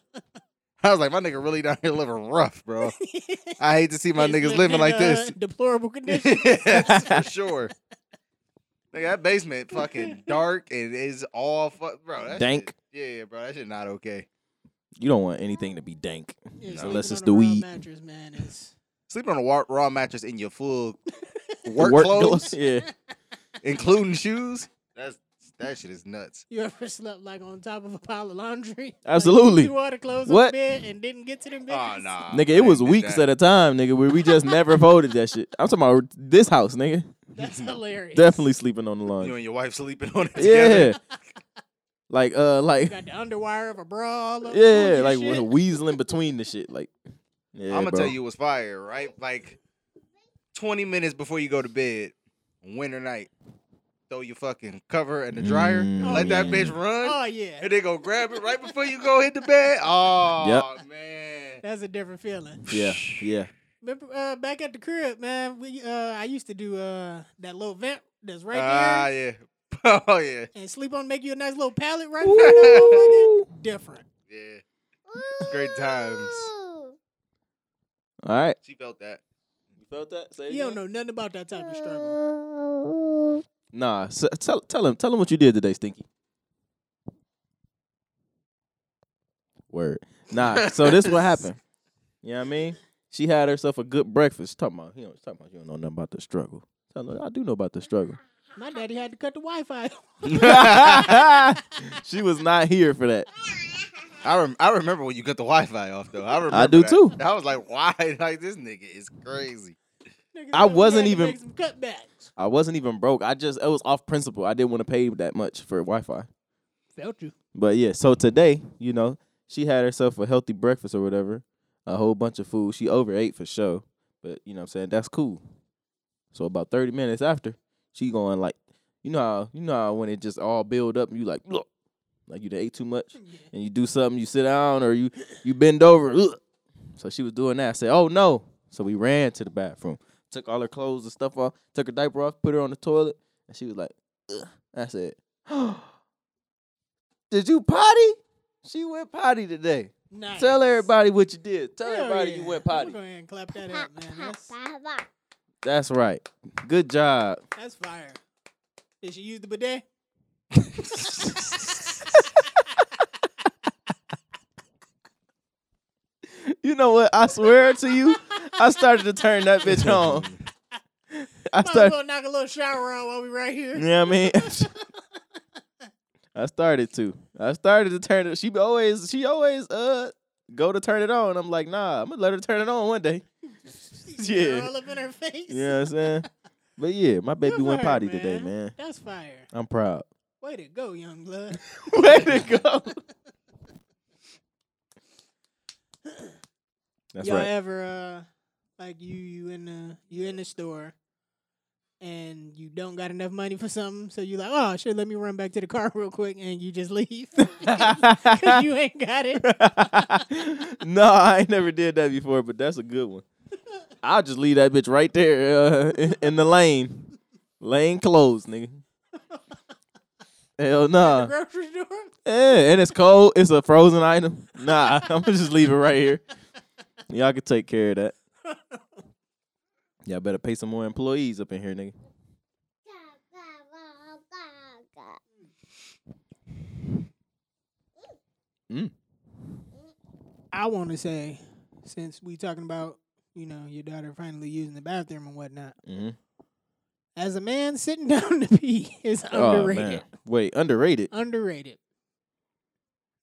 Speaker 1: I was like, my nigga really down here living rough, bro. I hate to see
Speaker 3: [laughs]
Speaker 1: my
Speaker 3: He's
Speaker 1: niggas living
Speaker 3: in,
Speaker 1: like [laughs]
Speaker 3: uh,
Speaker 1: this.
Speaker 3: Deplorable condition.
Speaker 1: yes, for sure. Nigga, that basement fucking dark and it's all fuck, bro. that
Speaker 2: Dank.
Speaker 1: shit- yeah, yeah, bro. That shit not okay.
Speaker 2: You don't want anything to be dank.
Speaker 3: Yeah,
Speaker 1: No.
Speaker 2: Unless
Speaker 3: sleeping
Speaker 2: it's
Speaker 3: on
Speaker 2: the
Speaker 3: a raw
Speaker 2: weed.
Speaker 3: Mattress, man, is
Speaker 1: Sleeping on a wa- raw mattress in your
Speaker 2: [laughs]
Speaker 1: full
Speaker 2: The
Speaker 1: work, clothes,
Speaker 2: Yeah.
Speaker 1: including shoes. That's that shit is nuts.
Speaker 3: you ever [laughs] slept like on top of a pile of laundry? [laughs]
Speaker 2: Absolutely.
Speaker 3: Like, threw all the clothes on
Speaker 2: What?
Speaker 3: the bed and didn't get to them bitches.
Speaker 1: Oh nah,
Speaker 2: Nigga, it was weeks at a time, nigga, where we just never [laughs] voted that shit. I'm talking about this house, nigga.
Speaker 3: [laughs] That's hilarious.
Speaker 2: Definitely sleeping on the
Speaker 1: You
Speaker 2: lawn.
Speaker 1: and your wife sleeping on it together.
Speaker 2: Yeah. Like uh
Speaker 3: You
Speaker 2: like
Speaker 3: got the underwire of a bra. All up on
Speaker 2: yeah,
Speaker 3: you
Speaker 2: like
Speaker 3: and
Speaker 2: with a
Speaker 1: [laughs]
Speaker 3: shit.
Speaker 2: weasel in between the shit. Like yeah,
Speaker 1: I'm gonna
Speaker 2: bro.
Speaker 1: tell you it was fire, right? Like 20 minutes before you go to bed, winter night, throw your fucking cover in the dryer,
Speaker 2: Mm.
Speaker 1: let that
Speaker 2: Oh,
Speaker 1: bitch
Speaker 2: yeah.
Speaker 1: run,
Speaker 3: Oh yeah,
Speaker 1: and they go grab it right before you go hit the
Speaker 2: [laughs]
Speaker 1: bed. Oh man,
Speaker 3: that's a different feeling.
Speaker 2: Yeah, yeah.
Speaker 3: Remember uh, back at the crib, man. We uh, I used to do uh that little vent that's right
Speaker 1: ah
Speaker 3: there,
Speaker 1: yeah, [laughs] oh yeah,
Speaker 3: and sleep on make you a nice little pallet right there.
Speaker 2: All
Speaker 3: Different.
Speaker 1: yeah. Great times.
Speaker 2: right.
Speaker 1: She felt that.
Speaker 2: You felt that? Say
Speaker 3: You don't know nothing about that type of struggle.
Speaker 4: struggle.
Speaker 2: Nah, so, tell tell him tell him what you did today, Stinky. Word. Nah, so this
Speaker 3: [laughs]
Speaker 2: what happened. You know what I mean? She had herself a good breakfast. Talking about, you know, talking about you don't know nothing about the struggle. Tell her, I do know about the
Speaker 3: [laughs]
Speaker 2: struggle. [laughs]
Speaker 3: My daddy had to cut the Wi-Fi. [laughs]
Speaker 2: she was not here for that.
Speaker 1: I rem- I remember when you cut the Wi-Fi off though. I remember.
Speaker 2: do
Speaker 1: that.
Speaker 2: too.
Speaker 1: [laughs] I was like, why? Like this nigga is crazy.
Speaker 3: Nigga,
Speaker 2: I
Speaker 3: we
Speaker 2: wasn't
Speaker 3: had to
Speaker 2: even-
Speaker 3: make some cutbacks.
Speaker 2: I wasn't even broke. I just it was off principle. I didn't want to pay that much for Wi-Fi.
Speaker 3: Felt you.
Speaker 2: But yeah, so today, you know, she had herself a healthy breakfast or whatever, a whole bunch of food. She overate for sure, but you know what I'm saying? That's cool. So about 30 minutes after, she going like, you know how, you know how when it just all build up and you like, look, like you done ate too much
Speaker 3: Yeah.
Speaker 2: and you do something, you sit down or you you bend over. ugh. So she was doing that. I said, "Oh no!" So we ran to the bathroom, took all her clothes and stuff off, took her diaper off, put her on the toilet, and she was like, ugh. "I said, [gasps] "Oh, did you potty?" She went potty today.
Speaker 3: Nice.
Speaker 2: Tell everybody what you did. Tell
Speaker 3: Hell
Speaker 2: everybody you
Speaker 3: yeah.
Speaker 2: went
Speaker 3: I'm
Speaker 2: potty.
Speaker 3: gonna go ahead and clap that up, man. That's,
Speaker 2: That's right. Good job. [laughs]
Speaker 3: that's fire. Did she use the bidet?
Speaker 2: You know what? I swear to you, I started to turn that bitch
Speaker 3: [laughs]
Speaker 2: on. I
Speaker 3: Might as
Speaker 2: started.
Speaker 3: [laughs] well knock a little shower on while we right here.
Speaker 2: You know what I mean? [laughs] I started to. I started to turn it. She be always she always uh go to turn it on. I'm like, nah, I'm gonna let her turn it on one day. Yeah.
Speaker 3: All up in her face.
Speaker 2: You know what I'm
Speaker 3: [laughs]
Speaker 2: saying? But yeah, my
Speaker 3: Good
Speaker 2: baby went
Speaker 3: for her,
Speaker 2: potty today, man.
Speaker 3: That's fire.
Speaker 2: I'm proud.
Speaker 3: Way to go, young blood.
Speaker 2: Way to go. That's [laughs]
Speaker 3: Y'all
Speaker 2: right.
Speaker 3: ever uh like you you in the you in the store and you don't got enough money for something, so you like, oh shit, let me run back to the car [laughs] real quick and you just leave. [laughs] 'Cause you ain't got it.
Speaker 2: no, I ain't never did that before, but that's a good one. I'll just leave that bitch right there uh, in, in the lane. Lane closed, nigga. Hell [laughs] nah.
Speaker 3: Grocery store?
Speaker 2: Yeah, and it's cold. It's a frozen item. Nah, [laughs] I'm gonna just leave it right here. Y'all can take care of that. Y'all better pay some more employees up in here, nigga.
Speaker 3: I want to say, since we talking about you know your daughter finally using the bathroom and whatnot,
Speaker 2: Mm-hmm.
Speaker 3: as a man [laughs] sitting down to pee is underrated.
Speaker 2: Oh, Wait, underrated.
Speaker 3: Underrated.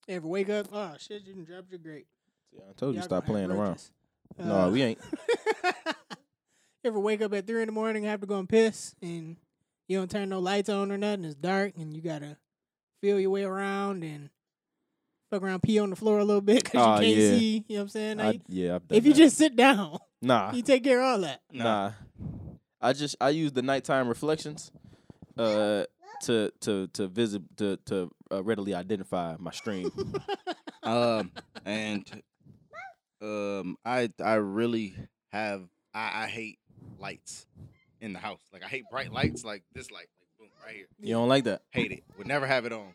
Speaker 3: Ever wake up? Oh shit! You done dropped your grape.
Speaker 2: Yeah, I told you
Speaker 3: Y'all
Speaker 2: stop
Speaker 3: gonna
Speaker 2: playing
Speaker 3: have
Speaker 2: around.
Speaker 3: roaches.
Speaker 2: no,
Speaker 3: Uh,
Speaker 2: we ain't.
Speaker 3: [laughs] Ever wake up at three in the morning, have to go and piss, and you don't turn no lights on or nothing. It's dark, and you gotta feel your way around and fuck around, pee on the floor a little bit [laughs] because
Speaker 2: Aw,
Speaker 3: you can't
Speaker 2: Ah, yeah.
Speaker 3: see. You know what I'm saying? Now
Speaker 2: I,
Speaker 3: you-
Speaker 2: yeah, I've done
Speaker 3: if you
Speaker 2: that.
Speaker 3: just sit down,
Speaker 2: nah,
Speaker 3: you take care of all that.
Speaker 2: nah. I just I use the nighttime reflections, uh, to to to visit to to uh, readily identify my stream.
Speaker 1: um, and um, I I really have I, I hate lights in the house. Like I hate bright lights, like this light, like boom, right here.
Speaker 2: you don't like that
Speaker 1: Hate it. Would never have it on.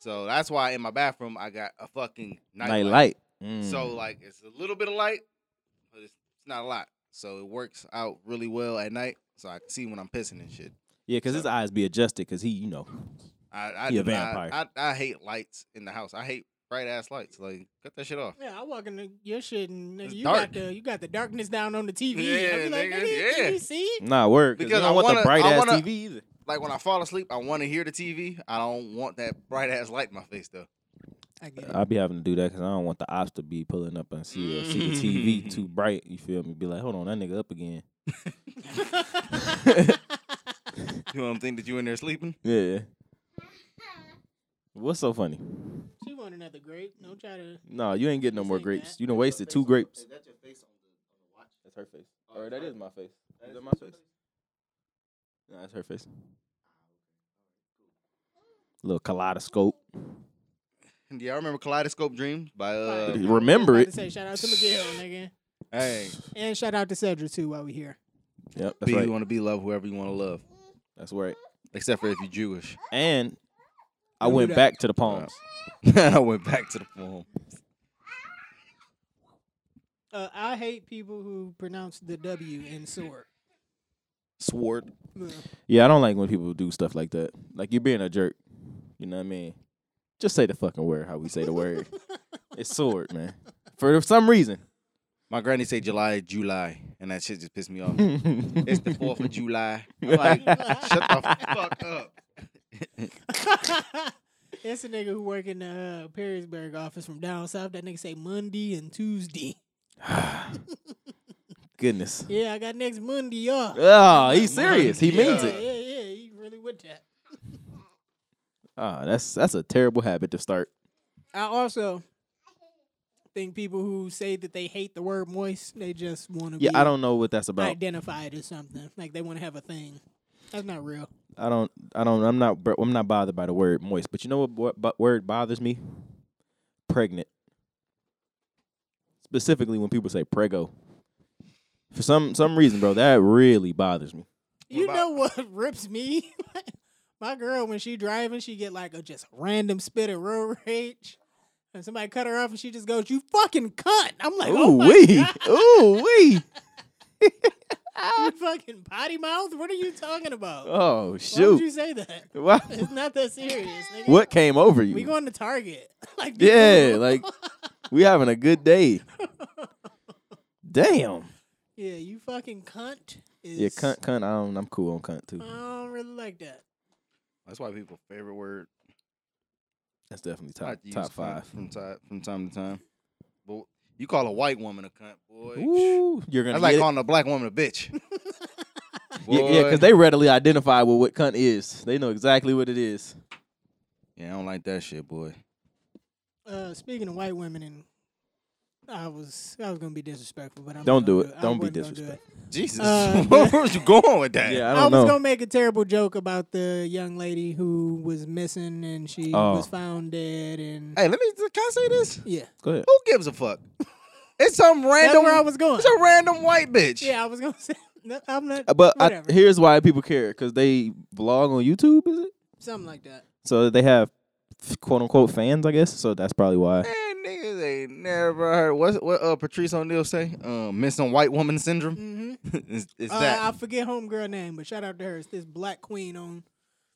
Speaker 1: So that's why in my bathroom I got a fucking night,
Speaker 2: night
Speaker 1: light.
Speaker 2: light. Mm.
Speaker 1: So like it's a little bit of light, but it's, it's not a lot. So it works out really well at night. So I can see when I'm pissing and shit.
Speaker 2: yeah, because his
Speaker 1: so-
Speaker 2: eyes be adjusted because he you know
Speaker 1: I I,
Speaker 2: He a
Speaker 1: do not-
Speaker 2: vampire.
Speaker 1: I, I hate lights in the house. I hate bright ass lights. Like cut that shit off.
Speaker 3: Yeah, I walk into your shit and nigga,
Speaker 1: It's
Speaker 3: you
Speaker 1: dark.
Speaker 3: got the you got the darkness down on the TV. I
Speaker 1: Yeah,
Speaker 3: be like,
Speaker 1: nigga,
Speaker 3: nigga,
Speaker 1: yeah.
Speaker 3: can you see?
Speaker 2: Nah, word. Because
Speaker 1: Because
Speaker 2: I
Speaker 1: I
Speaker 2: want the
Speaker 1: wanna-
Speaker 2: bright
Speaker 1: I
Speaker 2: ass
Speaker 1: wanna-
Speaker 2: TV either.
Speaker 1: Like when I fall asleep, I want to hear the TV. I don't want that bright ass light in my face though.
Speaker 3: I get
Speaker 2: I be having to do that because I don't want the ops to be pulling up and see uh, see the TV too bright. You feel me? Be like, hold on, that nigga up again.
Speaker 3: it.
Speaker 2: Uh,
Speaker 1: You know what I'm thinking? That you in there sleeping?
Speaker 2: Yeah. What's so funny?
Speaker 3: [laughs] she want another grape. Don't try to.
Speaker 2: No, you ain't getting no
Speaker 3: Just
Speaker 2: more
Speaker 3: like
Speaker 2: grapes.
Speaker 3: that.
Speaker 2: You done wasted two grapes.
Speaker 1: that your face on the, on the watch?
Speaker 2: That's her face.
Speaker 1: Oh, Or that is
Speaker 2: my face.
Speaker 1: That is Ah,
Speaker 2: my
Speaker 1: your
Speaker 2: face? No, that's her face. Little kaleidoscope.
Speaker 1: Yeah, I remember Kaleidoscope Dreams by uh.
Speaker 3: Fire.
Speaker 2: Remember
Speaker 3: I
Speaker 2: it.
Speaker 3: was about To say shout out to Miguel, nigga,
Speaker 1: hey,
Speaker 3: and shout out to Cedric too while we here.
Speaker 2: Yep, that's
Speaker 1: be you
Speaker 2: right.
Speaker 1: want to be love whoever you want to love,
Speaker 2: That's right.
Speaker 1: except for if you're Jewish. [laughs]
Speaker 2: And I
Speaker 3: Who
Speaker 2: went
Speaker 3: dat?
Speaker 2: back to the palms.
Speaker 1: I went back to the poem.
Speaker 3: Uh, I hate people who pronounce the W in [laughs] sword.
Speaker 1: Sword.
Speaker 3: Ugh.
Speaker 2: Yeah, I don't like when people do stuff like that. Like you're being a jerk. You know what I mean? Just say the fucking word how we say
Speaker 1: [laughs]
Speaker 2: the word. it's sword, man. For some reason. [laughs]
Speaker 1: My granny say July, July, and that shit just pissed me off.
Speaker 2: it's
Speaker 1: it's the fourth of July. I'm like, shut the fuck up.
Speaker 3: That's a nigga who work in the uh, Perrysburg office from down south. That nigga say Monday and Tuesday.
Speaker 2: Goodness.
Speaker 3: Yeah, I got next Monday off.
Speaker 2: Oh, he's serious. He
Speaker 1: Yeah.
Speaker 2: means
Speaker 3: yeah,
Speaker 2: it.
Speaker 3: Yeah, yeah, he really with that.
Speaker 2: Ah, that's that's a terrible habit to start.
Speaker 3: I also think people who say that they hate the word moist, they just want to
Speaker 2: Yeah,
Speaker 3: be
Speaker 2: I don't know what that's about.
Speaker 3: identified as something. Like they want to have a thing. That's not real.
Speaker 2: I don't. I don't. I'm not. bro- I'm not bothered by the word moist. But you know what? What bu- word bothers me? Pregnant. Specifically, when people say prego. For some some reason, bro, that really bothers me.
Speaker 3: you
Speaker 1: about-
Speaker 3: know what [laughs] rips me? My girl, when she driving, she get like a just random spit at road rage. And somebody cut her off and she just goes, You fucking cunt. I'm like, Oh
Speaker 2: Ooh
Speaker 3: my
Speaker 2: wee, [laughs]
Speaker 3: God,
Speaker 2: ooh wee. [laughs]
Speaker 3: you fucking potty mouth? What are you talking about?
Speaker 2: Oh
Speaker 3: Why would you
Speaker 2: shoot!
Speaker 3: say that? [laughs]
Speaker 2: Wha-
Speaker 3: It's not that serious, nigga.
Speaker 2: What came over you?
Speaker 3: We going to Target. [laughs] like these
Speaker 2: yeah,
Speaker 3: people- [laughs]
Speaker 2: like we having a good day. Damn.
Speaker 3: Yeah, you fucking cunt is Uh,
Speaker 2: Yeah, cunt, cunt. I don't, I'm cool on cunt
Speaker 3: I
Speaker 2: too.
Speaker 3: don't really like that.
Speaker 1: That's why people favorite word
Speaker 2: That's definitely
Speaker 1: I
Speaker 2: top
Speaker 1: use
Speaker 2: top
Speaker 1: cunt
Speaker 2: five.
Speaker 1: from time from time to time. But you call a white woman a cunt, boy.
Speaker 2: Ooh, you're gonna
Speaker 1: That's like
Speaker 2: get it.
Speaker 1: calling a black woman a
Speaker 3: [laughs]
Speaker 1: bitch.
Speaker 2: Yeah, yeah, because
Speaker 1: Boy.
Speaker 2: they readily identify with what cunt is. They know exactly what it is.
Speaker 1: Yeah, I don't like that shit, boy.
Speaker 3: Uh, speaking of white women, and I was I was gonna be disrespectful, but I'm
Speaker 2: Don't
Speaker 3: not gonna
Speaker 2: do it.
Speaker 3: I
Speaker 2: Don't be
Speaker 3: wasn't gonna do it.
Speaker 2: disrespectful.
Speaker 1: [laughs] Jesus,
Speaker 3: Uh,
Speaker 1: where was you going with that?
Speaker 2: Yeah, I
Speaker 3: I,
Speaker 2: don't
Speaker 3: was
Speaker 2: know.
Speaker 3: gonna make a terrible joke about the young lady who was missing and she
Speaker 2: Oh.
Speaker 3: was found dead and
Speaker 1: Hey, let me. Can I say this?
Speaker 3: yeah,
Speaker 2: Go ahead.
Speaker 1: Who gives a
Speaker 3: [laughs]
Speaker 1: fuck? It's some
Speaker 3: that's
Speaker 1: random.
Speaker 3: where I was going.
Speaker 1: It's a random white bitch.
Speaker 3: Yeah, I was gonna [laughs] say no, I'm not.
Speaker 2: Uh, But I,
Speaker 3: whatever.
Speaker 2: here's why people care because they blog on YouTube, is it?
Speaker 3: something like that.
Speaker 2: So they have quote unquote fans, I guess. So that's probably why.
Speaker 1: Man, niggas ain't never heard. What's, what uh, Patrice O'Neal say? Uh, missing white woman syndrome. [laughs]
Speaker 3: hmm
Speaker 1: it's it's
Speaker 3: Uh,
Speaker 1: that.
Speaker 3: I forget homegirl name, but shout out to her. It's this black queen on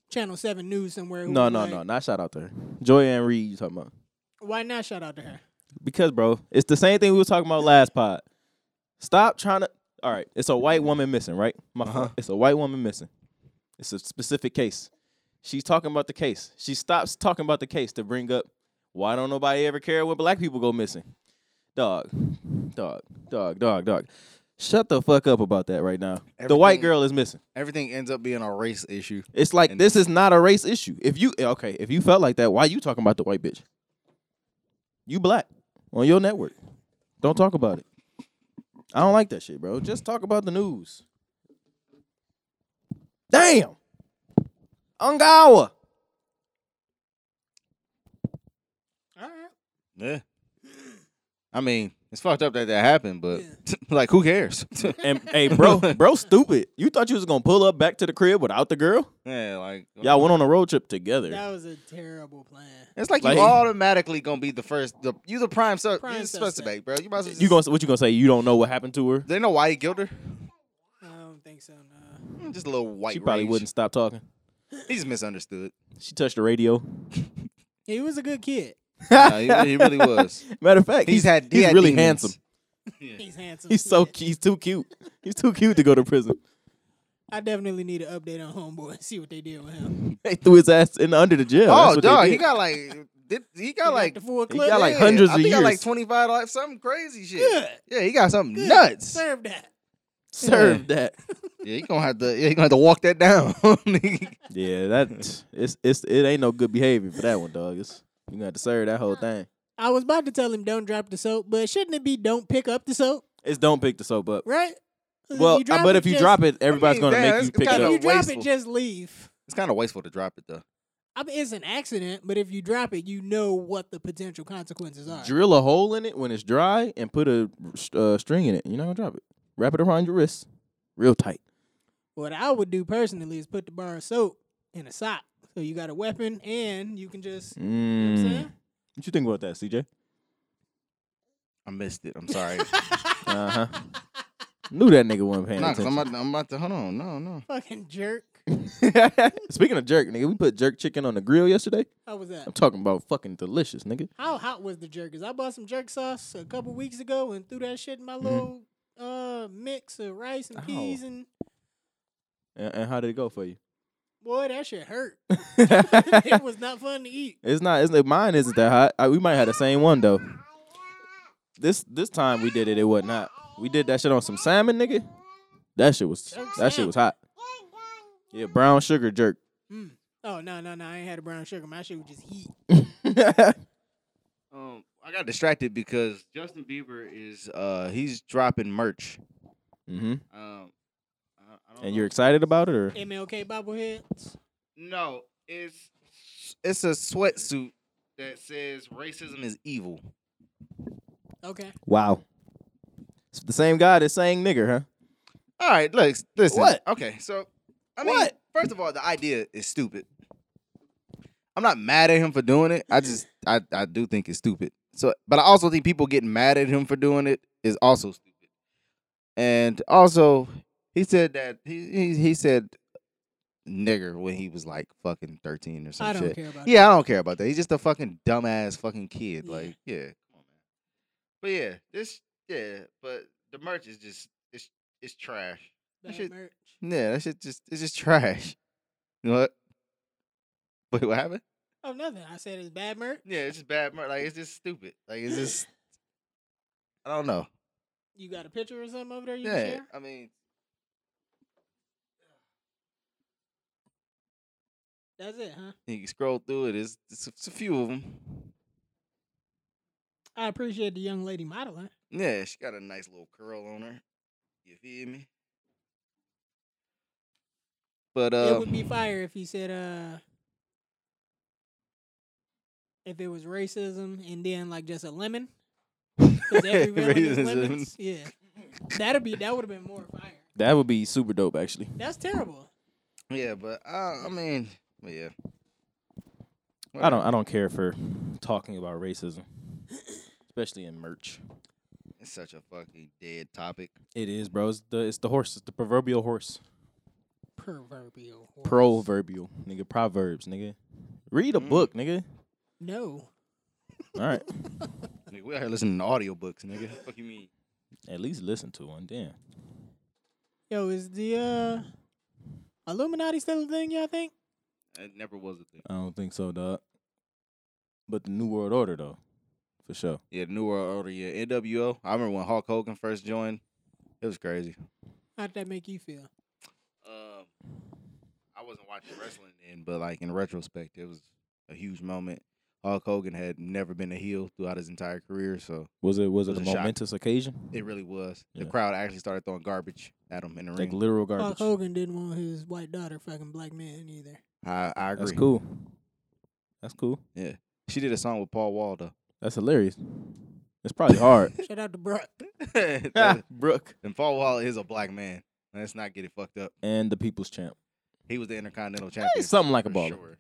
Speaker 3: Channel Seven News somewhere. who
Speaker 2: No,
Speaker 3: was
Speaker 2: no,
Speaker 3: like-
Speaker 2: no, not shout out to her. Joy Ann Reed, you talking about?
Speaker 3: Why not shout out to her?
Speaker 2: Because, bro, it's the same thing we was talking about last pod. Stop trying to. All right, it's a white woman missing, right? My
Speaker 1: Uh-huh.
Speaker 2: fault. It's a white woman missing. It's a specific case. She's talking about the case. She stops talking about the case to bring up why don't nobody ever care when black people go missing. Dog, dog, dog, dog, dog. Shut the fuck up about that right now. The white
Speaker 1: Everything-
Speaker 2: girl is missing.
Speaker 1: Everything ends up being a race issue.
Speaker 2: It's like
Speaker 1: And-
Speaker 2: this is not a race issue. If you okay, if you felt like that, why you talking about the white bitch? You black on your network. Don't talk about it. I don't like that shit, bro. Just talk about the news. Damn. Ungawa.
Speaker 3: All right.
Speaker 1: Yeah. I mean, it's fucked up that that happened, but
Speaker 3: Yeah.
Speaker 1: [laughs] like, who cares?
Speaker 2: And hey, bro, [laughs] bro, stupid. You thought you was gonna pull up back to the crib without the girl?
Speaker 1: [laughs] yeah, like, uh,
Speaker 2: Y'all went on a road trip together.
Speaker 3: That was a terrible plan.
Speaker 1: It's like,
Speaker 2: Like-
Speaker 1: you automatically gonna be the first. The, you the prime, su-
Speaker 3: Prime
Speaker 1: you supposed to
Speaker 3: suspect.
Speaker 1: bro. You might as well just,
Speaker 2: You gonna what you gonna say? You don't know what happened to her?
Speaker 1: They know why he killed her.
Speaker 3: I don't think so. No.
Speaker 1: Mm, Just a little white.
Speaker 2: She probably
Speaker 1: rage.
Speaker 2: wouldn't stop talking.
Speaker 1: He just misunderstood.
Speaker 2: She touched the radio.
Speaker 3: He was a good kid.
Speaker 1: Nah, he, he really was.
Speaker 2: Matter of fact,
Speaker 1: He's had. he
Speaker 2: [laughs] he's
Speaker 1: had
Speaker 2: really
Speaker 1: demons. [laughs]
Speaker 2: handsome.
Speaker 1: Yeah.
Speaker 3: He's handsome.
Speaker 2: He's so
Speaker 3: Yeah.
Speaker 2: cu- he's too cute. He's too cute to go to prison. [laughs]
Speaker 3: I definitely need an update on Homeboy and see what they did with him.
Speaker 2: They threw his ass in under the jail. That's
Speaker 1: Oh,
Speaker 2: what they
Speaker 1: dog,
Speaker 2: did.
Speaker 1: he got like. Did, he got like.
Speaker 3: the full
Speaker 2: he
Speaker 3: clip.
Speaker 2: got like
Speaker 1: yeah,
Speaker 2: hundreds
Speaker 1: I
Speaker 2: of
Speaker 1: think he got like
Speaker 2: years.
Speaker 1: twenty five, like some crazy shit.
Speaker 3: Good.
Speaker 1: Yeah, he got something
Speaker 3: Good.
Speaker 1: nuts.
Speaker 3: Serve that.
Speaker 1: [laughs]
Speaker 2: served that.
Speaker 1: Yeah, he gonna have to. Yeah, he gonna have to walk that down. [laughs]
Speaker 2: Yeah, that it's it's it ain't no good behavior for that one, dog. It's you gonna have to serve that whole thing.
Speaker 3: I was about to tell him don't drop the soap, but shouldn't it be don't pick up the soap,
Speaker 2: It's don't pick the soap up.
Speaker 3: right? 'Cause
Speaker 2: Well, uh, but if you
Speaker 3: just-
Speaker 2: drop it, everybody's
Speaker 1: mean,
Speaker 2: gonna
Speaker 1: damn,
Speaker 2: make
Speaker 1: it's
Speaker 2: you pick it
Speaker 1: kinda-
Speaker 3: if
Speaker 2: up.
Speaker 3: you drop
Speaker 1: wasteful.
Speaker 3: it, just leave.
Speaker 1: it's kind of wasteful to drop it though.
Speaker 3: I mean, it's an accident, but if you drop it, you know what the potential consequences are.
Speaker 2: Drill a hole in it when it's dry and put a uh, string in it. You're not gonna drop it. Wrap it around your wrist, real tight.
Speaker 3: what I would do personally is put the bar of soap in a sock, so you got a weapon and you can just.
Speaker 2: Mm.
Speaker 3: You know what I'm saying?
Speaker 2: what you think about that,
Speaker 3: [laughs]
Speaker 2: CJ?
Speaker 1: I missed it. I'm sorry.
Speaker 2: Uh huh. Knew that nigga wasn't [laughs] paying
Speaker 1: nah, cause
Speaker 2: attention.
Speaker 1: I'm about, to, I'm about to. Hold on. No, no.
Speaker 3: Fucking jerk.
Speaker 2: [laughs] Speaking of jerk, nigga, we put jerk chicken on the grill yesterday.
Speaker 3: How was that?
Speaker 2: I'm talking about fucking delicious, nigga.
Speaker 3: How hot was the jerk? Cause I bought some jerk sauce a couple weeks ago and threw that shit in my
Speaker 1: Mm-hmm.
Speaker 3: little uh mix of rice and
Speaker 2: Ow.
Speaker 1: Oh.
Speaker 3: peas and
Speaker 2: And, and how did it go for you?
Speaker 3: boy, that shit hurt. [laughs] it
Speaker 2: [laughs] it's
Speaker 3: was not fun to eat.
Speaker 2: not. It's not. Mine isn't that hot. I, we might have the same one though. This this time we did it. It wasn't hot. We did that shit on some salmon, nigga. That shit was.
Speaker 3: Jerk
Speaker 2: That shit was hot. Yeah, brown sugar jerk. [laughs]
Speaker 3: Mm. Oh no no no! I ain't had a brown sugar. My shit was just heat.
Speaker 2: Mm-hmm.
Speaker 1: Um, I got distracted because Justin Bieber is. Uh, he's dropping merch.
Speaker 2: hmm
Speaker 1: Um, I, I don't
Speaker 2: And
Speaker 1: know.
Speaker 2: you're excited about it, or
Speaker 3: MLK bobbleheads.
Speaker 1: No, it's it's a sweatsuit that says racism is evil.
Speaker 3: Okay.
Speaker 2: wow? It's the same guy that's saying nigger, huh?
Speaker 1: All right, look, listen.
Speaker 2: What?
Speaker 1: Okay, so I mean,
Speaker 2: What?
Speaker 1: first of all, the idea is stupid. I'm not mad at him for doing it. I just I, I do think it's stupid. So, but I also think people getting mad at him for doing it is also stupid. And also, he said that he he, he said nigger when he was like fucking 13 or some
Speaker 3: I
Speaker 1: shit.
Speaker 3: don't care about.
Speaker 1: Yeah, I don't care about that. He's just a fucking dumbass fucking kid.
Speaker 3: Yeah.
Speaker 1: Like, yeah, come on, man. But yeah, this, yeah, but the merch is just it's it's trash.
Speaker 3: That
Speaker 1: shit-
Speaker 3: merch.
Speaker 1: Yeah, that shit just it's just trash. You know what? Wait, what happened?
Speaker 3: Oh, nothing. I said it's bad merch.
Speaker 1: Yeah, it's just bad. mer- Like it's just stupid. Like [laughs]
Speaker 3: [laughs]
Speaker 1: it's just I don't know.
Speaker 3: You got a picture or something over there you can
Speaker 1: Yeah,
Speaker 3: share?
Speaker 1: I mean,
Speaker 3: That's it, huh?
Speaker 1: you can scroll through it. It's, it's, it's a few of them.
Speaker 3: I appreciate the young lady modeling.
Speaker 1: Yeah, she got a nice little curl on her. You feel me? But uh,
Speaker 3: it would be fire if he said uh if it was racism and then like just a lemon.
Speaker 1: [laughs]
Speaker 3: 'Cause every villain is
Speaker 1: Racism.
Speaker 3: lemons. Yeah. That'd be that would have been more fire.
Speaker 2: That would be super dope, actually.
Speaker 3: That's terrible.
Speaker 1: yeah, but uh, I mean, but yeah.
Speaker 2: I don't. I don't care for talking about racism, especially in merch.
Speaker 1: It's such a fucking dead topic.
Speaker 2: It is, bro. It's the it's the horse. It's the proverbial horse.
Speaker 3: Proverbial. horse.
Speaker 2: Proverbial, nigga. Proverbs, nigga. Read a
Speaker 1: Mm.
Speaker 2: book, nigga.
Speaker 3: No.
Speaker 2: All right.
Speaker 1: Nigga, we out here listening to audiobooks, nigga. [laughs] fuck you mean?
Speaker 2: [laughs] At least listen to one. Damn.
Speaker 3: Yo, is the uh Illuminati still a thing, y'all think?
Speaker 1: It never was a thing.
Speaker 2: I don't think so, dog. But the New World Order, though, for sure.
Speaker 1: Yeah, the New World Order, yeah. NWO. I remember when Hulk Hogan first joined. It was crazy.
Speaker 3: How'd that make you feel?
Speaker 1: Um, I wasn't watching wrestling then, but like in retrospect, it was a huge moment. Hulk Hogan had never been a heel throughout his entire career, so
Speaker 2: Was it was it,
Speaker 1: It was
Speaker 2: a,
Speaker 1: a shock.
Speaker 2: momentous occasion?
Speaker 1: it really was. The
Speaker 2: Yeah.
Speaker 1: crowd actually started throwing garbage at him in the
Speaker 2: like
Speaker 1: ring.
Speaker 2: literal
Speaker 3: Hulk
Speaker 2: garbage.
Speaker 3: Hogan didn't want his white daughter fucking black man either.
Speaker 1: I, I agree.
Speaker 2: That's cool. That's cool.
Speaker 1: She did a song with Paul Wall though.
Speaker 2: That's hilarious. It's
Speaker 1: [laughs]
Speaker 2: probably hard.
Speaker 3: Shout out to Brock.
Speaker 1: That-
Speaker 2: [laughs] Brooke
Speaker 1: and Paul Wall is a black man. Let's not get it fucked up.
Speaker 2: and the People's Champ.
Speaker 1: He was the Intercontinental Champion.
Speaker 2: something like a
Speaker 1: for
Speaker 2: baller.
Speaker 1: sure.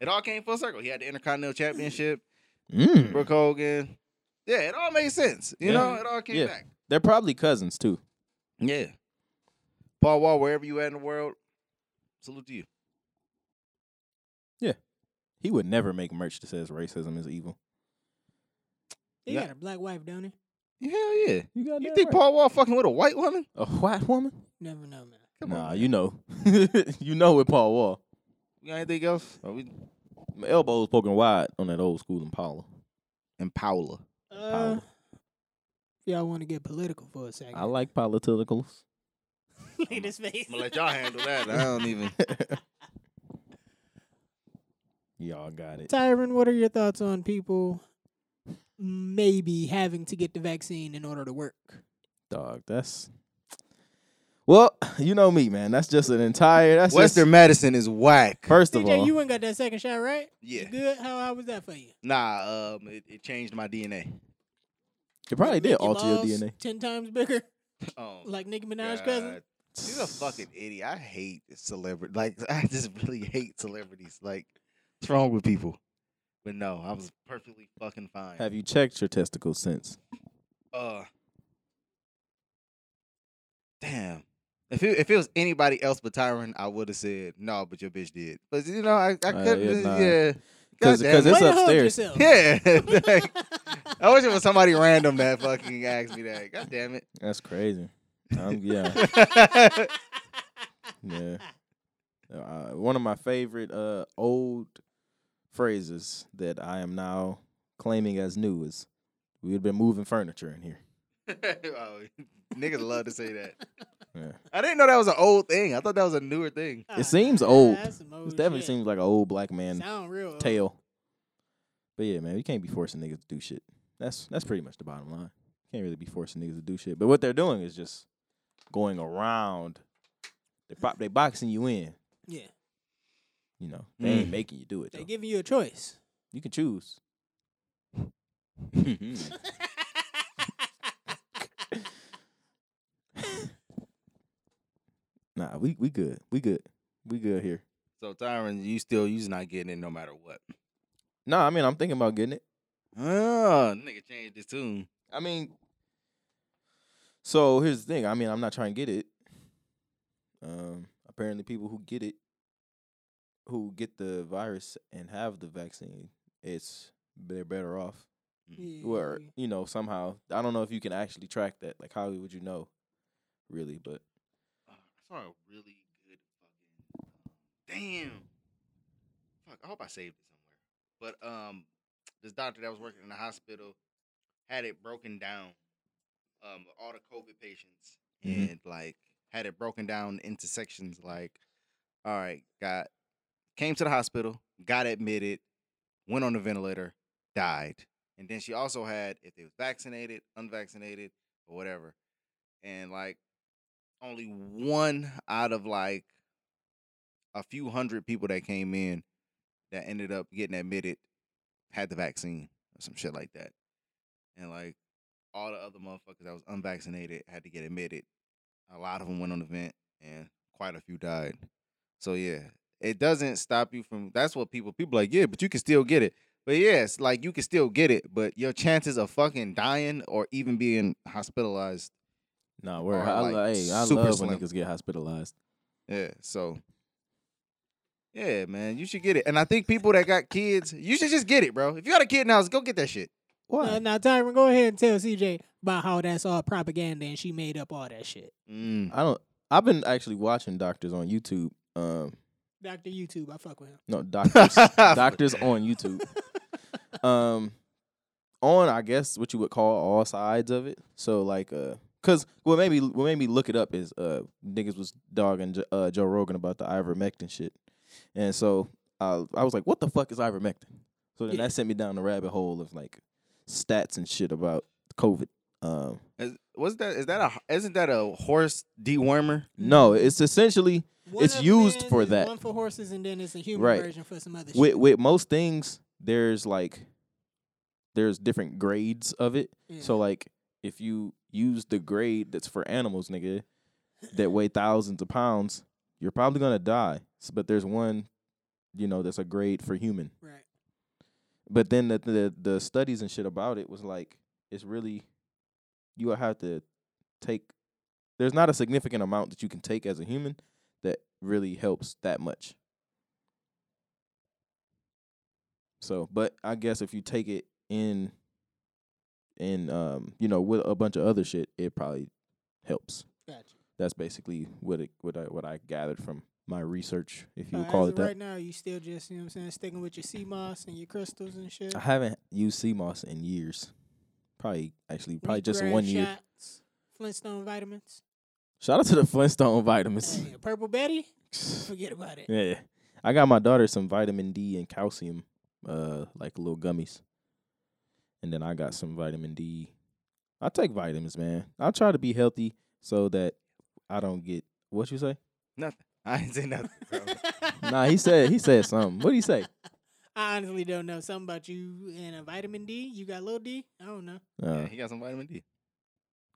Speaker 1: It all came full circle. He had the Intercontinental
Speaker 2: [clears throat]
Speaker 1: Championship.
Speaker 2: Mm.
Speaker 1: Brooke Hogan. Yeah, it all made sense. You
Speaker 2: Yeah.
Speaker 1: know, it all came
Speaker 2: Yeah.
Speaker 1: back.
Speaker 2: They're probably cousins too.
Speaker 1: Yeah. Paul Wall, wherever you at in the world, salute to you.
Speaker 2: He would never make merch that says racism is evil.
Speaker 3: He
Speaker 1: Yeah.
Speaker 3: got a black wife, don't he?
Speaker 1: Hell yeah.
Speaker 2: You got
Speaker 1: You think Paul Wall fucking with a white woman?
Speaker 2: a white woman?
Speaker 3: Never know, man.
Speaker 1: Come
Speaker 2: nah,
Speaker 1: on.
Speaker 2: you know, [laughs] you know with Paul Wall,
Speaker 1: You got anything else?
Speaker 2: Oh,
Speaker 1: Are we
Speaker 2: my elbows poking wide on that old school Impala.
Speaker 1: and Paula.
Speaker 3: Uh, y'all want to get political for a second?
Speaker 2: I like politicals.
Speaker 3: [laughs] Look at his face.
Speaker 1: I'm gonna let y'all handle that. I don't
Speaker 2: [laughs]
Speaker 1: even
Speaker 2: Y'all got it.
Speaker 3: [laughs] Tyron, what are your thoughts on people maybe having to get the vaccine in order to work?
Speaker 2: Dog, that's well, you know me, man. That's just an entire. That's
Speaker 1: Western
Speaker 2: Just,
Speaker 1: medicine is whack.
Speaker 2: [laughs] first of
Speaker 3: CJ,
Speaker 2: all,
Speaker 3: you ain't got that second shot, right?
Speaker 1: Yeah.
Speaker 3: Good. How, how was that for you?
Speaker 1: Nah, um, it, it changed my DNA.
Speaker 2: it probably
Speaker 3: Like
Speaker 2: did
Speaker 3: Mickey
Speaker 2: alter your
Speaker 3: Mouse,
Speaker 2: DNA.
Speaker 3: Ten times bigger,
Speaker 1: Um,
Speaker 3: like Nicki Minaj's cousin.
Speaker 1: God. She's a fucking idiot. I hate celebrity. Like [laughs] I just really hate celebrities. Like what's wrong with people? But no, I was perfectly fucking fine.
Speaker 2: [laughs] Have you checked your testicles since?
Speaker 1: uh damn if it, if it was anybody else but Tyron, I would have said no, but your bitch did. But you know, I, I
Speaker 2: Uh, yeah,
Speaker 1: couldn't.
Speaker 2: nah.
Speaker 1: yeah,
Speaker 2: Because
Speaker 1: God damn
Speaker 2: it's
Speaker 3: Way to hold
Speaker 2: upstairs.
Speaker 3: yourself.
Speaker 2: [laughs]
Speaker 1: it. [laughs] yeah. Like, I wish it was somebody random that fucking asked me that. God damn it.
Speaker 2: That's crazy. Um, yeah, [laughs] yeah. Uh, one of my favorite uh, old phrases that I am now claiming as new is, "We've been moving furniture in here."
Speaker 1: [laughs] oh, niggas love to say that.
Speaker 2: Yeah.
Speaker 1: I didn't know that was an old thing. I thought that was a newer
Speaker 3: [laughs]
Speaker 1: thing.
Speaker 3: Ah,
Speaker 2: seems
Speaker 3: nah,
Speaker 2: old.
Speaker 3: that's some old
Speaker 2: This definitely
Speaker 3: shit.
Speaker 2: seems like an old black man
Speaker 3: Sound real. old.
Speaker 2: tale. But yeah, man, you can't be forcing niggas to do shit. That's that's pretty much the bottom line. Can't really be forcing niggas to do shit. But what they're doing is just going around. They pop, they boxing you in.
Speaker 3: Yeah,
Speaker 2: You know, they ain't
Speaker 1: Mm.
Speaker 2: making you do it.
Speaker 3: they
Speaker 2: Though.
Speaker 3: giving you a choice.
Speaker 2: You can choose. Nah, we we good. We good. We good here.
Speaker 1: So Tyron, you still you just not getting it no matter what.
Speaker 2: Nah, I mean, I'm thinking about getting it.
Speaker 1: Oh, nigga changed his tune.
Speaker 2: I mean, so here's the thing. I mean, I'm not trying to get it. Um, apparently, people who get it, who get the virus and have the vaccine, it's they're better off.
Speaker 3: Yeah.
Speaker 2: Or you know, somehow I don't know if you can actually track that. Like, how would you know, really? But
Speaker 1: Uh, I saw a really good fucking. Damn. um, fuck, I hope I saved it somewhere. But um, this doctor that was working in the hospital had it broken down, um, all the COVID patients,
Speaker 2: Mhm.
Speaker 1: and like had it broken down into sections. Like, all right, got came to the hospital, got admitted, went on the ventilator, died, and then she also had if they was vaccinated, unvaccinated, or whatever, and like only one out of like a few hundred people that came in that ended up getting admitted had the vaccine or some shit like that. And like all the other motherfuckers that was unvaccinated had to get admitted. A lot of them went on the vent and quite a few died. So yeah, it doesn't stop you from that's what people people like, yeah, but you can still get it. But yes, like you can still get it, but your chances of fucking dying or even being hospitalized.
Speaker 2: Nah, word.
Speaker 1: Or,
Speaker 2: I,
Speaker 1: like,
Speaker 2: lo- hey, I
Speaker 1: super
Speaker 2: love
Speaker 1: slim.
Speaker 2: when niggas get hospitalized.
Speaker 1: Yeah, so yeah, man, you should get it. And I think people that got kids, you should just get it, bro. If you got a kid now, go get that shit.
Speaker 2: Why?
Speaker 3: Uh, now, Tyron, go ahead and tell CJ about how that's all propaganda and she made up all that shit.
Speaker 1: [laughs] Mm.
Speaker 2: I don't. I've been actually watching doctors on YouTube. Um,
Speaker 3: Doctor YouTube, I fuck
Speaker 2: [laughs]
Speaker 3: with him.
Speaker 1: [laughs]
Speaker 2: no doctors, doctors on YouTube. Um, on I guess what you would call all sides of it. So like, uh, cause what made me what made me look it up is uh niggas was dogging Jo- uh, Joe Rogan about the ivermectin shit, and so uh, I was like, what the fuck is ivermectin? So then
Speaker 3: Yeah.
Speaker 2: that sent me down the rabbit hole of like stats and shit about COVID. Um,
Speaker 1: Is, what's that? Is that a? Isn't that a horse dewormer? [laughs]
Speaker 2: no, it's essentially
Speaker 3: One
Speaker 2: It's
Speaker 3: of
Speaker 2: used
Speaker 3: them
Speaker 2: for
Speaker 3: is
Speaker 2: that.
Speaker 3: One for horses, and then it's a human
Speaker 2: Right.
Speaker 3: version for some other
Speaker 2: with
Speaker 3: shit.
Speaker 2: with most things there's like there's different grades of it
Speaker 3: Yeah.
Speaker 2: so like if you use the grade that's for animals nigga that weigh thousands of pounds you're probably gonna die S- but there's one you know that's a grade for human
Speaker 3: right.
Speaker 2: but then the the, the studies and shit about it was like it's really you will have to take there's not a significant amount that you can take as a human that really helps that much so but i guess if you take it in in um you know with a bunch of other shit it probably helps
Speaker 3: Gotcha.
Speaker 2: that's basically what it what i what i gathered from my research if you
Speaker 3: So
Speaker 2: would call
Speaker 3: as
Speaker 2: it
Speaker 3: of
Speaker 2: that
Speaker 3: Right now, you still just you know what I'm saying, sticking with your sea moss and your crystals and shit.
Speaker 2: I haven't used CMOS in years. Probably actually probably just in one year.
Speaker 3: Shots, Flintstone vitamins.
Speaker 2: Shout out to the Flintstone vitamins.
Speaker 3: Hey, Purple Betty. Forget about it.
Speaker 2: [laughs] yeah. I got my daughter some vitamin D and calcium, uh, like little gummies. And then I got some vitamin D. I take vitamins, man. I try to be healthy so that I don't get what you say?
Speaker 1: I didn't say nothing. [laughs] Bro.
Speaker 2: Nah, he said he said something. What'd he
Speaker 3: [laughs]
Speaker 2: say?
Speaker 3: I honestly don't know something about you and a vitamin D. You got little D? I don't know.
Speaker 1: yeah,
Speaker 2: Uh,
Speaker 1: he got some vitamin D.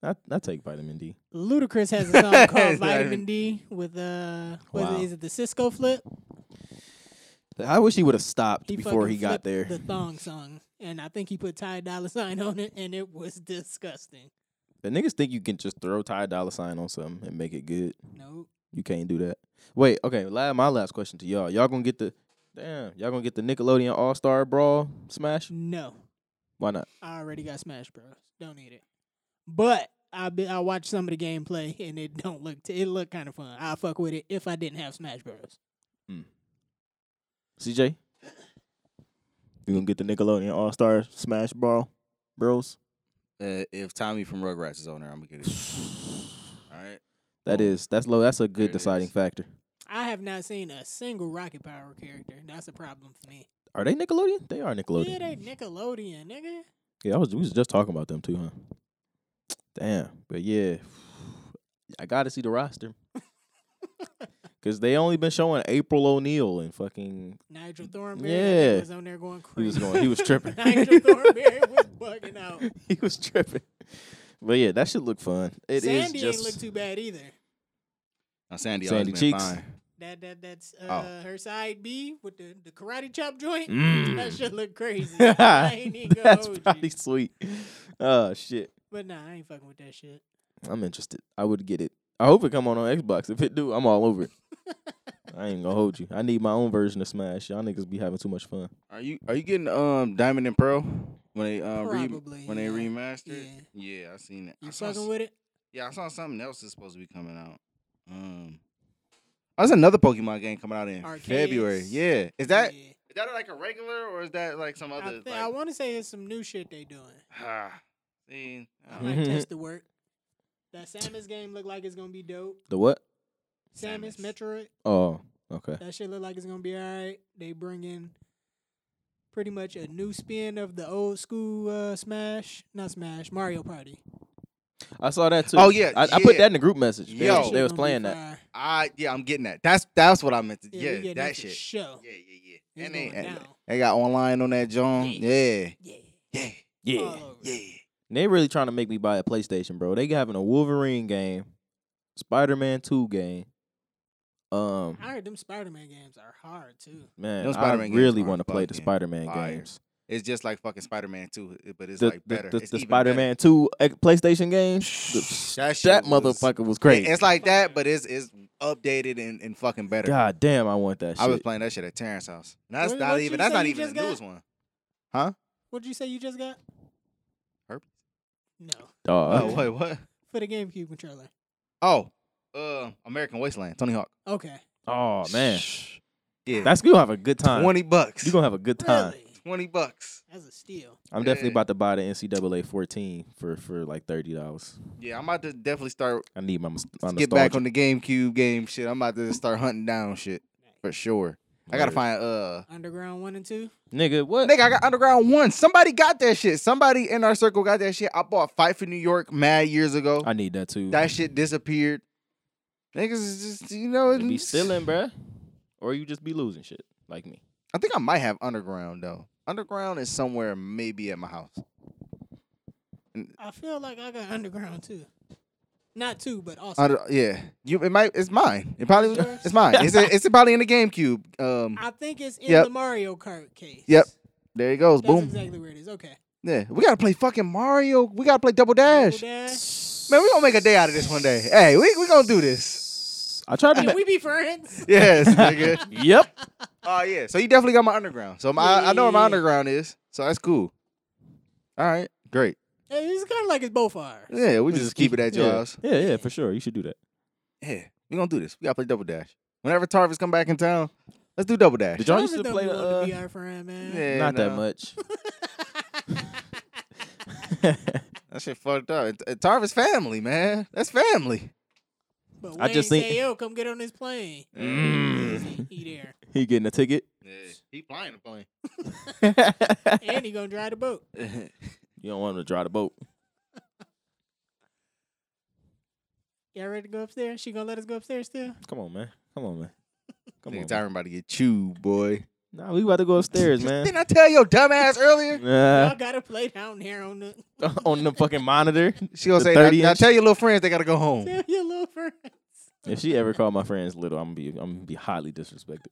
Speaker 2: I, Uh, I take vitamin D.
Speaker 3: Ludacris has [laughs] a song called
Speaker 1: It's not even-
Speaker 3: Vitamin D with uh, what is
Speaker 2: Wow.
Speaker 3: it, is it the Cisco flip?
Speaker 2: I wish he would have stopped
Speaker 3: He
Speaker 2: before
Speaker 3: fucking
Speaker 2: he got
Speaker 3: flipped
Speaker 2: there.
Speaker 3: The thong song, and I think he put Ty Dolla Sign on it, and it was disgusting.
Speaker 2: The niggas think you can just throw Ty Dolla Sign on something and make it good.
Speaker 3: No,
Speaker 2: You can't do that. Wait, okay. la- My last question to y'all. Y'all gonna get the damn. Y'all gonna get the Nickelodeon All Star Brawl smash?
Speaker 3: no,
Speaker 2: Why not?
Speaker 3: I already got Smash Bros. Don't need it. But I be, I watched some of the gameplay, [laughs] and it don't look t- it looked kind of fun. I fuck with it if I didn't have Smash Bros.
Speaker 2: CJ, you gonna get the Nickelodeon All Star Smash Brawl, bros?
Speaker 1: Uh, if Tommy from Rugrats is on there, I'm gonna get it. All right.
Speaker 2: That is that's low. That's a
Speaker 1: Oh. There
Speaker 2: good
Speaker 1: it
Speaker 2: deciding
Speaker 1: is.
Speaker 2: factor.
Speaker 3: I have not seen a single Rocket Power character. That's a problem for me.
Speaker 2: Are they Nickelodeon? They are Nickelodeon.
Speaker 3: Yeah, they Nickelodeon, nigga.
Speaker 2: Yeah, I was we was just talking about them too, huh? Damn, but yeah, I got to see the
Speaker 1: [laughs]
Speaker 2: roster because they only been showing April O'Neil and fucking
Speaker 3: Nigel Thornberry that nigga
Speaker 2: Yeah.
Speaker 3: was on there going
Speaker 2: He
Speaker 3: crazy.
Speaker 2: was going. He was tripping.
Speaker 3: [laughs]
Speaker 2: [laughs]
Speaker 3: Nigel Thornberry was bugging out.
Speaker 2: he was tripping. But yeah, that should look fun. It is
Speaker 3: Sandy
Speaker 2: just
Speaker 3: ain't
Speaker 2: [laughs]
Speaker 3: look too bad either.
Speaker 1: Now Sandy,
Speaker 2: Sandy
Speaker 1: Sandy
Speaker 2: Cheeks.
Speaker 1: Cheeks. Fine.
Speaker 3: That that that's uh, her side B with the, the karate chop joint.
Speaker 2: Oh. Mm.
Speaker 3: That should
Speaker 2: [laughs]
Speaker 3: look crazy. I ain't even gonna
Speaker 2: That's
Speaker 3: hold you.
Speaker 2: probably sweet. Oh shit,
Speaker 3: But nah, I ain't fucking with that shit.
Speaker 2: I'm interested. I would get it. I hope it come on on Xbox. If it do, I'm all
Speaker 3: [laughs]
Speaker 2: over it. I ain't gonna hold you. I need my own version of Smash. Y'all niggas be having too much fun.
Speaker 1: Are you are you getting um Diamond and Pearl when they um re-
Speaker 3: Probably,
Speaker 1: when they
Speaker 3: yeah.
Speaker 1: remastered? Yeah, I seen that. I
Speaker 3: You
Speaker 1: saw
Speaker 3: fucking
Speaker 1: s-
Speaker 3: with it?
Speaker 1: yeah, I saw something else is supposed to be coming out. Um, there's another Pokemon game coming out in
Speaker 3: Arceus.
Speaker 1: February. Yeah, is that
Speaker 3: Yeah.
Speaker 1: that like a regular or is that like some
Speaker 3: I,
Speaker 1: other? [sighs]
Speaker 3: thi- I want to say it's some new shit they doing.
Speaker 1: like, see,
Speaker 3: I
Speaker 1: I
Speaker 3: [laughs]
Speaker 1: don't-
Speaker 3: might
Speaker 1: [laughs]
Speaker 2: Mhm.
Speaker 3: test the work. That Samus game look like it's gonna be dope.
Speaker 2: The what?
Speaker 3: Samus,
Speaker 1: Samus.
Speaker 3: Metroid,
Speaker 2: Oh, okay.
Speaker 3: that shit look like it's gonna be all right. They bring in pretty much a new spin of the old school uh, Smash, not Smash, Mario Party.
Speaker 2: I saw that too.
Speaker 1: Oh, yeah,
Speaker 2: I, I put
Speaker 1: yeah.
Speaker 2: that in the group message. They,
Speaker 1: Yo.
Speaker 2: was, they was playing that.
Speaker 1: I yeah, I'm getting that. That's that's what I meant. To, yeah, that shit.
Speaker 3: Show.
Speaker 1: yeah, yeah, yeah.
Speaker 3: It's
Speaker 1: And they,
Speaker 3: going
Speaker 1: and
Speaker 3: down.
Speaker 1: they got online on that John. Yeah,
Speaker 3: Yeah.
Speaker 1: yeah,
Speaker 2: Yeah.
Speaker 3: All over.
Speaker 1: yeah.
Speaker 2: They really trying to make me buy a PlayStation, bro. They having a Wolverine game, Spider Man Two game. Um,
Speaker 3: I heard them Spider Man games are hard too.
Speaker 2: man,
Speaker 1: Those
Speaker 2: I
Speaker 1: Spider-Man games
Speaker 2: really
Speaker 1: are
Speaker 2: want to play the
Speaker 1: fucking
Speaker 2: Spider Man
Speaker 1: fire.
Speaker 2: games.
Speaker 1: It's just like fucking Spider Man 2, but it's
Speaker 2: The,
Speaker 1: like
Speaker 2: the,
Speaker 1: better.
Speaker 2: the,
Speaker 1: It's
Speaker 2: the
Speaker 1: even
Speaker 2: Spider
Speaker 1: better.
Speaker 2: Man Two eh, PlayStation game, the-
Speaker 1: That, shit
Speaker 2: that
Speaker 1: was-
Speaker 2: motherfucker was
Speaker 1: Yeah,
Speaker 2: great.
Speaker 1: It's like that, but it's it's updated and, and fucking better.
Speaker 2: God damn, I want that shit.
Speaker 1: I was playing that shit at Terrence's house. And that's
Speaker 3: What-
Speaker 1: not
Speaker 3: what you
Speaker 1: even that's
Speaker 3: say
Speaker 1: not
Speaker 3: you
Speaker 1: even the
Speaker 3: just got?
Speaker 1: newest one.
Speaker 3: What did you say you just got?
Speaker 1: Herpes?
Speaker 3: No.
Speaker 2: Dog.
Speaker 1: Oh
Speaker 2: [laughs]
Speaker 1: wait, what?
Speaker 3: For the GameCube controller.
Speaker 1: Oh, uh, American Wasteland, Tony Hawk.
Speaker 3: Okay.
Speaker 2: Oh man,
Speaker 1: Shh. yeah,
Speaker 2: that's you gonna have a good time.
Speaker 1: twenty bucks.
Speaker 2: You gonna have a good time.
Speaker 3: Really?
Speaker 1: twenty bucks.
Speaker 3: That's a steal.
Speaker 2: I'm definitely
Speaker 1: Yeah.
Speaker 2: about to buy the NCAA 14 for for like thirty dollars.
Speaker 1: Yeah, I'm about to definitely start
Speaker 2: I need my, mus- my
Speaker 1: get
Speaker 2: nostalgia.
Speaker 1: back on the GameCube game shit. I'm about to start hunting down shit for sure. I gotta
Speaker 2: Word.
Speaker 1: find uh.
Speaker 3: Underground one and two.
Speaker 2: nigga. What?
Speaker 1: Nigga, I got Underground One. Somebody got that shit. Somebody in our circle got that shit. I bought Fight for New York mad years ago.
Speaker 2: I need that too.
Speaker 1: that shit disappeared. Niggas is just you know.
Speaker 2: You be
Speaker 1: it's-
Speaker 2: stealing, bruh. or you just be losing shit like me.
Speaker 1: I think I might have underground though. Underground is somewhere maybe at my house.
Speaker 3: I feel like I got underground too. Not two, but also.
Speaker 1: Under, yeah, you it might it's mine. It probably was,
Speaker 3: Yours?
Speaker 1: it's mine. It's it's probably in the GameCube. Um,
Speaker 3: I think it's in
Speaker 1: Yep.
Speaker 3: the Mario Kart case.
Speaker 1: Yep. there it goes.
Speaker 3: That's
Speaker 1: boom.
Speaker 3: exactly where it is. Okay.
Speaker 1: Yeah, we gotta play fucking Mario. We gotta play Double
Speaker 3: Double
Speaker 1: Dash.
Speaker 3: dash.
Speaker 1: Man, we gonna make a day out of this one day. Hey, we we gonna do this.
Speaker 2: I [laughs] tried to.
Speaker 3: Can
Speaker 2: make
Speaker 3: we be friends?
Speaker 1: [laughs] Yes, nigga.
Speaker 2: yep.
Speaker 1: Oh yeah. So you definitely got my underground. So my, I know where my
Speaker 3: Yeah.
Speaker 1: underground is. So that's cool. All right, great.
Speaker 3: Yeah, It's kind of like it's both ours.
Speaker 1: Yeah, we, [laughs] just, keep it at your
Speaker 2: yeah.
Speaker 1: house.
Speaker 2: Yeah, yeah, for sure. You should do that.
Speaker 1: Yeah, we gonna do this. We gotta play double dash. Whenever Tarvis come back in town, let's do double dash.
Speaker 2: Did y'all
Speaker 3: Travis
Speaker 2: used to
Speaker 3: don't
Speaker 2: play the?
Speaker 3: want
Speaker 2: Uh,
Speaker 3: to be our friend, man.
Speaker 1: Yeah,
Speaker 2: not that
Speaker 1: nah.
Speaker 2: much. [laughs]
Speaker 1: That shit fucked up. It- it- Tarvis family, man. That's family.
Speaker 3: But Wayne
Speaker 2: I just
Speaker 3: say,
Speaker 2: think-
Speaker 3: yo, come get on this plane.
Speaker 2: Mm.
Speaker 3: He there,
Speaker 2: he getting a [laughs] ticket.
Speaker 1: Yeah, he flying the plane.
Speaker 2: you
Speaker 3: and he gonna drive the boat.
Speaker 2: don't want him to drive the boat.
Speaker 3: Y'all ready to go upstairs? She gonna let us go upstairs too?
Speaker 2: Come on, man. Come on, man. Come on.
Speaker 1: Nigga,
Speaker 2: man.
Speaker 1: Tyron about to get chewed, boy.
Speaker 2: Nah, we about to go upstairs, man. [laughs]
Speaker 1: Didn't I tell your dumb ass earlier?
Speaker 2: Nah. [laughs]
Speaker 3: Y'all gotta play down there on the [laughs]
Speaker 2: on the fucking [laughs] monitor.
Speaker 1: She gonna
Speaker 2: The
Speaker 1: say, now,
Speaker 2: 30
Speaker 1: now
Speaker 2: inch?
Speaker 1: tell your little friends they gotta go home. [laughs]
Speaker 2: [laughs]
Speaker 3: tell your little friend.
Speaker 2: If she ever called my friends little, I'm gonna be I'm gonna be highly disrespected.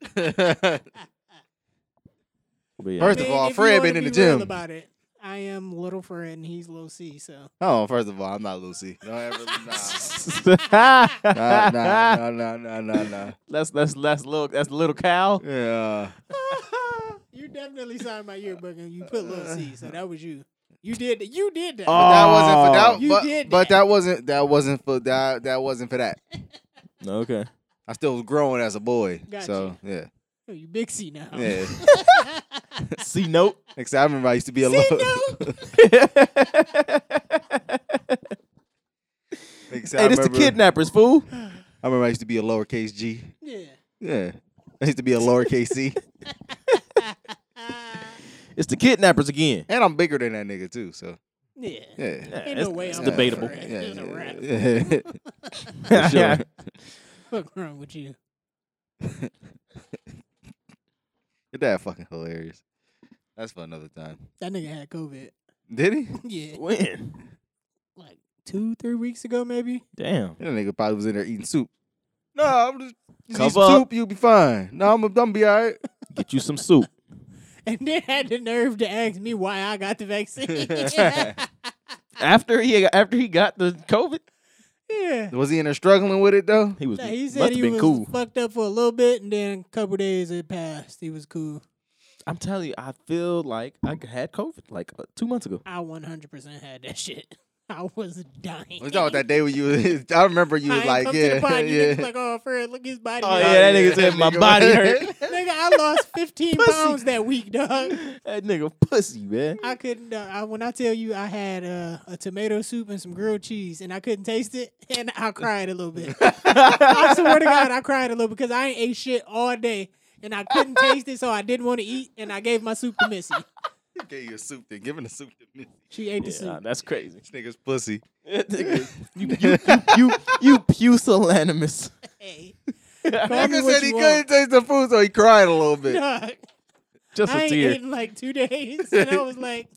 Speaker 2: But yeah,
Speaker 1: First
Speaker 3: I
Speaker 1: of
Speaker 3: mean,
Speaker 1: all,
Speaker 3: if you
Speaker 1: Fred
Speaker 3: wanna
Speaker 1: been in
Speaker 3: be
Speaker 1: the
Speaker 3: real
Speaker 1: gym.
Speaker 3: About it, I am little Fred and he's little C. So
Speaker 1: oh, first of all, I'm not Lucy. No, ever,
Speaker 2: [laughs]
Speaker 1: nah. Nah, nah, nah, nah, nah, nah, nah.
Speaker 2: That's that's that's little that's little cow.
Speaker 1: Yeah.
Speaker 3: you definitely signed my yearbook and you put little C. So that was you. You did that. You did that.
Speaker 2: Oh.
Speaker 1: That wasn't for that,
Speaker 3: You
Speaker 1: but,
Speaker 3: did
Speaker 1: but
Speaker 3: that.
Speaker 1: that wasn't that wasn't for that that wasn't for that.
Speaker 2: [laughs] Okay.
Speaker 1: I still was growing as a boy.
Speaker 3: Gotcha.
Speaker 1: So yeah.
Speaker 3: Oh, you big C now. [laughs]
Speaker 1: Yeah.
Speaker 2: C [laughs] note.
Speaker 1: Except I remember I used to
Speaker 2: [laughs]
Speaker 1: be a
Speaker 3: See,
Speaker 1: little [laughs]
Speaker 3: no.
Speaker 1: Except I
Speaker 2: hey, this the
Speaker 1: remember-
Speaker 2: kidnappers, fool.
Speaker 1: I remember I used to be a lowercase G.
Speaker 3: Yeah. [laughs]
Speaker 1: Yeah. I used to be a lowercase C.
Speaker 3: Ah,
Speaker 2: It's the kidnappers again.
Speaker 1: And I'm bigger than that nigga too, so
Speaker 3: yeah.
Speaker 1: yeah.
Speaker 2: Yeah,
Speaker 3: Ain't
Speaker 2: it's,
Speaker 3: no way
Speaker 2: it's
Speaker 3: I'm
Speaker 2: debatable. [laughs]
Speaker 3: for it.
Speaker 1: Yeah,
Speaker 3: It's a
Speaker 1: yeah, yeah. [laughs] For
Speaker 3: wrap.
Speaker 1: sure. [laughs]
Speaker 2: Yeah.
Speaker 3: Fuck wrong with you?
Speaker 1: Your dad fucking hilarious. That's for another time.
Speaker 3: That nigga had COVID.
Speaker 1: Did he?
Speaker 3: Yeah.
Speaker 2: When?
Speaker 3: Like two, three weeks ago, maybe. [laughs]
Speaker 2: Damn.
Speaker 1: That nigga probably was in there eating soup. No, I'm just, just eat
Speaker 2: Cover
Speaker 1: some
Speaker 2: up.
Speaker 1: soup, you'll be fine. No, I'm, I'm gonna be all right.
Speaker 2: Get you some soup.
Speaker 3: And then had the nerve to ask me why I got
Speaker 1: [laughs]
Speaker 3: the vaccine. [laughs]
Speaker 2: After he after he got the COVID,
Speaker 3: yeah.
Speaker 1: Was he in there struggling with it though?
Speaker 2: he was
Speaker 3: Nah, he
Speaker 2: must
Speaker 3: said
Speaker 2: have
Speaker 3: he
Speaker 2: been
Speaker 3: was
Speaker 2: cool.
Speaker 3: fucked up for a little bit, and then a couple days it passed. He was cool.
Speaker 2: I'm
Speaker 3: [laughs]
Speaker 2: telling you, I feel like I had COVID like uh, two months ago.
Speaker 3: I 100% had that shit. [laughs] I was dying.
Speaker 1: We talking about
Speaker 3: [laughs]
Speaker 1: that day when you. I remember you
Speaker 3: I
Speaker 1: was [laughs]
Speaker 3: ain't
Speaker 1: like,
Speaker 3: come
Speaker 1: yeah,
Speaker 3: to the pod, you niggas
Speaker 1: yeah.
Speaker 3: Like, oh, Fred, look his body.
Speaker 2: Oh
Speaker 3: up."
Speaker 2: yeah, that
Speaker 1: [laughs]
Speaker 2: nigga said my body hurt.
Speaker 3: Nigga, I
Speaker 2: [laughs]
Speaker 3: lost 15
Speaker 2: Pussy.
Speaker 3: pounds that week, dog.
Speaker 2: that nigga pussy man.
Speaker 3: I couldn't. Uh, I, when I tell you, I had uh, a tomato soup and some grilled cheese, and I couldn't taste it, [laughs] and I cried a little bit. I
Speaker 2: [laughs]
Speaker 3: swear to God, I cried a little because I ain't ate shit all day, and I couldn't taste it, so I didn't want to eat, and I gave my soup to Missy.
Speaker 1: Gave you a soup then, giving a soup to me.
Speaker 3: She ate the
Speaker 2: Yeah,
Speaker 3: soup.
Speaker 2: that's
Speaker 3: [laughs]
Speaker 2: crazy.
Speaker 1: This nigga's pussy.
Speaker 2: That nigga- [laughs] you you you you, you
Speaker 3: [laughs]
Speaker 2: pusillanimous.
Speaker 1: [laughs]
Speaker 3: Hey, Call me
Speaker 1: Nigga
Speaker 3: what
Speaker 1: said he
Speaker 3: you
Speaker 1: couldn't taste the food, so he cried a little bit.
Speaker 3: dog,
Speaker 1: [laughs]
Speaker 2: Just
Speaker 3: I
Speaker 2: a
Speaker 3: ain't
Speaker 2: tear.
Speaker 3: eaten like two days, and I was like,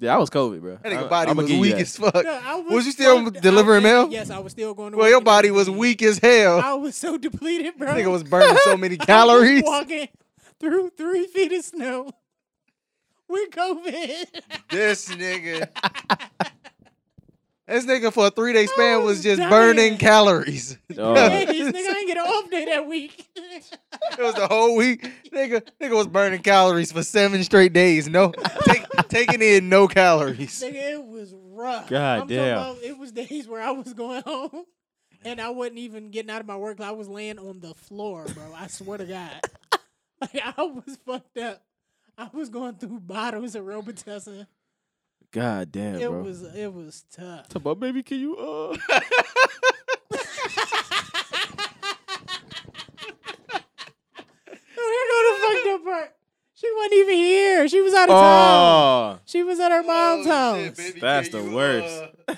Speaker 2: Yeah, I was COVID, bro.
Speaker 1: That
Speaker 2: I-
Speaker 1: nigga body
Speaker 2: I'ma
Speaker 1: was
Speaker 2: give you
Speaker 1: weak
Speaker 2: that.
Speaker 1: as fuck.
Speaker 3: no, I was,
Speaker 1: Was you still
Speaker 3: fucked. I
Speaker 1: delivering
Speaker 3: was-
Speaker 1: mail?
Speaker 3: Yes, I was still going to.
Speaker 1: Well,
Speaker 3: work
Speaker 1: your
Speaker 3: and
Speaker 1: body was
Speaker 3: everything.
Speaker 1: weak as hell.
Speaker 3: I was so depleted, bro. [laughs]
Speaker 1: Nigga was burning so many
Speaker 3: I was
Speaker 1: calories. [laughs]
Speaker 3: walking through three feet of snow [laughs] with COVID.
Speaker 1: This nigga. [laughs] This nigga for a three day span
Speaker 3: I
Speaker 1: was
Speaker 3: was
Speaker 1: just
Speaker 3: dying.
Speaker 1: burning calories. [laughs]
Speaker 2: Oh.
Speaker 3: Days, nigga, I ain't get an off day that week. [laughs]
Speaker 1: It was the whole week. Nigga, nigga was burning calories for seven straight days. No, take, taking in no
Speaker 3: [laughs]
Speaker 1: calories.
Speaker 3: nigga, it was rough.
Speaker 2: God
Speaker 3: I'm talking
Speaker 2: damn.
Speaker 3: about it was days [laughs] where I was going home and I wasn't even getting out of my work. I was laying on the floor, bro. I swear to
Speaker 2: [laughs]
Speaker 3: God. like, I was fucked up. I was going through bottles of Robitussin.
Speaker 2: God damn,
Speaker 3: it
Speaker 2: bro.
Speaker 3: was it was tough. [laughs]
Speaker 2: Talk about, baby, can you uh
Speaker 3: Oh, here go the fucked up part. She wasn't even here. She was out of town.
Speaker 2: Oh
Speaker 3: [laughs] She was at her mom's
Speaker 1: Oh, shit,
Speaker 3: house.
Speaker 1: baby,
Speaker 2: That's
Speaker 1: can
Speaker 2: the
Speaker 1: you,
Speaker 2: worst.
Speaker 1: uh,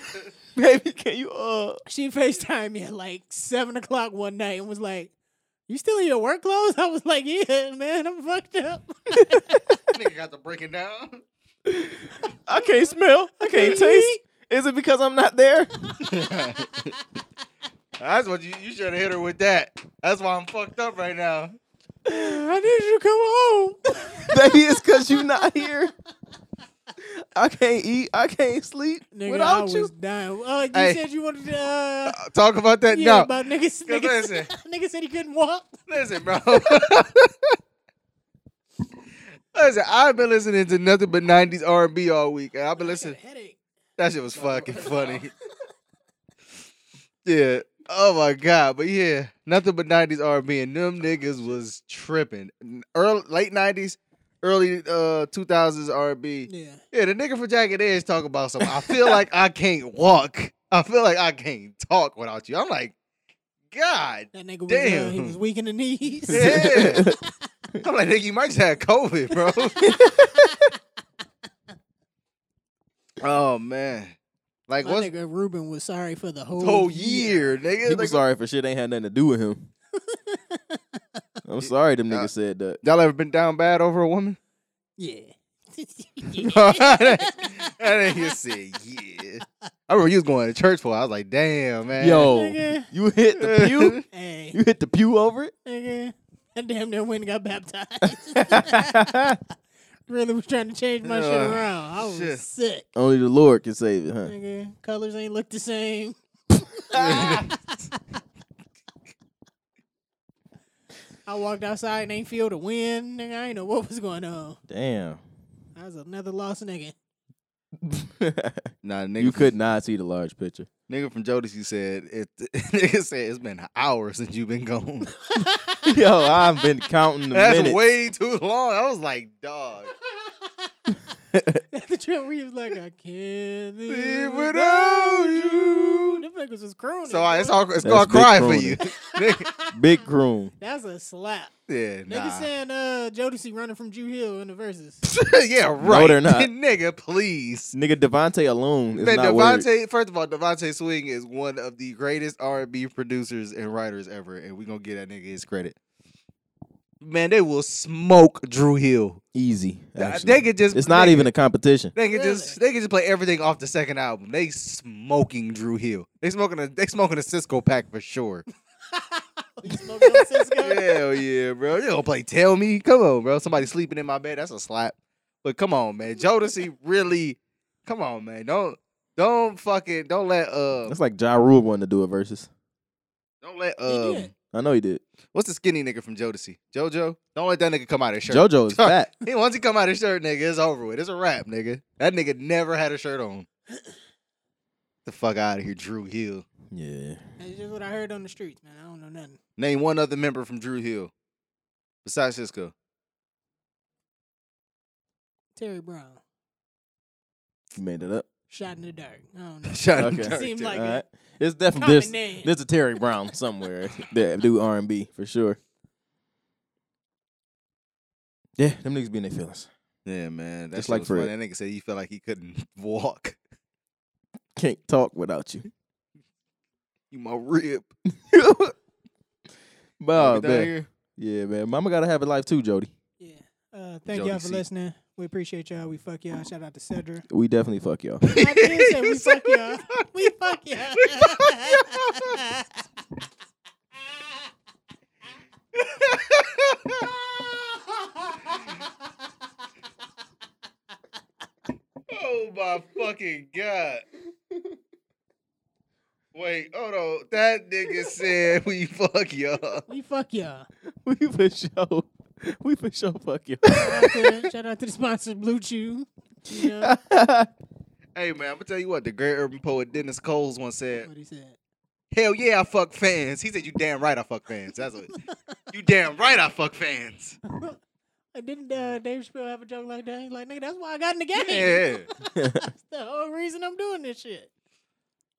Speaker 2: Baby, can you uh
Speaker 3: she FaceTimed me at like seven o'clock one night and was like, You still in your work clothes? I was like, Yeah, man, I'm fucked up.
Speaker 1: nigga got to break it down.
Speaker 2: I can't smell. I can't taste. Is it because I'm not there? [laughs]
Speaker 1: That's what you, you should have hit her with that. That's why I'm fucked up right now.
Speaker 3: I need you to come home.
Speaker 2: Baby, it's cause you not here. I can't eat. I can't sleep
Speaker 3: [laughs] Nigga, I
Speaker 2: without
Speaker 3: was
Speaker 2: you.
Speaker 3: dying. Uh, you
Speaker 1: Hey.
Speaker 3: said you wanted to uh
Speaker 1: Talk about that
Speaker 3: yeah,
Speaker 1: now.
Speaker 3: about niggas niggas,
Speaker 1: listen.
Speaker 3: [laughs] nigga said he couldn't walk.
Speaker 1: Listen, bro. [laughs] Listen, I've been listening to nothing but '90s R&B all week. and I've been
Speaker 3: Got a
Speaker 1: listening.
Speaker 3: headache.
Speaker 1: That shit was fucking funny. [laughs] yeah. Oh my god. But yeah, nothing but '90s R&B, and them niggas was tripping. Early, late '90s, early uh 2000s R&B.
Speaker 3: Yeah.
Speaker 1: Yeah, the nigga from Jagged Edge talk about something. I feel like I can't walk. I feel like I can't talk without you. I'm like, God
Speaker 3: That nigga was uh,
Speaker 1: Damn.
Speaker 3: he was weak in the knees.
Speaker 2: [laughs]
Speaker 1: Yeah. I'm like, nigga, you might just had COVID, bro. oh man. Like
Speaker 3: [laughs] My
Speaker 1: what's
Speaker 3: nigga Ruben was sorry for the whole,
Speaker 1: whole year,
Speaker 2: People
Speaker 1: nigga? Like,
Speaker 2: sorry for shit ain't had nothing to do with [laughs] him. I'm sorry them niggas
Speaker 1: Uh,
Speaker 2: said that.
Speaker 1: y'all ever been down bad over a
Speaker 3: [laughs]
Speaker 1: woman? [laughs]
Speaker 3: Yeah. [laughs]
Speaker 1: that nigga said, yeah. I remember you was going to church for it. I was like, damn, man.
Speaker 2: Yo,
Speaker 3: Nigga.
Speaker 2: you hit the [laughs] pew?
Speaker 3: hey,
Speaker 2: You hit the pew over [laughs] it?
Speaker 3: nigga. I damn near went and got baptized.
Speaker 2: [laughs]
Speaker 3: [laughs] really was trying to change my shit
Speaker 1: Uh,
Speaker 3: around. I was
Speaker 1: shit.
Speaker 3: sick.
Speaker 2: Only the Lord can save it, huh?
Speaker 3: Nigga, colors ain't look
Speaker 1: [laughs]
Speaker 3: the same. I walked outside and ain't feel the wind. Nigga, I ain't know what was going on.
Speaker 2: Damn.
Speaker 3: I was another lost nigga.
Speaker 1: [laughs]
Speaker 3: [laughs]
Speaker 2: [laughs]
Speaker 1: Nah, nigga
Speaker 2: you
Speaker 1: from-
Speaker 2: could not see the large picture.
Speaker 1: Nigga from Jodeci said it. [laughs] Nigga said it's been an hour since you've been
Speaker 2: [laughs]
Speaker 1: gone.
Speaker 2: Yo, I've been counting the
Speaker 1: That's
Speaker 2: minutes.
Speaker 1: way too long. I was like, dog.
Speaker 3: At the trip where he was like, I can't
Speaker 1: Live
Speaker 3: live
Speaker 1: without you.
Speaker 3: Them niggas was crooning.
Speaker 1: So I, it's all it's
Speaker 2: That's
Speaker 1: called
Speaker 2: big
Speaker 1: crying for
Speaker 2: crooning. [laughs]
Speaker 1: you. [laughs] Nigga-
Speaker 2: Big groom.
Speaker 3: That's a slap.
Speaker 1: yeah,
Speaker 3: Nigga
Speaker 1: nah.
Speaker 3: saying uh Jodeci running from Jew Hill in the verses. [laughs]
Speaker 1: [laughs] yeah, right.
Speaker 2: they're not.
Speaker 1: nigga, please.
Speaker 2: Nigga, Devontae alone is
Speaker 1: Man,
Speaker 2: not worried.
Speaker 1: Devontae, first of all, Devontae Swing is one of the greatest R and B producers and writers ever, and we gonna give that nigga his credit. Man, they will smoke Drew Hill.
Speaker 2: Easy.
Speaker 1: They
Speaker 2: Actually.
Speaker 1: could just
Speaker 2: It's not
Speaker 1: nigga,
Speaker 2: even a competition.
Speaker 1: They could just they could just play everything off the second album. They smoking Drew Hill. They smoking a they smoking a Cisco pack for sure. [laughs]
Speaker 3: You smoking on Cisco?
Speaker 1: Hell yeah, bro. You don't play Tell Me. Come on, bro. Somebody sleeping in my bed. That's a slap. But come on, man. Jodeci really. Come on, man. Don't don't fucking don't let uh
Speaker 2: That's like Ja Rule wanting to do it versus.
Speaker 1: don't let
Speaker 3: He
Speaker 1: um
Speaker 3: did.
Speaker 2: I know he did.
Speaker 1: what's the skinny nigga from Jodeci? JoJo. Don't let that nigga come out of his shirt.
Speaker 2: JoJo is fat.
Speaker 1: He once he come out of his shirt, nigga, it's over with. It's a wrap, nigga. That nigga never had a shirt on. the fuck out of here, Drew Hill.
Speaker 2: Yeah.
Speaker 3: That's just what I heard on the streets, man. I don't know nothing.
Speaker 1: Name one other member from Drew Hill besides Cisco. [laughs]
Speaker 3: Terry Brown,
Speaker 2: You made it up.
Speaker 3: shot in the dark. I don't know.
Speaker 1: Shot in the
Speaker 2: Okay.
Speaker 1: dark,
Speaker 3: Seemed
Speaker 1: too.
Speaker 3: like-
Speaker 2: All
Speaker 3: it.
Speaker 2: right. It's definitely
Speaker 3: Common
Speaker 2: there's,
Speaker 3: name.
Speaker 2: there's a Terry Brown somewhere that do R and B for sure. Yeah, them niggas be in their feelings.
Speaker 1: yeah, man. That's
Speaker 2: Just
Speaker 1: like
Speaker 2: like
Speaker 1: was funny.
Speaker 2: Fred.
Speaker 1: That nigga said he felt like he couldn't [laughs] walk.
Speaker 2: Can't talk without you.
Speaker 1: You my rib.
Speaker 2: but oh,
Speaker 1: We down
Speaker 2: man.
Speaker 1: here?
Speaker 2: [laughs] yeah, man. Mama gotta have a life too, Jody.
Speaker 3: Yeah. Uh, thank
Speaker 1: Jody
Speaker 3: y'all for
Speaker 1: C.
Speaker 3: listening. We appreciate y'all. We fuck y'all. Shout out
Speaker 1: [laughs]
Speaker 3: to Cedra.
Speaker 2: We definitely fuck y'all.
Speaker 3: I did say we fuck
Speaker 1: We [laughs]
Speaker 3: y'all. We fuck y'all. [laughs]
Speaker 1: Oh [laughs] my fucking god. Wait, hold on. That nigga said we [laughs] fuck y'all.
Speaker 3: we fuck y'all.
Speaker 2: we for sure. We for sure fuck
Speaker 3: Shout out to, shout out to the sponsor, Blue Chew.
Speaker 1: [laughs]
Speaker 3: You know
Speaker 2: y'all.
Speaker 1: Hey man, I'm gonna tell you what, the great urban poet Dennis Coles once said,
Speaker 3: what he said.
Speaker 1: Hell yeah, I fuck fans. He said, You damn right I fuck fans. That's
Speaker 2: [laughs]
Speaker 1: what you damn right I fuck fans.
Speaker 3: Like, didn't uh, Dave Chappelle have a joke like that? He's like, nigga, that's why I got in the game.
Speaker 1: Yeah.
Speaker 3: That's the whole reason I'm doing this shit.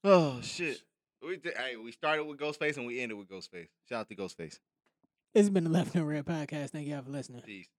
Speaker 1: Oh [laughs] shit. We did, hey, we started with Ghostface and we ended with Ghostface. Shout out to Ghostface.
Speaker 3: It's been the Left No Red podcast. Thank y'all for listening.
Speaker 1: Peace.